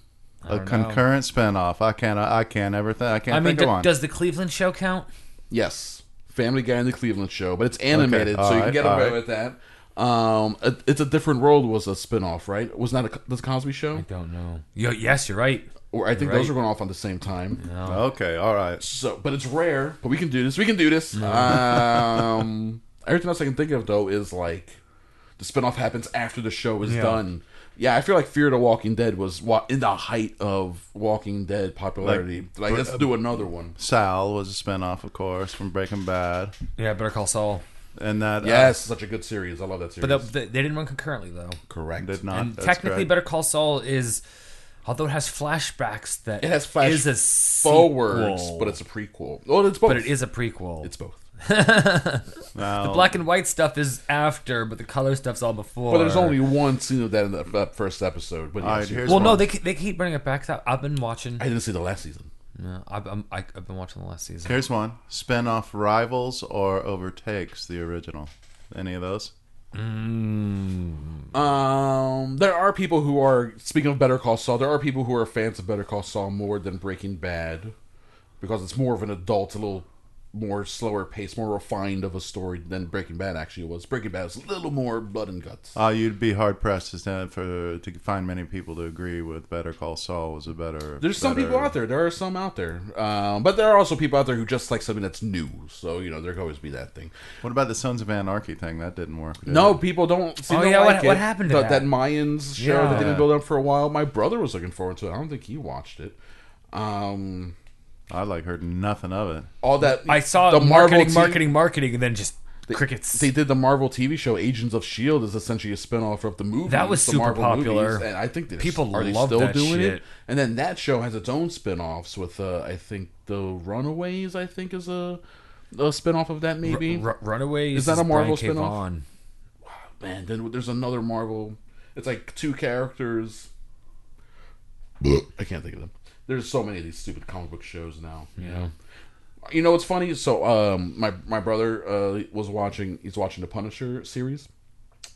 S11: A concurrent spinoff. I can't. I can't ever think. I can't
S5: I mean,
S11: think
S5: d-
S11: of one.
S5: does the Cleveland show count?
S3: Yes, Family Guy and the Cleveland Show, but it's animated, so you can
S11: alright,
S3: get away
S11: alright.
S3: with that. Um, it- it's a different world was a spinoff, right? Was not a, the Cosby Show,
S5: Don't know. Yo, yes, you're right.
S3: or I think
S5: Right.
S3: those are going off on the same time.
S11: okay. All right.
S3: So, but it's rare. But we can do this. We can do this. Um, everything else I can think of though is like the spinoff happens after the show is done. Yeah, I feel like Fear the Walking Dead was wa- in the height of Walking Dead popularity. Like, let's do another one.
S11: Sal was a spinoff, of course, from Breaking Bad,
S5: Yeah, Better Call Saul.
S11: and that uh,
S3: Yes, such a good series. I love that series.
S5: But the, the, they didn't run concurrently though.
S3: correct.
S11: did not.
S5: And
S11: That's
S5: technically,
S11: correct.
S5: Better Call Saul is, although it has flashbacks, that
S3: It has flash
S5: is a
S3: forwards,
S5: sequel,
S3: but it's a prequel. Well, it's both.
S5: but it is a prequel.
S3: It's both.
S11: Now,
S5: black and white stuff is after, but the color stuff's all before.
S3: But there's only one scene of that in the that first episode. But yes,
S11: All right,
S3: you're-
S11: here's
S5: Well,
S11: one.
S5: no, they ke- they keep bringing it back. So I've been watching.
S3: I didn't see the last season.
S5: No, I've, I'm, I, I've been watching the last season.
S11: Here's one. Spinoff rivals or overtakes the original. Any of those?
S3: Um, there are people who are speaking of Better Call Saul. There are people who are fans of Better Call Saul more than Breaking Bad because it's more of an adult, a little more slower pace, more refined of a story than Breaking Bad actually was. Breaking Bad is a little more blood and guts.
S11: Uh, you'd be hard pressed to stand for to find many people to agree with Better Call Saul was a better.
S3: There's some people out there. There are some out there, um, but there are also people out there who just like something that's new. So you know, there could always be that thing.
S11: What about the Sons of Anarchy thing? That didn't work. did
S3: No,
S11: it?
S3: people don't. See,
S5: Oh,
S3: don't
S5: yeah,
S3: like
S5: what-
S3: it.
S5: what happened to
S3: Th-
S5: that?
S3: Mayans show
S5: Yeah.
S3: that didn't build up for a while? My brother was looking forward to it. I don't think he watched it. Um,
S11: I like heard nothing of it.
S3: all that
S5: I saw
S3: the Marvel
S5: marketing,
S3: T-
S5: marketing, marketing, and then just crickets.
S3: They did the Marvel TV show Agents of Shield E is essentially a spinoff of the movie.
S5: That was
S3: the
S5: super
S3: Marvel
S5: popular.
S3: movies, and I think they're-
S5: People
S3: are they
S5: love
S3: still
S5: that
S3: doing
S5: shit.
S3: it. And then that show has its own spin-offs with uh, I think the Runaways. I think is a a spin-off of that maybe.
S5: Ru- Runaways
S3: Is that a Marvel
S5: Brian K.
S3: spin-off?
S5: Vaughan.
S3: Man, then there's another Marvel. It's like two characters. I can't think of them. There's so many of these stupid comic book shows now. Yeah. You know what's funny? So, um, my my brother uh, was watching. He's watching the Punisher series.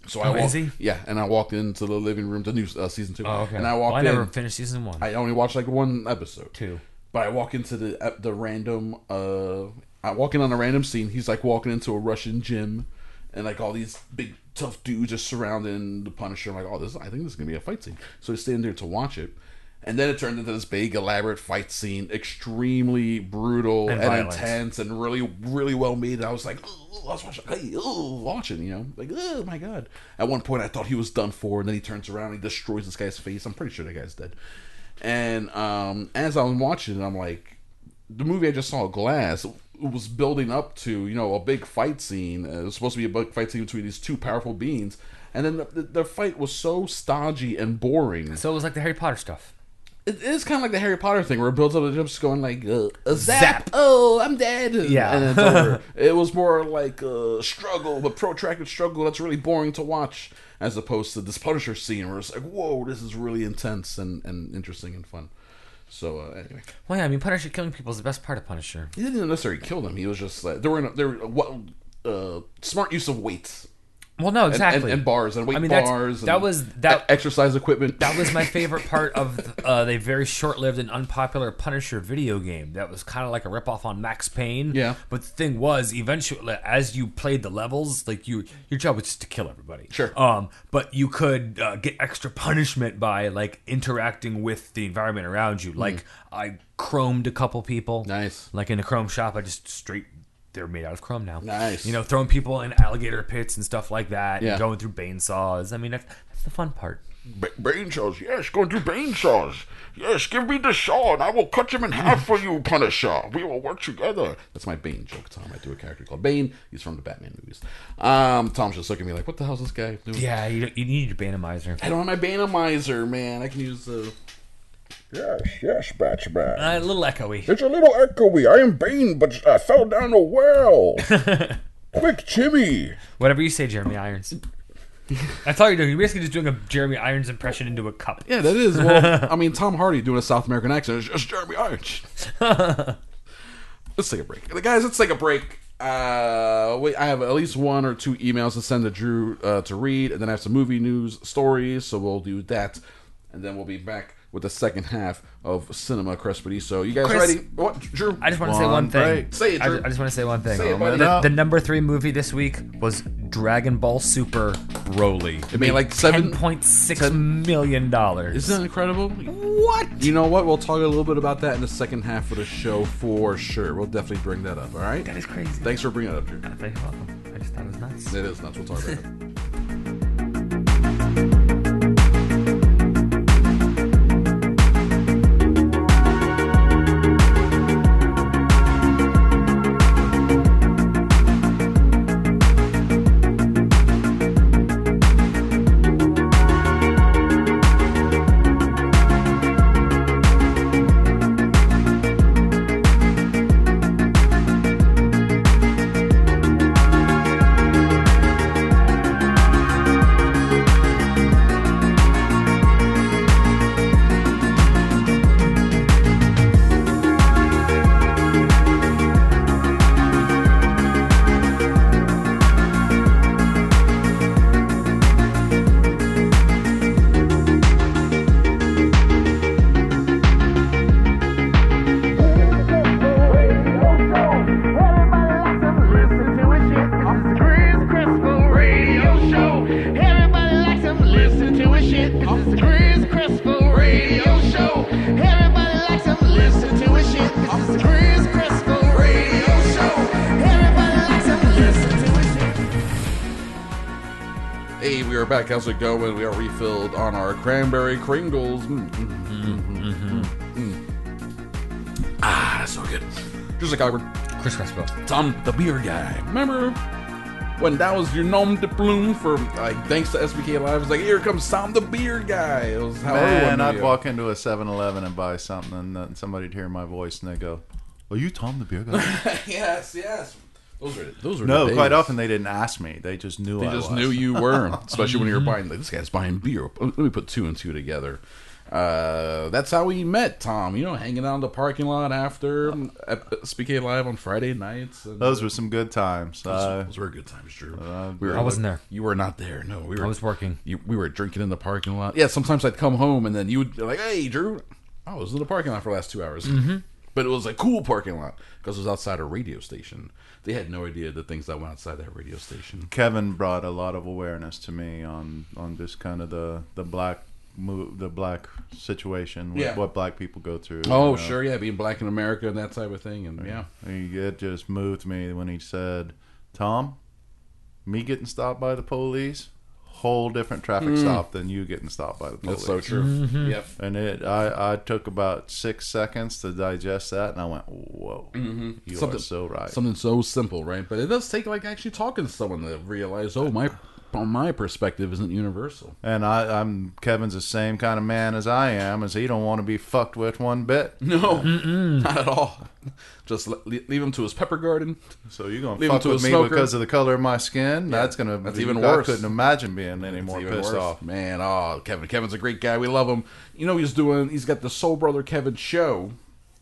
S3: So I
S5: Oh,
S3: walked,
S5: is he?
S3: yeah, and I walked into the living room, the new uh, season two.
S5: Oh, okay.
S3: And I
S5: Well,
S3: walked
S5: I
S3: in.
S5: never finished season one.
S3: I only watched like one episode.
S5: Two.
S3: But I walk into the uh, the random uh I walk in on a random scene. He's like walking into a Russian gym and like all these big tough dudes are surrounding the Punisher. I'm like, "Oh, this I think this is going to be a fight scene." So I stand there to watch it. And then it turned into this big elaborate fight scene, extremely brutal
S5: And
S3: and,
S5: violent.
S3: intense and really really well made. I was like, "Ooh, I was watching, hey, ooh, watching, you know, like, oh my god. At one point, I thought he was done for, and then he turns around, and he destroys this guy's face. I'm pretty sure that guy's dead. And um, as I'm watching it, I'm like, the movie I just saw, Glass, it was building up to you know a big fight scene. Uh, it was supposed to be a big fight scene between these two powerful beings, and then the, the, the fight was so stodgy and boring.
S5: So it was like the Harry Potter stuff.
S3: It is kind of like the Harry Potter thing where it builds up and it's just going like uh, a zap.
S5: Zap.
S3: Oh, I'm dead. And-
S5: Yeah.
S3: and it's over. it was more like a struggle, but protracted struggle that's really boring to watch, as opposed to this Punisher scene where it's like, whoa, this is really intense and, and interesting and fun. So uh, anyway,
S5: Well, yeah, I mean, Punisher killing people is the best part of Punisher.
S3: he didn't necessarily kill them. He was just like there were no, there were, what uh, smart use of weights
S5: Well, no,
S3: and,
S5: exactly.
S3: and, and bars and weight
S5: I mean, that's-
S3: bars. and
S5: that was that.
S3: e- exercise equipment.
S5: that was my favorite part of uh, the very short-lived and unpopular Punisher video game. That was kind of like a ripoff on Max Payne.
S3: Yeah.
S5: But the thing was, eventually, as you played the levels, like you, your job was just to kill everybody.
S3: Sure.
S5: Um, but you could uh, get extra punishment by like interacting with the environment around you. Like I chromed a couple people.
S3: Hmm. Nice.
S5: Like in the chrome shop, I just straight. They're made out of chrome now.
S3: Nice.
S5: You know, throwing people in alligator pits and stuff like that.
S3: Yeah.
S5: And going through bane saws. I mean, that's, that's the fun part.
S3: Ba- Bane saws, yes, go and do Bane saws. Yes, give me the saw and I will cut him in half for you, Punisher. We will work together. That's my Bane joke, Tom. I do a character called Bane. He's from the Batman movies. Um, Tom's just looking at me like, what the hell's this guy doing?
S5: Yeah, you, don't- you need your Banamizer.
S3: I don't have my Banomizer, man. I can use the.
S1: Yes, yes, Batman.
S5: Uh, a little echoey.
S1: It's a little echoey. I am Bane, but I fell down a well. Quick, Timmy.
S5: Whatever you say, Jeremy Irons. That's all you're doing. You're basically just doing a Jeremy Irons impression into a cup.
S3: Yeah, that is. Well, I mean, Tom Hardy doing a South American accent is just Jeremy Irons. let's take a break, Uh, guys. Let's take a break. Uh, wait, I have at least one or two emails to send to Drew uh, to read, and then I have some movie news stories. So we'll do that, and then we'll be back with the second half of Cinema Crespity. So you guys
S5: Chris-
S3: ready? What, Drew?
S5: I just want to say
S11: One
S5: one thing.
S11: break.
S3: Say it,
S5: I,
S3: Drew.
S5: ju- I just want to say one thing. Um,
S3: Say it, buddy.
S5: the, the number three movie this week was Dragon Ball Super Broly. It
S3: made like seven-
S5: ten point six
S3: ten-
S5: million dollars.
S3: Isn't that incredible? What? You know what? We'll talk a little bit about that in the second half of the show for sure. We'll definitely bring that up. All right.
S5: That is crazy.
S3: Thanks for bringing it up, Drew.
S5: You're welcome. I just thought it was nuts.
S3: It is nuts. We'll talk about it. Hey, we are back. How's it going? We are refilled on our cranberry kringles. Mm, mm, mm, mm, mm. Ah, that's so good. Just like Ogren.
S5: Chris Crespo.
S3: Tom the Beer Guy. Remember when that was your nom de plume for, like, thanks to SBK Live? It's like, here comes Tom the Beer Guy. It was how everyone
S11: Man,
S3: knew
S11: I'd
S3: you.
S11: walk into a 7-Eleven and buy something, and then somebody'd hear my voice, and they go, "Are you Tom the Beer Guy?"
S3: yes, yes. Those are those are
S11: no,
S3: the
S11: quite
S3: days.
S11: often they didn't ask me; they just knew.
S3: They
S11: I
S3: just
S11: was.
S3: knew you were, especially when you were buying. Like, this guy's buying beer. Let me put two and two together. Uh, that's how we met, Tom. You know, hanging out in the parking lot after um, at SBK Live on Friday nights. And
S11: Those were some good times.
S3: those,
S11: Uh,
S3: those were good times, Drew.
S11: I
S5: I wasn't there.
S3: You were not uh, there. No, we were.
S5: I was working.
S3: You, we were drinking in the parking lot. Yeah, sometimes I'd come home and then you would be like, "Hey, Drew, I was in the parking lot for the last two hours." Mm-hmm. But it was a cool parking lot because it was outside a radio station. They had no idea the things that went outside that radio station.
S11: Kevin brought a lot of awareness to me on on just kind of the the black move, the black situation, with
S3: Yeah.
S11: what black people go through.
S3: Oh,
S11: you know.
S3: sure, yeah, being black in America and that type of thing, and yeah,
S11: He, it just moved me when he said, "Tom, me getting stopped by the police, whole different traffic stop than you getting stopped by the police."
S3: Hmm. that's so true. Yep.
S11: And it, I, I took about six seconds to digest that, and I went, "Whoa, you are so right."
S3: Mm-hmm. Something so simple, right? But it does take like actually talking to someone to realize, oh, my, my perspective isn't universal.
S11: And I, I'm Kevin's the same kind of man as I am, as he don't want to be fucked with one bit.
S3: No, not at all. Just le- leave him to his pepper garden.
S11: So you're gonna
S3: Leave him
S11: fuck
S3: to a
S11: with me
S3: smoker.
S11: because of the color of my skin? that's gonna
S3: that's
S11: be,
S3: even
S11: I
S3: worse.
S11: couldn't imagine being any more
S3: Even
S11: pissed
S3: worse.
S11: off.
S3: man. Oh, Kevin. Kevin's a great guy. We love him. You know he's doing. He's got the Soul Brother Kevin show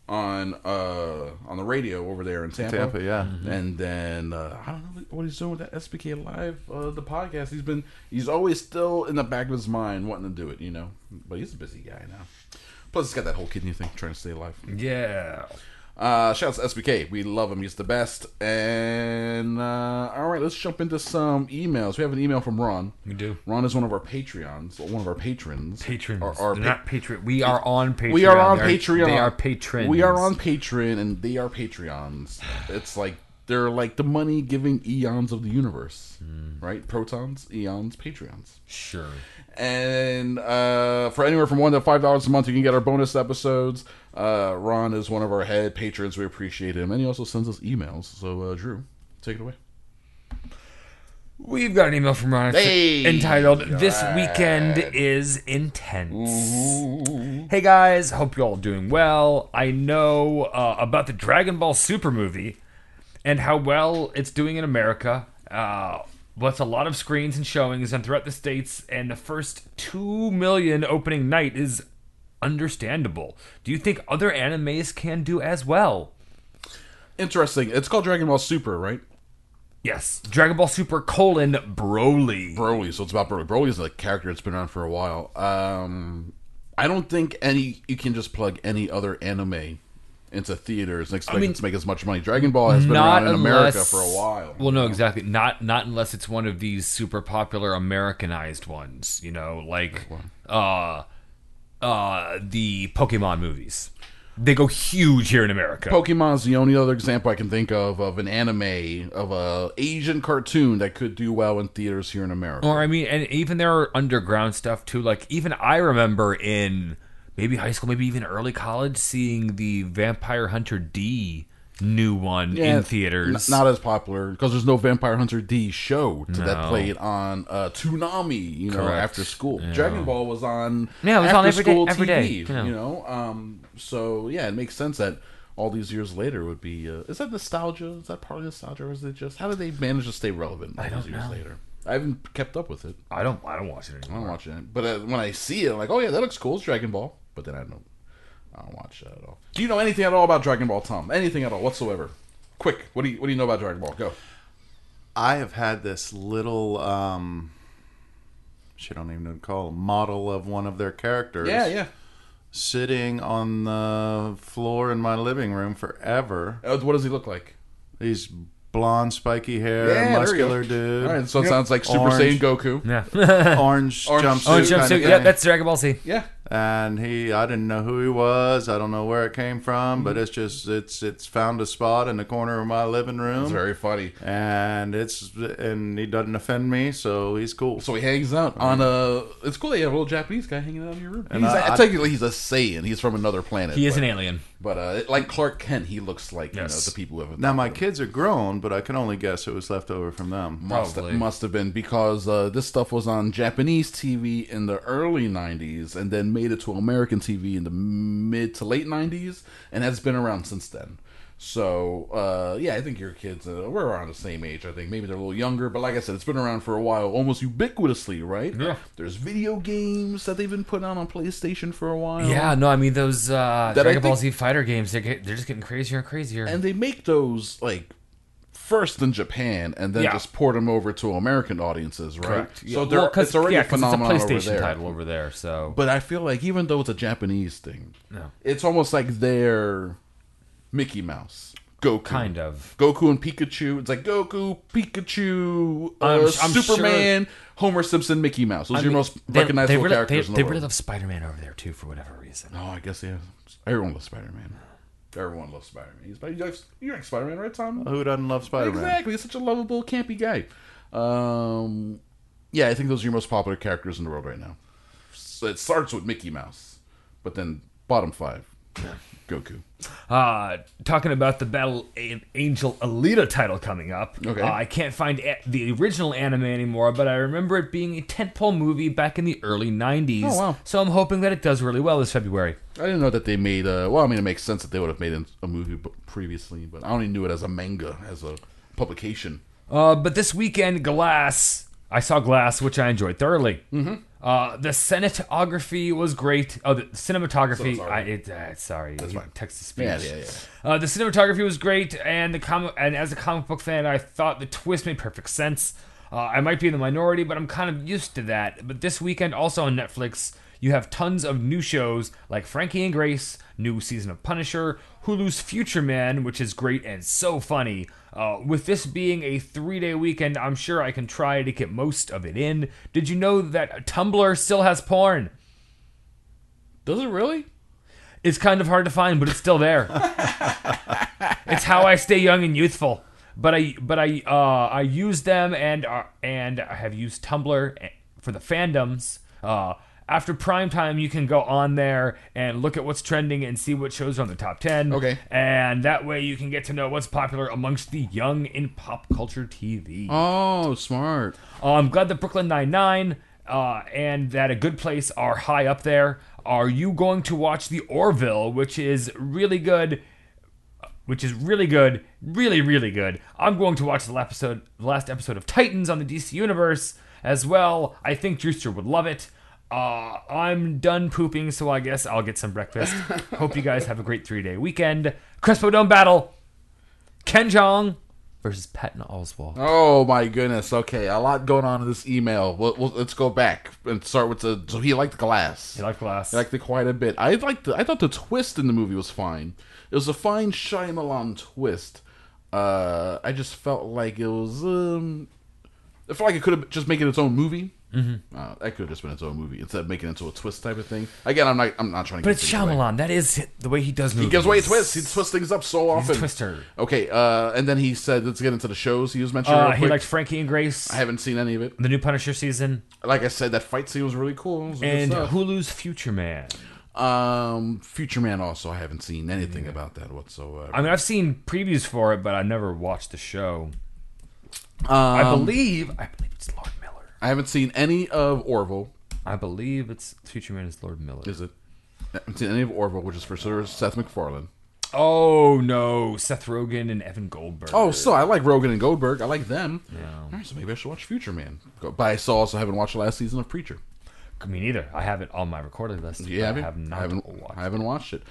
S3: on uh on the radio over there in Tampa.
S11: Tampa, yeah. Mhm.
S3: And then uh, I don't know what he's doing with that SBK Live, uh, the podcast. He's been. He's always still in the back of his mind wanting to do it. You know, but he's a busy guy now. Plus, he's got that whole kidney thing, trying to stay alive.
S5: Yeah.
S3: Uh, shouts to SBK. We love him. He's the best. And uh, all right, let's jump into some emails. We have an email from Ron.
S5: We do.
S3: Ron is one of our Patreons, one of our patrons.
S5: Patrons.
S3: Our, our
S5: They're
S3: pa-
S5: not Patreon. We are on Patreon.
S3: we are on
S5: They are-
S3: Patreon.
S5: They are patrons.
S3: We are on Patreon, and they are Patreons. It's like they're like the money giving eons of the universe,
S5: Hmm.
S3: right? Protons, eons, Patreons.
S5: Sure.
S3: And uh, for anywhere from one to five dollars a month, you can get our bonus episodes. Uh, Ron is one of our head patrons. We appreciate him, and he also sends us emails. So, uh, Drew, take it away.
S5: We've got an email from Ron
S3: Hey!
S5: entitled "This weekend is intense." Hey guys, hope you all doing well. I know uh, about the Dragon Ball Super movie and how well it's doing in America. Uh, What's a lot of screens and showings and throughout the states, and the first two million opening night is understandable. Do you think other animes can do as well?
S3: Interesting. It's called Dragon Ball Super, right?
S5: Yes, Dragon Ball Super colon Broly.
S3: Broly. So it's about Broly. Broly is a character that's been around for a while. Um, I don't think any you can just plug any other anime into theaters and expect
S5: mean-
S3: it to make as much money. Dragon Ball has been
S5: Not
S3: around in America
S5: unless-
S3: for a while.
S5: Well, no, exactly. Not not unless it's one of these super popular Americanized ones, you know, like uh uh the Pokemon movies. They go huge here in America.
S3: Pokemon's the only other example I can think of of an anime of a Asian cartoon that could do well in theaters here in America.
S5: Or I mean, and even their underground stuff too. Like even I remember in maybe high school, maybe even early college, seeing the Vampire Hunter D new one
S3: Yeah,
S5: in theaters.
S3: n- not as popular because there's no Vampire Hunter D show to that played on uh, Toonami, you know,
S5: Correct.
S3: after school. Dragon Ball was on
S5: Yeah, it was
S3: after
S5: on every day-
S3: school
S5: every day,
S3: TV,
S5: yeah.
S3: you know. Um, so yeah, it makes sense that all these years later would be uh, is that nostalgia? Is that part of nostalgia, or is it just how did they manage to stay relevant all these years later? I haven't kept up with it.
S5: I don't. I don't watch
S3: I
S5: it anymore.
S3: don't watch it, but uh, when I see it, I'm like, oh yeah, that looks cool. It's Dragon Ball, but then I don't. I don't watch that at all. Do you know anything at all about Dragon Ball, Tom? Anything at all whatsoever? Quick, what do you what do you know about Dragon Ball? Go.
S11: I have had this little um shit I don't even know what to call it, model of one of their characters
S3: Yeah, yeah.
S11: sitting on the floor in my living room forever.
S3: Uh, What does he look like?
S11: He's blonde spiky hair,
S3: there you go.
S11: muscular dude.
S3: All right, so it sounds like Super Saiyan
S11: Orange.
S3: Goku.
S5: Yeah.
S11: orange,
S3: Orange
S11: jumpsuit.
S5: Oh, and
S11: kind of
S5: jumpsuit.
S11: thing.
S5: Yeah, that's Dragon Ball Z.
S3: Yeah.
S11: and he I didn't know who he was. I don't know where it came from, but it's just it's it's found a spot in the corner of my living room.
S3: Mm-hmm. It's very funny.
S11: and it's and he doesn't offend me, so he's cool.
S3: So he hangs out on a. It's cool that you have a little Japanese guy hanging out in your room. He's
S11: I-
S3: a-
S11: I-
S3: technically, he's a Saiyan. He's from another planet.
S5: He is
S3: but,
S5: an alien.
S3: But uh, like Clark Kent, he looks like you
S5: Yes.
S3: know the people who have.
S11: now my kids are grown, but I can only guess it was left over from them.
S3: must
S5: Probably.
S3: must have been because uh, this stuff was on Japanese TV in the early '90s, and then made it to American TV in the mid to late '90s, and has been around since then. So uh, yeah, I think your kids uh, we're around the same age. I think maybe they're a little younger, but like I said, it's been around for a while, almost ubiquitously, right?
S5: Yeah.
S3: There's video games that they've been putting out on PlayStation for a while.
S5: Yeah, no, I mean those uh,
S3: That I
S5: Dragon Ball
S3: think-
S5: Z fighter games. They're, get, they're just getting crazier and crazier.
S3: and they make those like first in Japan and then
S5: Yeah.
S3: just port them over to American audiences, right? So
S5: Yeah.
S3: they're,
S5: Well, 'cause-
S3: it's already
S5: yeah,
S3: a
S5: 'cause
S3: phenomenon
S5: it's a PlayStation
S3: over there.
S5: title over there. So
S3: But I feel like even though it's a Japanese thing, it's almost like they're Mickey Mouse, Goku,
S5: Kind of.
S3: Goku and Pikachu. It's like Goku, Pikachu,
S5: I'm
S3: uh,
S5: s- I'm
S3: Superman, Homer Simpson, Mickey Mouse. Those are your most
S5: They-
S3: recognizable
S5: they really,
S3: characters
S5: They,
S3: in the
S5: they
S3: world.
S5: really love Spider Man over there too, for whatever reason.
S3: Oh, I guess yeah. Everyone loves Spider Man. Everyone loves Spider Man. You like Spider Man, right, Tom?
S11: Who doesn't love Spider Man?
S3: Exactly. He's such a lovable, campy guy. Um, yeah, I think those are your most popular characters in the world right now. So it starts with Mickey Mouse, but then bottom five, Goku.
S5: Uh, talking about the Battle A- Angel Alita title coming up.
S3: Okay.
S5: Uh, I can't find a- the original anime anymore, but I remember it being a tentpole movie back in the early 90s.
S3: Oh, wow.
S5: So I'm hoping that it does really well this February.
S3: I didn't know that they made. A, well, I mean, it makes sense that they would have made it a movie b- previously, but I only knew it as a manga, as a publication.
S5: Uh, but this weekend, Glass. I saw Glass, which I enjoyed thoroughly. Mm-hmm. Uh, the cinematography was great. Oh, the cinematography. I, it, uh, sorry, That's
S3: fine.
S5: text to speech.
S3: Yeah, yeah, yeah.
S5: Uh, the cinematography was great, and the comic. And as a comic book fan, I thought the twist made perfect sense. Uh, I might be in the minority, but I'm kind of used to that. But this weekend, also on Netflix, you have tons of new shows like Frankie and Grace, new season of Punisher, Hulu's Future Man, which is great and so funny. Uh, with this being a three day weekend, I'm sure I can try to get most of it in. Did you know that Tumblr still has porn?
S3: Does it really?
S5: It's kind of hard to find, but it's still there. it's how I stay young and youthful. But I but I uh, I use them and uh, and I have used Tumblr eh, for the fandoms. Uh, after prime time, you can go on there and look at what's trending and see what shows are on the top ten.
S3: Okay.
S5: and that way you can get to know what's popular amongst the young in pop culture TV.
S3: Oh, smart.
S5: Uh, I'm glad that Brooklyn Nine Nine uh, and that A Good Place are high up there. Are you going to watch The Orville, which is really good? which is really good, really really good. I'm going to watch the last episode, the last episode of Titans on the DC Universe as well. I think Drewster would love it. Uh, I'm done pooping, so I guess I'll get some breakfast. Hope you guys have a great three day weekend. Crespo Dome battle. Ken Jong versus Patton Oswald.
S3: Oh my goodness. Okay, a lot going on in this email. Well, well, let's go back and start with the. So he liked glass.
S5: You like glass?
S3: I liked it quite a bit. I liked. The, I thought the twist in the movie was fine. It was a fine Shyamalan twist. Uh, I just felt like it was. Um, I felt like it could have just make it its own movie. Mm-hmm. Uh, that could have just been its own movie instead of making it into a twist type of thing. Again, I'm not. I'm not trying to.
S5: but
S3: give
S5: it's
S3: things away.
S5: Shyamalan. That is the way he does movies.
S3: He gives away twists. He twists things up so often.
S5: twister.
S3: Okay, uh, and then he said, "Let's get into the shows." He was mentioning.
S5: Uh,
S3: real
S5: he
S3: quick.
S5: liked Frankie and Grace.
S3: I haven't seen any of it.
S5: the new Punisher season
S3: Like I said, that fight scene was really cool. It was good
S5: and
S3: stuff.
S5: Hulu's Future Man.
S3: um, Future Man also, I haven't seen anything about that whatsoever.
S5: I mean, I've seen previews for it, but I never watched the show. I
S3: Um,
S5: believe I believe it's Lord Miller.
S3: I haven't seen any of Orville.
S5: I believe it's Future Man is Lord Miller.
S3: Is it? I haven't seen any of Orville, which is for Sir Seth MacFarlane.
S5: Oh no, Seth Rogen and Evan Goldberg.
S3: Oh, so I like Rogan and Goldberg. I like them. All right, so maybe I should watch Future Man. Go- But I still also haven't watched the last season of Preacher.
S5: me neither. I have it on my recorded list.
S3: You
S5: but
S3: haven't?
S5: I have not
S3: I haven't,
S5: watched.
S3: I haven't watched it.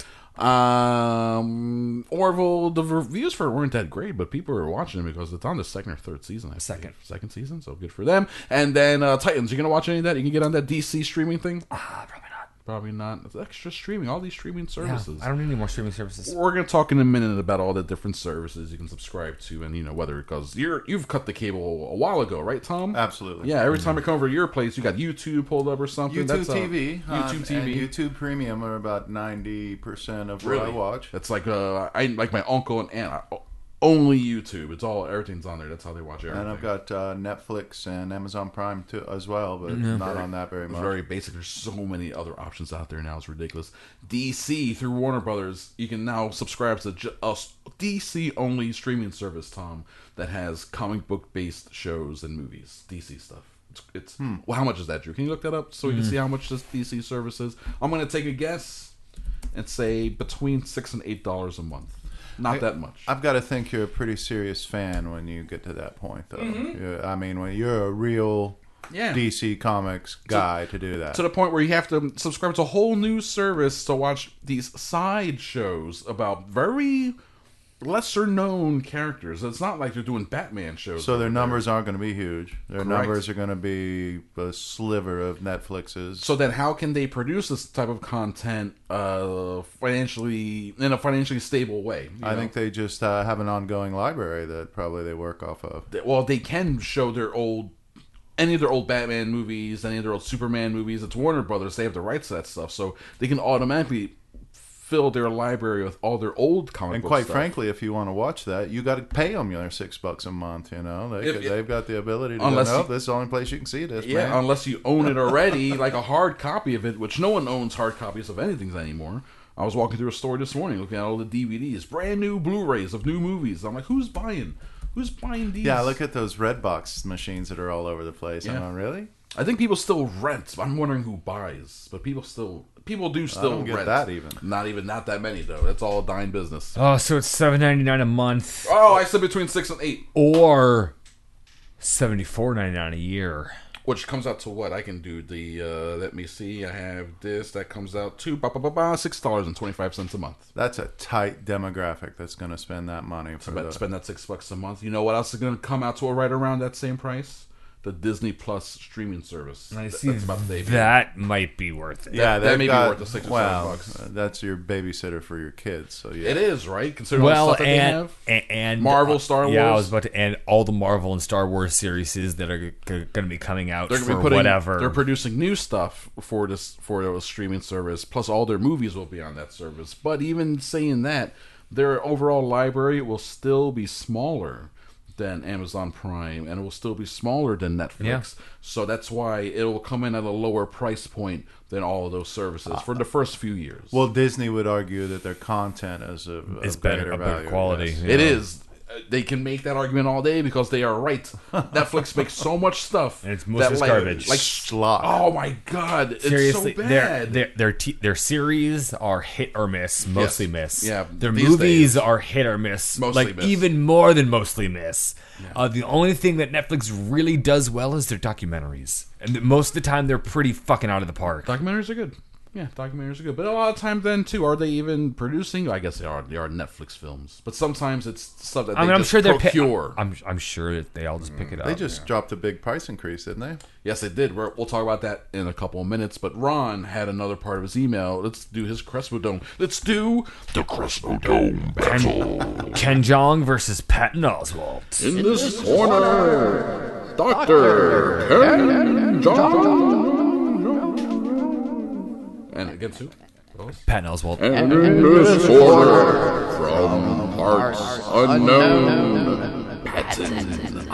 S3: Um, Orville. The reviews for it weren't that great, but people are watching it because it's on the second or third season. I
S5: Second.
S3: believe. second season. So good for them. And then uh, Titans. You gonna watch any of that? You can get on that DC streaming thing.
S5: Ah, probably not.
S3: Probably not. It's extra streaming. All these streaming
S5: Yeah,
S3: services.
S5: I don't need any more streaming services.
S3: We're gonna talk in a minute about all the different services you can subscribe to, and you know whether because you're you've cut the cable a while ago, right, Tom?
S11: Absolutely.
S3: Yeah.
S5: Mm-hmm.
S3: Every time I come over to your place, you got YouTube pulled up or something.
S11: YouTube
S3: That's, uh,
S11: TV, um,
S3: YouTube TV.
S11: and YouTube Premium are about ninety percent of what I watch.
S3: That's like uh, I like my uncle and aunt. I, only YouTube. It's all everything's on there. That's how they watch everything.
S11: And I've got uh, Netflix and Amazon Prime too, as well, but
S3: Mm-hmm.
S11: not on that very
S3: It's
S11: much.
S3: very basic. There's so many other options out there now. It's ridiculous. DC through Warner Brothers, you can now subscribe to ju- a s- DC only streaming service, Tom, that has comic book based shows and movies, DC stuff. It's, it's
S11: Hmm.
S3: well, how much is that, Drew? Can you look that up so we can see how much this DC service is? I'm gonna take a guess and say between six and eight dollars a month. Not that much.
S11: I've got to think you're a pretty serious fan when you get to that point, though. You're- I mean, when you're a real
S3: Mm-hmm. Yeah.
S11: DC Comics guy to, do that.
S3: to the point where you have to subscribe to a whole new service to watch these side shows about very lesser known characters. It's not like they're doing Batman shows.
S11: so their numbers aren't going to be huge. Their
S3: Correct.
S11: numbers are going to be a sliver of Netflix's.
S3: so then how can they produce this type of content uh financially in a financially stable way? you
S11: I
S3: know?
S11: think they just uh, have an ongoing library that probably they work off of.
S3: They- well they can show their old any of their old Batman movies, any of their old Superman movies. It's Warner Brothers. They have the rights to that stuff, so they can automatically fill their library with all their old comic
S11: And
S3: book
S11: quite
S3: stuff.
S11: frankly, if you want to watch that, you got to pay them your six bucks a month. You know, they
S3: If-
S11: could, they've got the ability to.
S3: Unless
S11: Unless go, no,
S3: you-
S11: this is the only place you can see this.
S3: Yeah,
S11: man.
S3: unless you own it already, like a hard copy of it, which no one owns hard copies of anything anymore. I was walking through a store this morning looking at all the DVDs, brand new Blu-rays of new movies. I'm like, who's buying? Who's buying these?
S11: yeah, look at those red box machines that are all over the place. I'm
S3: Yeah.
S11: like, really?
S3: I think people still rent. but I'm wondering who buys, but people still people do still
S11: don't get
S3: rent.
S11: that even.
S3: not even not that many though. That's all a dime business.
S5: Oh, so it's seven ninety nine a month
S3: Oh, I said between six and eight,
S5: or seventy four ninety nine a year.
S3: which comes out to what I can do. The uh, let me see, I have this that comes out to ba ba ba ba six dollars and twenty five cents a month.
S11: That's a tight demographic that's going to spend that money for
S3: But
S11: the,
S3: spend that six bucks a month. You know what else is going to come out to right around that same price? The Disney Plus streaming service.
S5: I
S3: Th-
S5: see.
S3: That's about the debut.
S5: that might be worth it.
S11: yeah,
S3: that
S11: they've
S3: may be
S11: got-
S3: worth the six or seven
S11: well,
S3: bucks.
S11: uh, That's your babysitter for your kids. So yeah,
S3: It is right. Considering all the
S5: Well,
S3: stuff that
S5: and,
S3: they have.
S5: and and uh,
S3: Marvel, Star
S5: Yeah, I
S3: Wars.
S5: was about to and all the Marvel and Star Wars series that are going to be coming out
S3: they're
S5: for
S3: going to be putting
S5: whatever.
S3: They're producing new stuff for this for a streaming service. Plus, all their movies will be on that service. But even saying that, their overall library will still be smaller than Amazon Prime, and it will still be smaller than Netflix.
S5: Yeah.
S3: So that's why it will come in at a lower price point than all of those services for the first few years.
S11: Well, Disney would argue that their content is of,
S5: It's
S11: of
S5: better,
S11: greater
S5: a better
S11: value,
S5: quality.
S11: yes.
S5: yeah.
S3: It is. uh, they can make that argument all day because they are right. Netflix makes so much stuff.
S5: And it's most
S3: that,
S5: of it's
S3: like,
S5: garbage.
S3: Like
S11: Schlock.
S3: Oh my god! It's
S5: Seriously,
S3: so
S5: their
S3: bad.
S5: their their, t- their series are hit or miss, mostly miss.
S3: Yeah,
S5: their
S3: these
S5: movies
S3: days.
S5: are hit or miss,
S3: Mostly
S5: like
S3: miss.
S5: even more than mostly miss. Uh, the only thing that Netflix really does well is their documentaries, and th- most of the time they're pretty fucking out of the park.
S3: Documentaries are good. Yeah, documentaries are good. But a lot of times, then too, are they even producing? I guess they are. They are Netflix films. But sometimes it's stuff that
S5: I mean, I'm sure they're pi-
S3: procure. Mm,
S5: I'm I'm sure that they all just pick it up.
S11: They just dropped a big price increase, didn't they?
S3: yes, they did. We're, we'll talk about that in a couple of minutes. But Ron had another part of his email. Let's do his Crespo Dome. Let's do the Crespo Dome battle.
S5: Ken Jong versus Patton Oswalt.
S3: in this corner, Doctor Ken John. And against who?
S5: Patton Oswalt.
S1: And in this order, from parts unknown, Patton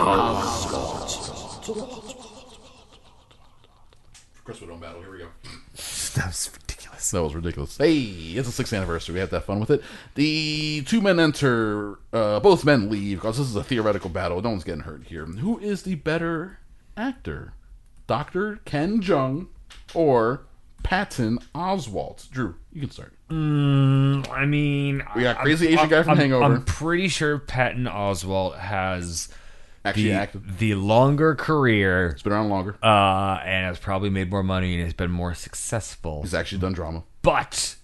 S3: Crespo Dome battle. Here we go.
S5: That was ridiculous.
S3: That was ridiculous. Hey, it's the sixth anniversary. We have to have fun with it. The two men enter. Uh, both men leave because this is a theoretical battle. No one's getting hurt here. Who is the better actor, Doctor Ken Jung or Patton Oswalt? Drew, you can start.
S5: I mean,
S3: We got
S5: I-
S3: crazy Asian guy from
S5: I'm,
S3: Hangover.
S5: I'm pretty sure Patton Oswalt has
S3: Actually
S5: the,
S3: acted.
S5: the longer career,
S3: It's been around longer.
S5: uh, and has probably made more money and has been more successful.
S3: He's actually done drama.
S5: But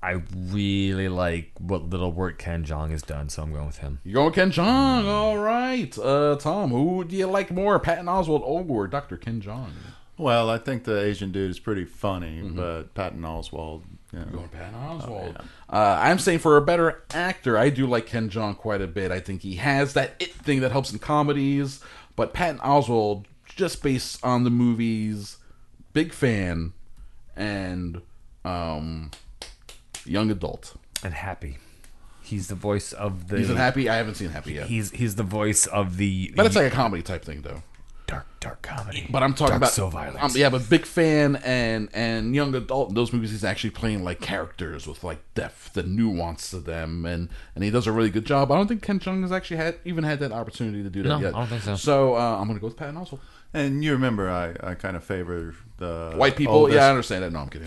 S5: I really like what little work Ken Jong has done, so I'm going with him.
S3: You going Ken Jong? All right. Uh, Tom, who do you like more, Patton Oswalt or Doctor Ken Jong?
S11: Well, I think the Asian dude is pretty funny, but Patton Oswald. You know.
S3: Patton Oswald. uh, I'm saying for a better actor, I do like Ken Jeong quite a bit. I think he has that it thing that helps in comedies. But Patton Oswald, just based on the movies, big fan and um, young adult.
S5: And happy. He's the voice of the.
S3: He's in Happy. I haven't seen Happy yet,
S5: He's he's the voice of the.
S3: but it's like a comedy type thing though.
S5: dark dark comedy.
S3: But I'm talking
S5: dark
S3: about
S5: so violent.
S3: Um, yeah, but big fan and and young adult in those movies. He's actually playing like characters with like depth and nuance to them, and and he does a really good job. I don't think Ken Chung has actually had even had that opportunity to do that
S5: No,
S3: yet.
S5: I don't think so.
S3: So uh, I'm gonna go with Patton Oswalt.
S11: And you remember, I, I kind of favor the
S3: White people,
S11: old
S3: yeah, I understand that. No, I'm kidding.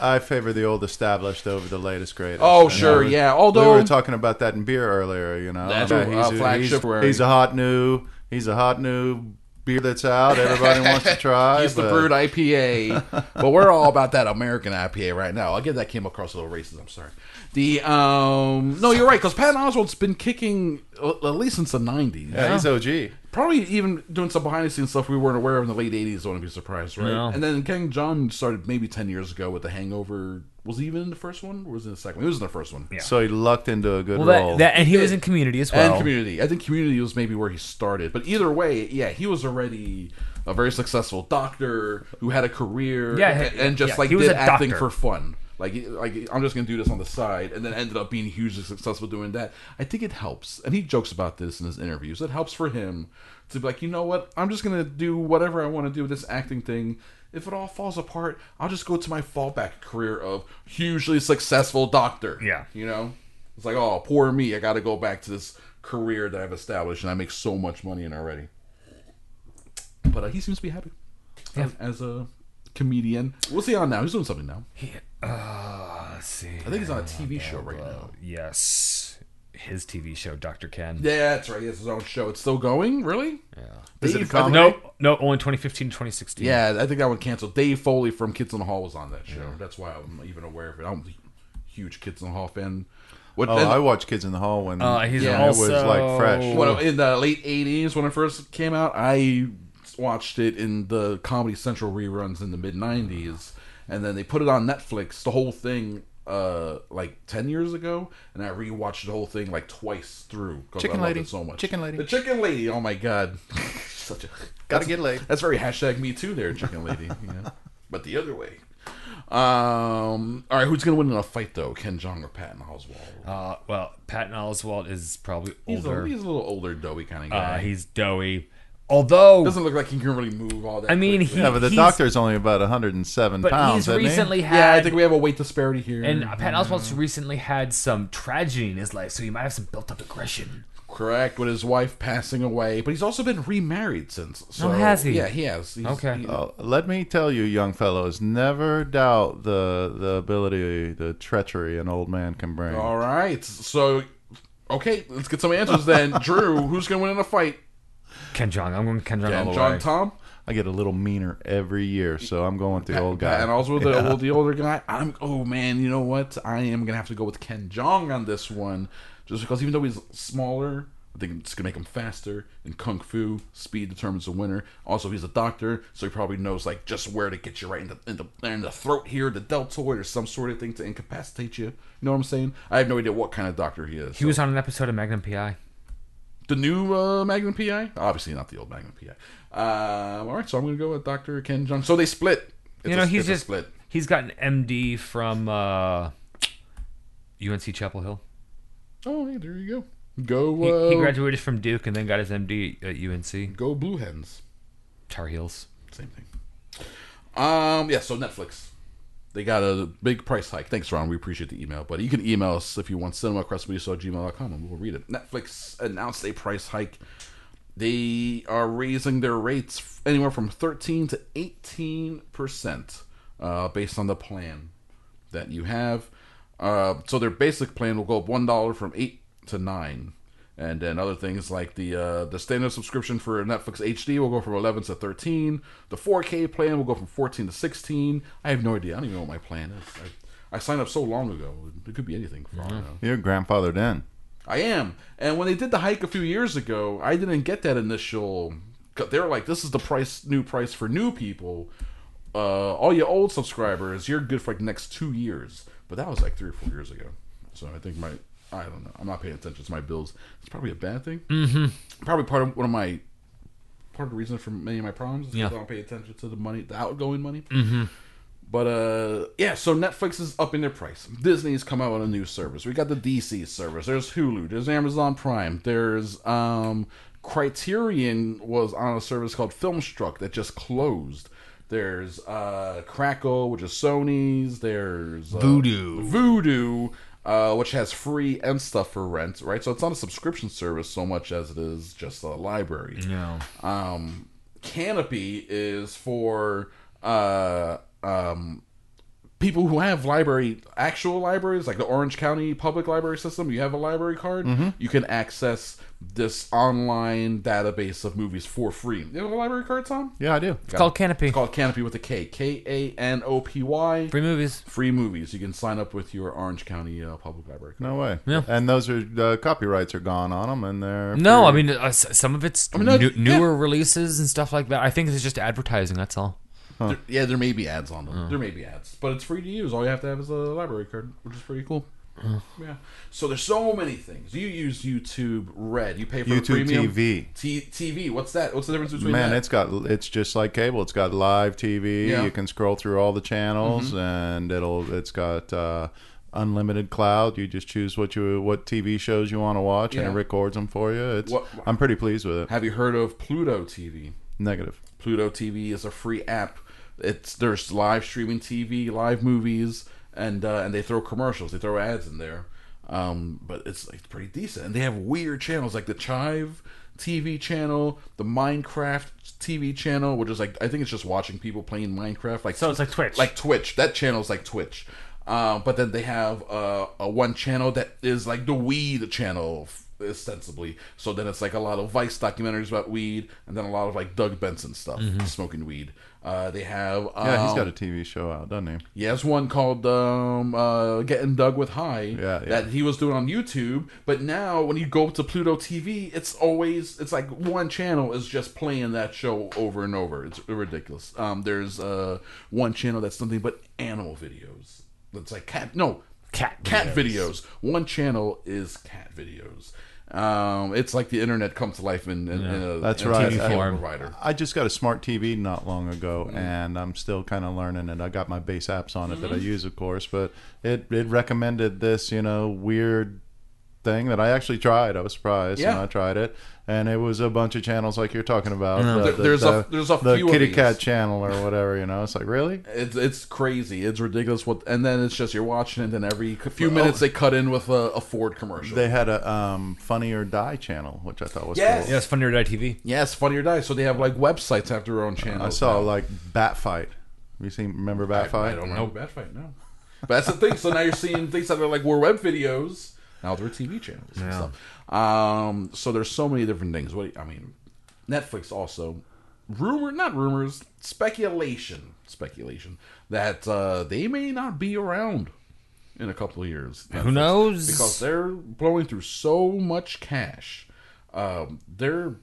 S11: I favor the old established over the latest greatest.
S3: Oh,
S11: And
S3: sure,
S11: we-
S3: yeah, although-
S11: we were talking about that in beer earlier, you know,
S3: That's
S11: about
S3: true,
S11: he's,
S3: uh, flagship
S11: he's-
S3: wearing.
S11: he's a hot new, he's a hot new beer that's out. Everybody wants to try.
S3: He's the
S11: but-
S3: brewed IPA, but we're all about that American IPA right now. I get that came across a little racist. I'm sorry. The um, no, you're right because Patton Oswalt's been kicking uh, at least since the '90s.
S11: Yeah, he's OG.
S3: probably even doing some behind the scenes stuff we weren't aware of in the late 80s. I wouldn't be surprised, right?
S5: No.
S3: And then King John started maybe 10 years ago with The Hangover. Was he even in the first one? Or was it in the second one? He was in the first one.
S11: So he lucked into a good
S5: well,
S11: role.
S5: that, that and he was in Community as well.
S3: And Community. I think Community was maybe where he started. But either way, yeah, he was already a very successful doctor who had a career
S5: Yeah,
S3: and,
S5: he-
S3: and just
S5: yeah,
S3: like
S5: he was
S3: did
S5: a
S3: acting
S5: doctor.
S3: for fun. Like, like I'm just gonna do this on the side, and then ended up being hugely successful doing that. I think it helps, and he jokes about this in his interviews. It helps for him to be like, you know what? I'm just gonna do whatever I want to do with this acting thing. If it all falls apart, I'll just go to my fallback career of hugely successful doctor.
S5: Yeah.
S3: you know, it's like, oh, poor me. I got to go back to this career that I've established, and I make so much money in already. But uh, he seems to be happy as, as a comedian. What's he on now? He's doing something now.
S5: Ah, Let's see.
S3: I think he's on a TV show right now.
S5: Yes. His TV show, Dr. Ken.
S3: Yeah, that's right. He has his own show. It's still going, really? Yeah.
S11: Is it a comedy?
S5: No, no, only 2015 2016.
S3: Yeah, I think that one canceled. Dave Foley from Kids on the Hall was on that show. That's why I'm even aware of it. I'm a huge Kids on the Hall fan. What
S11: oh,
S3: then-
S11: I watched Kids in the Hall when
S5: Uh, he's
S11: when it was
S5: also-
S11: like fresh.
S3: when in the late '80s when it first came out, I watched it in the Comedy Central reruns in the mid '90s, and then they put it on Netflix, the whole thing, uh, like ten years ago, and I rewatched the whole thing like twice through. 'cause
S11: Chicken
S3: I loved
S11: Lady.
S3: it so much.
S11: Chicken Lady.
S3: the Chicken Lady. Oh my god, such a
S11: Gotta get laid.
S3: That's very hashtag Me Too there, Chicken Lady. you know? But the other way. Um. All right, who's gonna win in a fight though? Ken Jong or Patton Oswalt?
S5: Uh, well, Patton Oswalt is probably
S3: he's,
S5: older.
S11: Uh,
S3: a, he's a little older, doughy kind of guy.
S5: uh, he's doughy. Although
S3: Doesn't look like he can really move all that.
S5: I mean,
S3: quickly.
S5: he,
S11: Yeah, but the
S5: he's-
S11: doctor's only about 107
S5: but
S11: pounds.
S5: he's
S11: isn't he?
S5: recently had.
S3: yeah, I think we have a weight disparity here.
S5: and Pat Oswald's recently had some tragedy in his life, so he might have some built-up aggression.
S3: correct with his wife passing away, but he's also been remarried since. So,
S5: Oh, has he?
S3: Yeah, he has. He's-
S5: Okay.
S3: he-
S11: Uh, let me tell you, young fellows, never doubt the the ability, the treachery an old man can bring.
S3: all right. So, okay, let's get some answers then. Drew, who's gonna win in a fight?
S5: Ken Jong, I'm going Ken Jong all
S3: And
S5: the
S3: John
S5: way.
S3: Tom
S11: I get a little meaner every year, so I'm going with the old guy.
S3: and also the well, the older guy. I'm oh man, you know what? I am gonna have to go with Ken Jong on this one, just because even though he's smaller, I think it's gonna make him faster. And kung fu speed determines the winner. Also, he's a doctor, so he probably knows like just where to get you right in the in the, in the throat here, the deltoid, or some sort of thing to incapacitate you. You know what I'm saying? I have no idea what kind of doctor he is.
S5: He was on an episode of Magnum PI.
S3: the new uh, Magnum PI, obviously not the old Magnum PI. Um, all right, so I'm gonna go with Doctor Ken Jong. So they split. It's
S5: You
S3: a-
S5: know, he's
S3: it's a
S5: just he's got an MD from uh, UNC Chapel Hill.
S3: Oh, hey, there you go. Go,
S5: He,
S3: uh,
S5: he graduated from Duke and then got his MD at UNC
S3: go Blue Hens.
S5: Tar Heels.
S3: Same thing. Um, yeah. So Netflix, they got a big price hike. Thanks, Ron. We appreciate the email, but you can email us if you want cinemacrestbuddies@gmail.com and we'll read it. Netflix announced a price hike. They are raising their rates f- anywhere from thirteen to eighteen percent, uh, based on the plan that you have. Uh, so their basic plan will go up one dollar from eight to nine, and then other things like the uh, the standard subscription for Netflix HD will go from eleven to thirteen. The 4K plan will go from fourteen to sixteen. I have no idea. I don't even know what my plan is. I, I signed up so long ago. It could be anything. For all I know.
S11: You're grandfathered in.
S3: I am. And when they did the hike a few years ago, I didn't get that initial. 'cause They were like, "This is the price, new price for new people. Uh, all you old subscribers, you're good for like the next two years." But that was like three or four years ago. So I think my, I don't know. I'm not paying attention to my bills. It's probably a bad thing. Mm-hmm. Probably part of one of my, part of the reason for many of my problems is 'cause
S5: Yeah.
S3: I don't pay attention to the money, the outgoing money. Mm-hmm. But uh yeah, so Netflix is upping their price. Disney's come out with a new service. We got the DC service. There's Hulu. There's Amazon Prime. There's um Criterion was on a service called Filmstruck that just closed. There's uh Crackle, which is Sony's. There's uh,
S5: Voodoo.
S3: Voodoo, uh, which has free and stuff for rent, right? So it's not a subscription service so much as it is just a library.
S5: No.
S3: Um, Canopy is for uh, um, people who have library actual libraries, like the Orange County Public Library System. You have a library card,
S11: Mm-hmm.
S3: you can access this online database of movies for free. You have a library card, Tom?
S11: Yeah, I do.
S5: It's called Canopy.
S3: It's called Canopy with a K, K A N O P Y.
S5: Free movies.
S3: Free movies. You can sign up with your Orange County uh, Public Library. Card.
S11: No way.
S5: Yeah.
S11: And those are the copyrights are gone on them, and they're
S5: No,
S11: for-
S5: I mean uh, s- some of it's
S3: no,
S5: new,
S3: yeah.
S5: newer releases and stuff like that. I think it's just advertising. That's all.
S3: There- yeah, there may be ads on them. There may be ads, but it's free to use. All you have to have is a library card, which is pretty cool. yeah. So there's so many things. You use YouTube Red. You pay for the
S11: YouTube
S3: premium.
S11: TV.
S3: T- TV. What's that? What's the difference between
S11: Man,
S3: that?
S11: it's got it's just like cable. It's got live TV.
S3: Yeah. Mm-hmm.
S11: You can scroll through all the channels, and it'll it's got uh, unlimited cloud. You just choose what you what TV shows you want to watch, and
S3: Yeah.
S11: it records them for you. It's
S3: What-
S11: I'm pretty pleased with it.
S3: Have you heard of Pluto TV?
S11: Negative.
S3: Pluto TV is a free app. It's there's live streaming TV, live movies, and uh, and they throw commercials, they throw ads in there. Um, but it's like pretty decent, and they have weird channels like the Chive TV channel, the Minecraft TV channel, which is like I think it's just watching people playing Minecraft. Like
S5: So it's like Twitch.
S3: like Twitch. That channel's like Twitch. Um, but then they have uh, a one channel that is like the weed channel, f- ostensibly. So then it's like a lot of Vice documentaries about weed, and then a lot of like Doug Benson stuff, smoking weed. Uh, they have um,
S11: Mm-hmm. Yeah, he's got a TV show out, doesn't he?
S3: he has one called um, uh, Getting Dug with High
S11: Yeah, yeah.
S3: that he was doing on YouTube. But now, when you go to Pluto TV, it's always it's like one channel is just playing that show over and over. It's ridiculous. Um, there's uh, one channel that's something but animal videos. That's like cat no
S5: Cat
S3: cat videos. One channel is cat videos. Um, it's like the internet come to life in, in, in a
S11: That's
S3: in a
S11: right.
S3: TV
S11: I-
S3: channel provider.
S11: I just got a smart TV not long ago,
S3: Mm-hmm.
S11: and I'm still kind of learning it. I got my base
S3: Mm-hmm.
S11: apps on it that I use, of course, but it, it recommended this, you know, weird thing that I actually tried. I was surprised when
S3: Yeah.
S11: I tried it, and it was a bunch of channels like you're talking about. the-
S3: There-
S11: the-
S3: there's a-
S11: the-
S3: there's a
S11: the
S3: few of
S11: kitty
S3: these.
S11: cat channel or whatever. You know, it's like really.
S3: It's it's crazy. It's ridiculous. What and then it's just you're watching it, and every c- few minutes they cut in with a, a Ford commercial.
S11: They had a um, Funny or Die channel, which I thought was
S3: Yes.
S11: cool.
S5: Yeah, it's funny or die TV.
S3: yes, Funny or Die. So they have like websites after their own channel.
S11: I saw like Bat Fight. You seen remember Bat Fight?
S3: I don't know nope. Fight. No, but that's the thing. So now you're seeing things that are like were web videos. Now they're TV channels and stuff. Um, so there's so many different things. What do you- I mean, Netflix also rumor, not rumors, speculation, speculation that uh, they may not be around in a couple of years.
S5: Who knows?
S3: Because they're blowing through so much cash. Um, their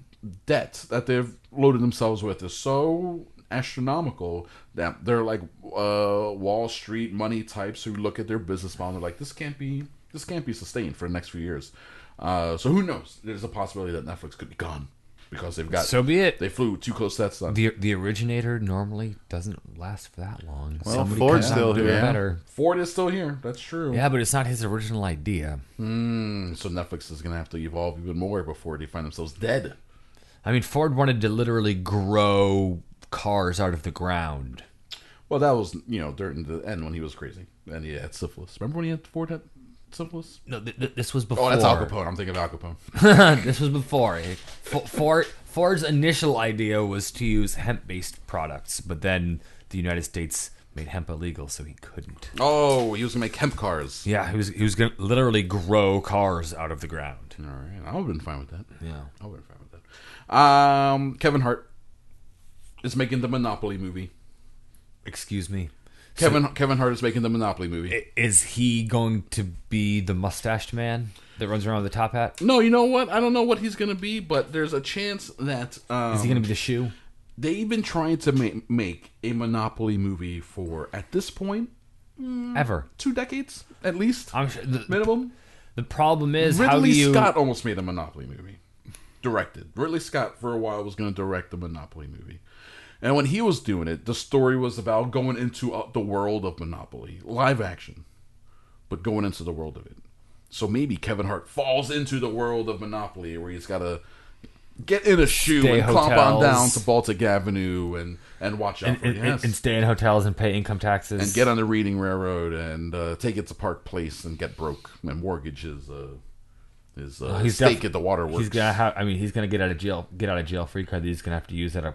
S3: debt that they've loaded themselves with is so astronomical that they're like uh, Wall Street money types who look at their business model and they're like, this can't be this can't be sustained for the next few years. Uh, so who knows? There's a possibility that Netflix could be gone because they've got
S5: So be it.
S3: They flew too close to that sun.
S5: the the originator normally doesn't last for that long.
S11: Well,
S5: comes
S11: Ford's
S5: out
S11: still
S5: and do
S11: here.
S5: it Better.
S3: Ford is still here. That's true.
S5: Yeah, but it's not his original idea.
S3: So Netflix is gonna have to evolve even more before they find themselves dead.
S5: I mean, Ford wanted to literally grow cars out of the ground.
S3: Well, that was you know during the end when he was crazy and he had syphilis. Remember when he had Ford had syphilis?
S5: No, th- th- this was before.
S3: Oh, that's Al Capone. I'm thinking of Al Capone.
S5: this was before. F- Ford, Ford's initial idea was to use hemp-based products, but then the United States made hemp illegal, so he couldn't.
S3: Oh, he was gonna make hemp cars.
S5: Yeah, he was he was gonna literally grow cars out of the ground.
S3: All right, I would have been fine with that.
S5: Yeah.
S3: I would have been fine with that. Um, Kevin Hart is making the Monopoly movie.
S5: Excuse me.
S3: Kevin Kevin Hart is making the Monopoly movie.
S5: I- Is he going to be the mustached man that runs around with a top hat?
S3: no, you know what? I don't know what he's gonna be, but there's a chance that um,
S5: Is he going to be the shoe?
S3: they've been trying to ma- make a Monopoly movie for at this point
S5: Ever?
S3: two decades at least
S5: I'm sure the,
S3: minimum.
S5: the problem is how do
S3: Ridley
S5: you
S3: Scott almost made a Monopoly movie. Directed. Ridley Scott for a while was going to direct the Monopoly movie. And when he was doing it, the story was about going into uh, the world of Monopoly, live action, but going into the world of it. So maybe Kevin Hart falls into the world of Monopoly where he's got to get in a shoe
S5: Stay
S3: and clomp on
S5: hotels.
S3: down to Baltic Avenue and, and watch out
S5: and,
S3: for
S5: and,
S3: yes.
S5: and stay in hotels Oh, and pay income taxes
S3: and get on the Reading Railroad and uh, take it to Park Place and get broke and mortgage his uh, his uh,
S5: he's
S3: stake
S5: def-
S3: at the waterworks.
S5: He's gonna have. I mean, he's gonna get out of jail. Get out of jail free card that he's gonna have to use at a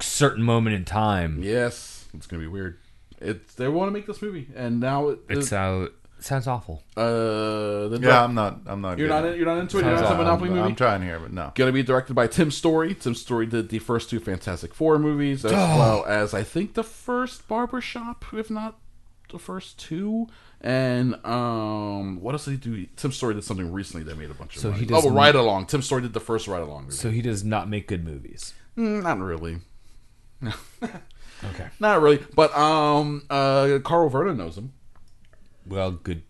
S5: certain moment in time.
S3: yes, it's gonna be weird. It's they want to make this movie, and now it,
S5: It's uh, sounds awful.
S3: uh, the
S11: Yeah, I'm not. I'm not.
S3: you're
S11: getting
S3: not in,
S11: it.
S3: you're not into it. You're not into
S11: I'm-
S3: the Monopoly
S11: I'm,
S3: movie.
S11: trying here, but no.
S3: Gonna be directed by Tim Story. Tim Story did the first two Fantastic Four movies, as well as I think the first Barbershop, if not the first two. And um, what else did he do? Tim Story did something recently that made a bunch of
S5: So
S3: money.
S5: he does
S3: oh,
S5: n-
S3: Ride Along. Tim Story did the first Ride Along movie.
S5: So he does not make good movies.
S3: Mm, Not really.
S5: Okay.
S3: Not really. But um uh Carl Vernon knows him.
S5: Well, good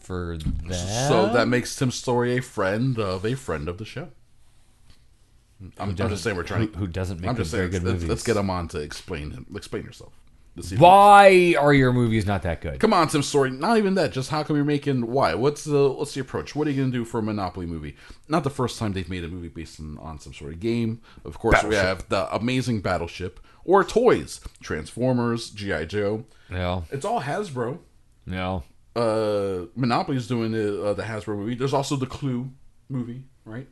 S5: for that.
S3: So that makes Tim Story a friend of a friend of the show. I'm, I'm just saying we're trying
S5: who- who doesn't make
S3: I'm just
S5: them very
S3: saying,
S5: good
S3: let's, Let's
S5: movies.
S3: get him on to explain him explain yourself. Let's see if-
S5: Why are your movies not that good?
S3: Come on, Tim Story. Not even that. Just how come you're making why? What's the what's the approach? What are you gonna do for a Monopoly movie? Not the first time they've made a movie based on, on some sort of game. Of course, we have the amazing Battleship or toys, Transformers, GI Joe.
S5: No,
S3: It's all Hasbro.
S5: no.
S3: uh Monopoly's doing the uh, the Hasbro movie. There's also the Clue movie, right?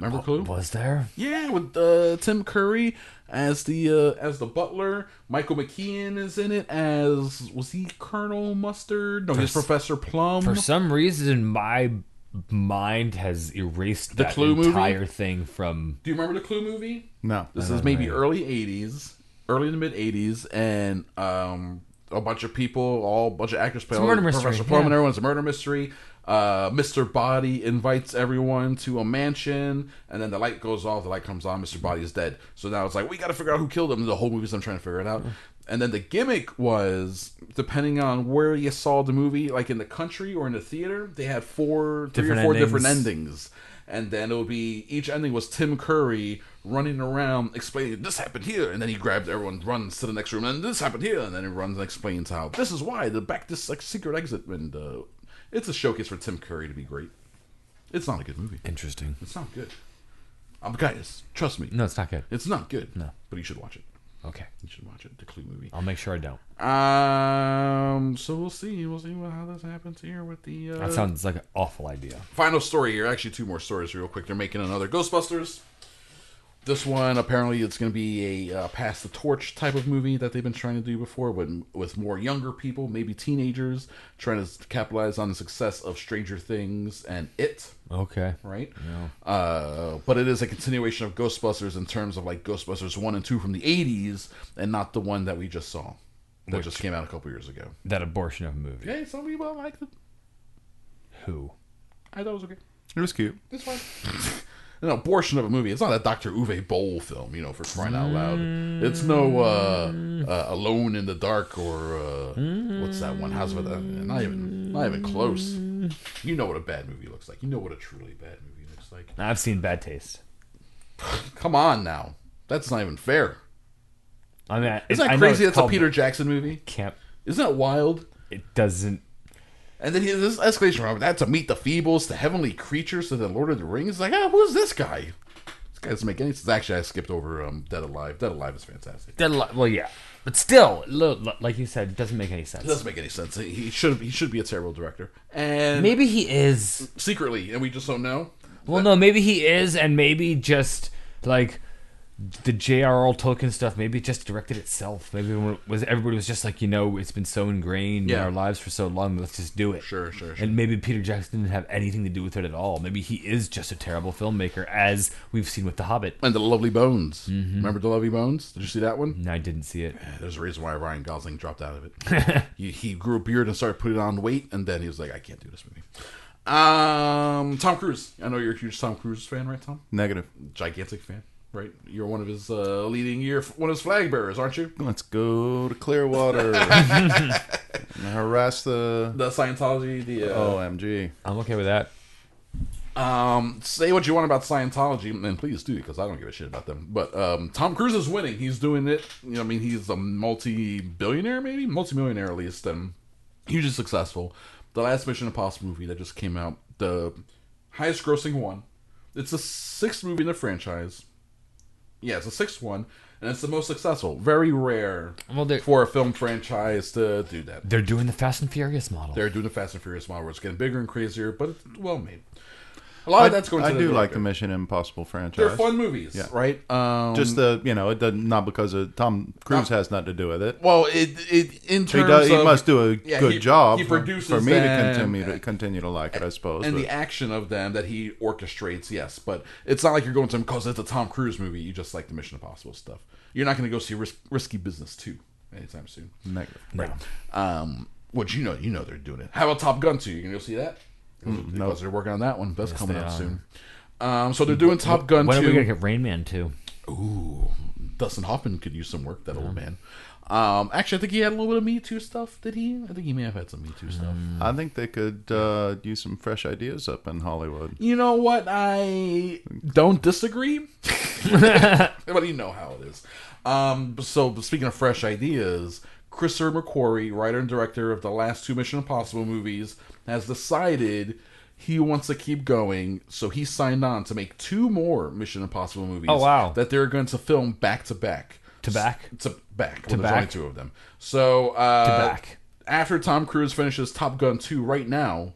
S3: Remember Clue?
S5: Was there?
S3: Yeah, with uh, Tim Curry as the uh, as the butler. Michael McKean is in it as was he Colonel Mustard? No, he's
S5: For s-
S3: Professor Plum.
S5: For some reason, my mind has erased the that
S3: Clue movie?
S5: entire thing from.
S3: Do you remember the Clue movie?
S11: No.
S3: This is maybe early '80s, early to mid '80s, and um, a bunch of people, all a bunch of actors play
S5: a
S3: all
S5: murder
S3: Professor
S5: mystery,
S3: Plum,
S5: yeah.
S3: and everyone's a murder mystery. Uh, Mr. Body invites everyone to a mansion, and then the light goes off. The light comes on. Mr. Body is dead. So now it's like we got to figure out who killed him. The whole movie's I'm trying to figure it out. And then the gimmick was depending on where you saw the movie, like in the country or in the theater, they had four, three or
S5: Different
S3: four different
S5: endings.
S3: endings endings. And then it would be each ending was Tim Curry running around explaining this happened here, and then he grabs everyone, runs to the next room, and this happened here, and then he runs and explains how this is why the back this like secret exit. And uh, it's a showcase for Tim Curry to be great. It's not a good movie.
S5: Interesting.
S3: It's not good. Um, guys, trust me.
S5: No, it's not good.
S3: It's not good.
S5: No.
S3: But you should watch it.
S5: Okay.
S3: You should watch it. The Clue movie.
S5: I'll make sure I don't.
S3: Um. So we'll see. We'll see what, how this happens here with the. Uh,
S5: That sounds like an awful idea.
S3: final story here. Actually, two more stories real quick. They're making another Ghostbusters. This one apparently it's going to be a uh, pass the torch type of movie that they've been trying to do before, but with more younger people, maybe teenagers, trying to capitalize on the success of Stranger Things and It
S5: Okay.
S3: right? Uh, but it is a continuation of Ghostbusters in terms of like Ghostbusters one and two from the '80s, and not the one that we just saw that just came out a couple years ago.
S5: That abortion of a movie.
S3: Hey, some people like it.
S5: Who?
S3: I thought it was okay.
S11: It was cute.
S3: It's fine. An abortion of a movie. It's not a Dr. Uwe Boll film, you know, for crying out loud. It's no uh, uh, Alone in the Dark or uh, what's that one? House of the not even not even close. You know what a bad movie looks like. You know what a truly bad movie looks like.
S5: I've seen Bad Taste.
S3: Come on now, that's not even fair.
S5: I mean, I-
S3: Isn't
S5: I
S3: that
S5: know
S3: crazy?
S5: it's
S3: That's a
S5: called
S3: Peter Jackson movie.
S5: Camp.
S3: Isn't that wild?
S5: It doesn't.
S3: And then he this escalation from that to meet the Feebles, to heavenly creatures, to the Lord of the Rings. Like, ah, who's this guy? This guy doesn't make any sense. Actually, I skipped over um, Dead Alive. Dead Alive is fantastic.
S5: That li- well, yeah, but still, lo- lo- like you said, it doesn't make any sense.
S3: It doesn't make any sense. He should he should be a terrible director. And
S5: Maybe he is.
S3: secretly, and we just don't know.
S5: Well, no, maybe he is, and maybe just like the J.R.R. Tolkien stuff, maybe it just directed itself. Maybe everyone was everybody was just like, you know, it's been so ingrained in
S3: Yeah.
S5: our lives for so long, let's just do it.
S3: Sure, sure, sure.
S5: And maybe Peter Jackson didn't have anything to do with it at all. Maybe he is just a terrible filmmaker, as we've seen with The Hobbit.
S3: And the Lovely Bones.
S5: Mm-hmm.
S3: Remember the Lovely Bones? Did you see that one?
S5: No, I didn't see it.
S3: There's a reason why Ryan Gosling dropped out of it. he, he grew a beard and started putting on weight, and then he was like, I can't do this movie. Um, Tom Cruise. I know you're a huge Tom Cruise fan, right, Tom?
S11: Negative.
S3: Gigantic fan, right? You're one of his uh, leading year, one of his flag bearers, aren't you?
S11: Let's go to Clearwater. and harass the
S3: The Scientology, the uh,
S11: Oh, OMG.
S5: I'm okay with that.
S3: um, say what you want about Scientology, and please do because I don't give a shit about them. But um, Tom Cruise is winning. He's doing it. You know, I mean, he's a multi-billionaire, maybe multi-millionaire at least, and hugely successful. The last Mission Impossible movie that just came out, the highest-grossing one. It's the sixth movie in the franchise. Yeah, it's the sixth one, and it's the most successful. Very rare
S5: Well, they-
S3: for a film franchise to do that.
S5: They're doing the Fast and Furious model.
S3: They're doing the Fast and Furious model where it's getting bigger and crazier, but it's well made. A lot of Oh, that's going.
S11: I
S3: to
S11: do like
S3: director.
S11: the Mission Impossible franchise.
S3: They're fun movies, right? Um,
S11: Just the you know it does not because of Tom Cruise
S3: Not-
S11: has nothing to do with it.
S3: well, it it in terms
S11: He, does,
S3: of
S11: he must do a
S3: yeah,
S11: good
S3: he-
S11: job
S3: He
S11: for-
S3: produces
S11: for me
S3: them
S11: to continue to continue to like it. I suppose.
S3: and the
S11: but-
S3: action of them that he orchestrates. Yes, but it's not like you're going to him because it's a Tom Cruise movie. You just like the Mission Impossible stuff. You're not going to go see Ris- Risky Business two anytime soon.
S11: Negative.
S3: Right. Um, which you know, you know they're doing it. How about Top Gun 2? You gonna go see that?
S11: Mm,
S3: Because they're working on that one. That's coming
S5: they
S3: out
S5: are.
S3: soon. Um, so they're doing Top Gun
S5: when
S3: 2.
S5: are we gonna get Rain Man too?
S3: Ooh, Dustin Hoffman could use some work. That old man. Um, actually, I think he had a little bit of Me Too stuff. Did he? I think he may have had some Me Too stuff.
S11: I think they could uh, use some fresh ideas up in Hollywood.
S3: You know what? I don't disagree. but you know how it is. Um, so speaking of fresh ideas, Christopher McQuarrie, writer and director of the last two Mission Impossible movies, has decided he wants to keep going. So he signed on to make two more Mission Impossible movies.
S5: Oh, wow.
S3: That they're going to film back to back.
S5: To back?
S3: S- to back.
S5: To
S3: Well, there's
S5: back?
S3: only two of them. So uh,
S5: To back.
S3: after Tom Cruise finishes Top Gun 2 right now,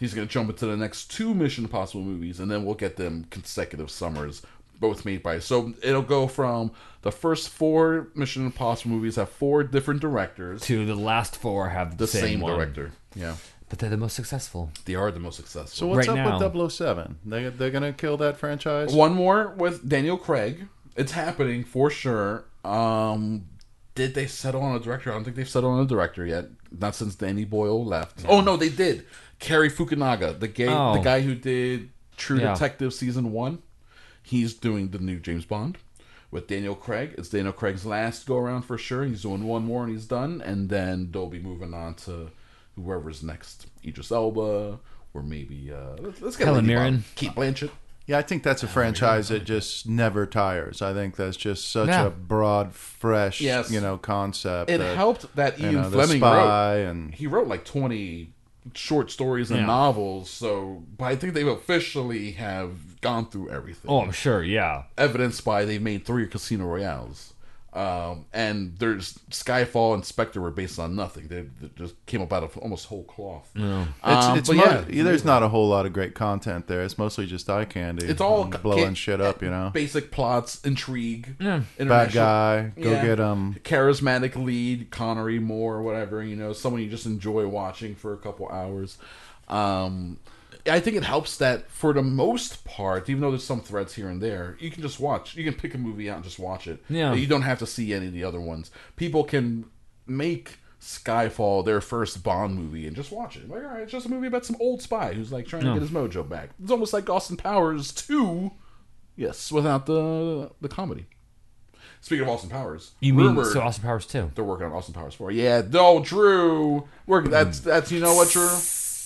S3: he's going to jump into the next two Mission Impossible movies, and then we'll get them consecutive summers, both made by. So it'll go from the first four Mission Impossible movies have four different directors,
S5: To the last four have the,
S3: the same,
S5: one.
S3: director. Yeah,
S5: but they're the most successful.
S3: they are the most successful.
S11: So what's
S5: Right
S11: up
S5: now-
S11: with 007? They they're gonna kill that franchise.
S3: One more with Daniel Craig. It's happening for sure. Um, did they settle on a director? I don't think they've settled on a director yet. Not since Danny Boyle left. Oh no, they did. Cary Fukunaga, the gay,
S5: Oh.
S3: the guy who did True
S5: Yeah.
S3: Detective season one, he's doing the new James Bond with Daniel Craig. It's Daniel Craig's last go around for sure. He's doing one more and he's done, and then they'll be moving on to whoever's next, Idris Elba. Or maybe uh, let's, let's get
S5: Helen
S3: Lady Bob.
S5: Mirren.
S3: Keith Blanchett.
S11: Yeah, I think that's a franchise that just never tires. I think that's just such
S5: Yeah.
S11: a broad, fresh,
S3: Yes.
S11: you know, concept.
S3: It
S11: that,
S3: helped that
S11: you
S3: Ian
S11: know, The
S3: Fleming
S11: Spy
S3: wrote.
S11: and
S3: He wrote like twenty short stories and novels. So, but I think they've officially have gone through everything.
S5: Oh, I'm sure. Yeah.
S3: evidenced by they've made three Casino Royales. Um, and there's Skyfall and Spectre were based on nothing. They, they just came up out of almost whole cloth.
S11: It's,
S3: Um,
S11: it's
S3: but
S11: mo-
S3: yeah,
S11: there's not a whole lot of great content there. It's mostly just eye candy.
S3: It's all
S11: and
S3: ca-
S11: blowing
S3: ca-
S11: shit up, you know.
S3: basic plots, intrigue,
S11: Bad
S3: international-
S11: guy, go
S3: Yeah.
S11: get um.
S3: charismatic lead, Connery Moore, whatever, you know, someone you just enjoy watching for a couple hours. Um, I think it helps that for the most part, even though there's some threads here and there, you can just watch. You can pick a movie out and just watch it.
S5: Yeah.
S3: You don't have to see any of the other ones. People can make Skyfall their first Bond movie and just watch it. Like, all right, it's just a movie about some old spy who's like trying to get his mojo back. It's almost like Austin Powers 2. Yes, without the the comedy. Speaking of Austin Powers,
S5: You mean
S3: rumored-
S5: so Austin Powers too?
S3: they're working on Austin Powers four. Yeah, no, Drew. We're that's
S5: Hmm.
S3: that's you know what, Drew.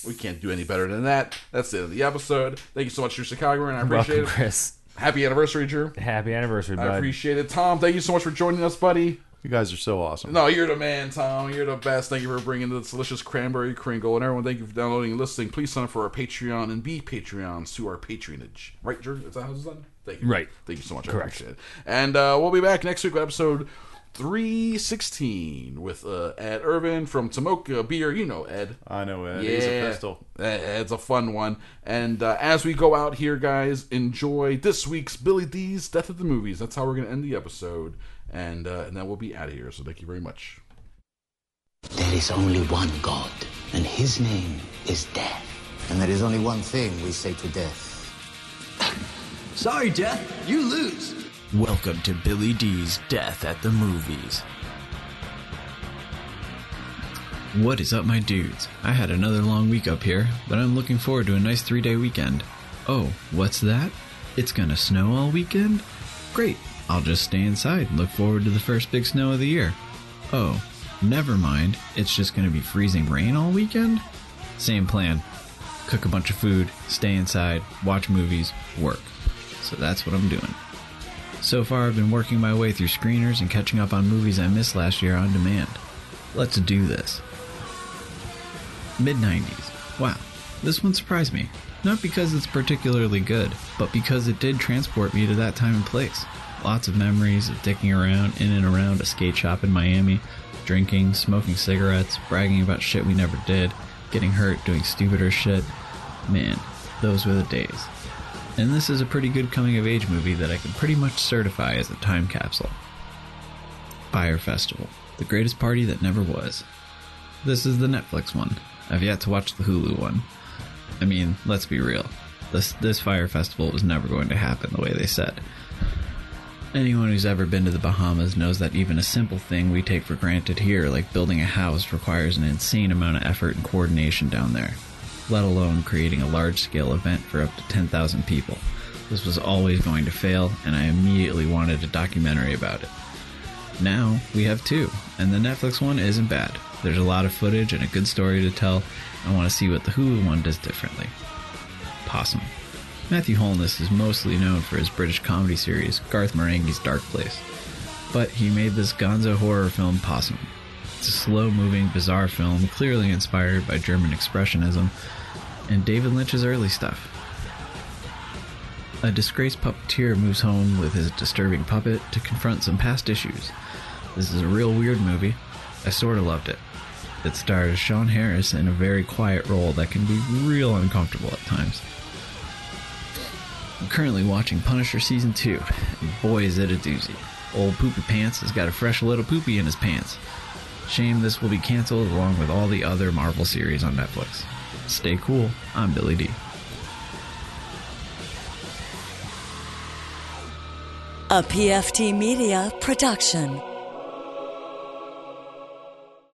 S3: We can't do any better than that. That's the end of the episode. Thank you so much, Drew Chicago, and I appreciate
S5: Welcome,
S3: it.
S5: Chris.
S3: Happy anniversary, Drew.
S5: Happy anniversary,
S3: I
S5: bud.
S3: appreciate it, Tom. Thank you so much for joining us, buddy.
S11: You guys are so awesome.
S3: No, you're the man, Tom. You're the best. Thank you for bringing the delicious cranberry kringle. And everyone, thank you for downloading and listening. Please sign up for our Patreon and be Patreons to our patronage. Right, Drew? Is that how it's done? Thank you.
S5: Right.
S3: Thank you so much. I
S5: Correct.
S3: appreciate it. And uh, we'll be back next week with episode 316 with uh, Ed Irvin from Tomoka Beer. You know Ed.
S11: I know it. He's a pistol.
S3: Ed- Ed's Eh, a fun one. And uh, as we go out here, guys, enjoy this week's Billy D's Death at the Movies. That's how we're going to end the episode. And, uh, and then we'll be out of here. So thank you very much.
S7: There is only one God, and his name is Death. And there is only one thing we say to Death.
S1: Sorry, Death, you lose. Welcome to Billy D's Death at the Movies. What is up, my dudes? I had another long week up here, but I'm looking forward to a nice three day weekend. Oh, what's that? It's gonna snow all weekend? Great, I'll just stay inside and look forward to the first big snow of the year. Oh, never mind, it's just gonna be freezing rain all weekend? Same plan cook a bunch of food, stay inside, watch movies, work. So that's what I'm doing. So far, I've been working my way through screeners and catching up on movies I missed last year on demand. Let's do this. Mid 90s. Wow, this one surprised me. Not because it's particularly good, but because it did transport me to that time and place. Lots of memories of dicking around in and around a skate shop in Miami, drinking, smoking cigarettes, bragging about shit we never did, getting hurt, doing stupider shit. Man, those were the days. And this is a pretty good coming of age movie that I can pretty much certify as a time capsule. Fire Festival, the greatest party that never was. This is the Netflix one. I've yet to watch the Hulu one. I mean, let's be real. This this fire festival was never going to happen the way they said. Anyone who's ever been to the Bahamas knows that even a simple thing we take for granted here, like building a house, requires an insane amount of effort and coordination down there, let alone creating a large scale event for up to 10,000 people. This was always going to fail, and I immediately wanted a documentary about it. Now we have two, and the Netflix one isn't bad. There's a lot of footage and a good story to tell. I want to see what the Hulu one does differently. Possum. Matthew Holness is mostly known for his British comedy series Garth Marenghi's Dark Place, but he made this gonzo horror film Possum. It's a slow moving, bizarre film clearly inspired by German Expressionism and David Lynch's early stuff. A disgraced puppeteer moves home with his disturbing puppet to confront some past issues. This is a real weird movie. I sort of loved it. It stars Sean Harris in a very quiet role that can be real uncomfortable at times. I'm currently watching Punisher Season 2, and boy is it a doozy. Old Poopy Pants has got a fresh little poopy in his pants. Shame this will be canceled along with all the other Marvel series on Netflix. Stay cool, I'm Billy D.
S12: A PFT Media production.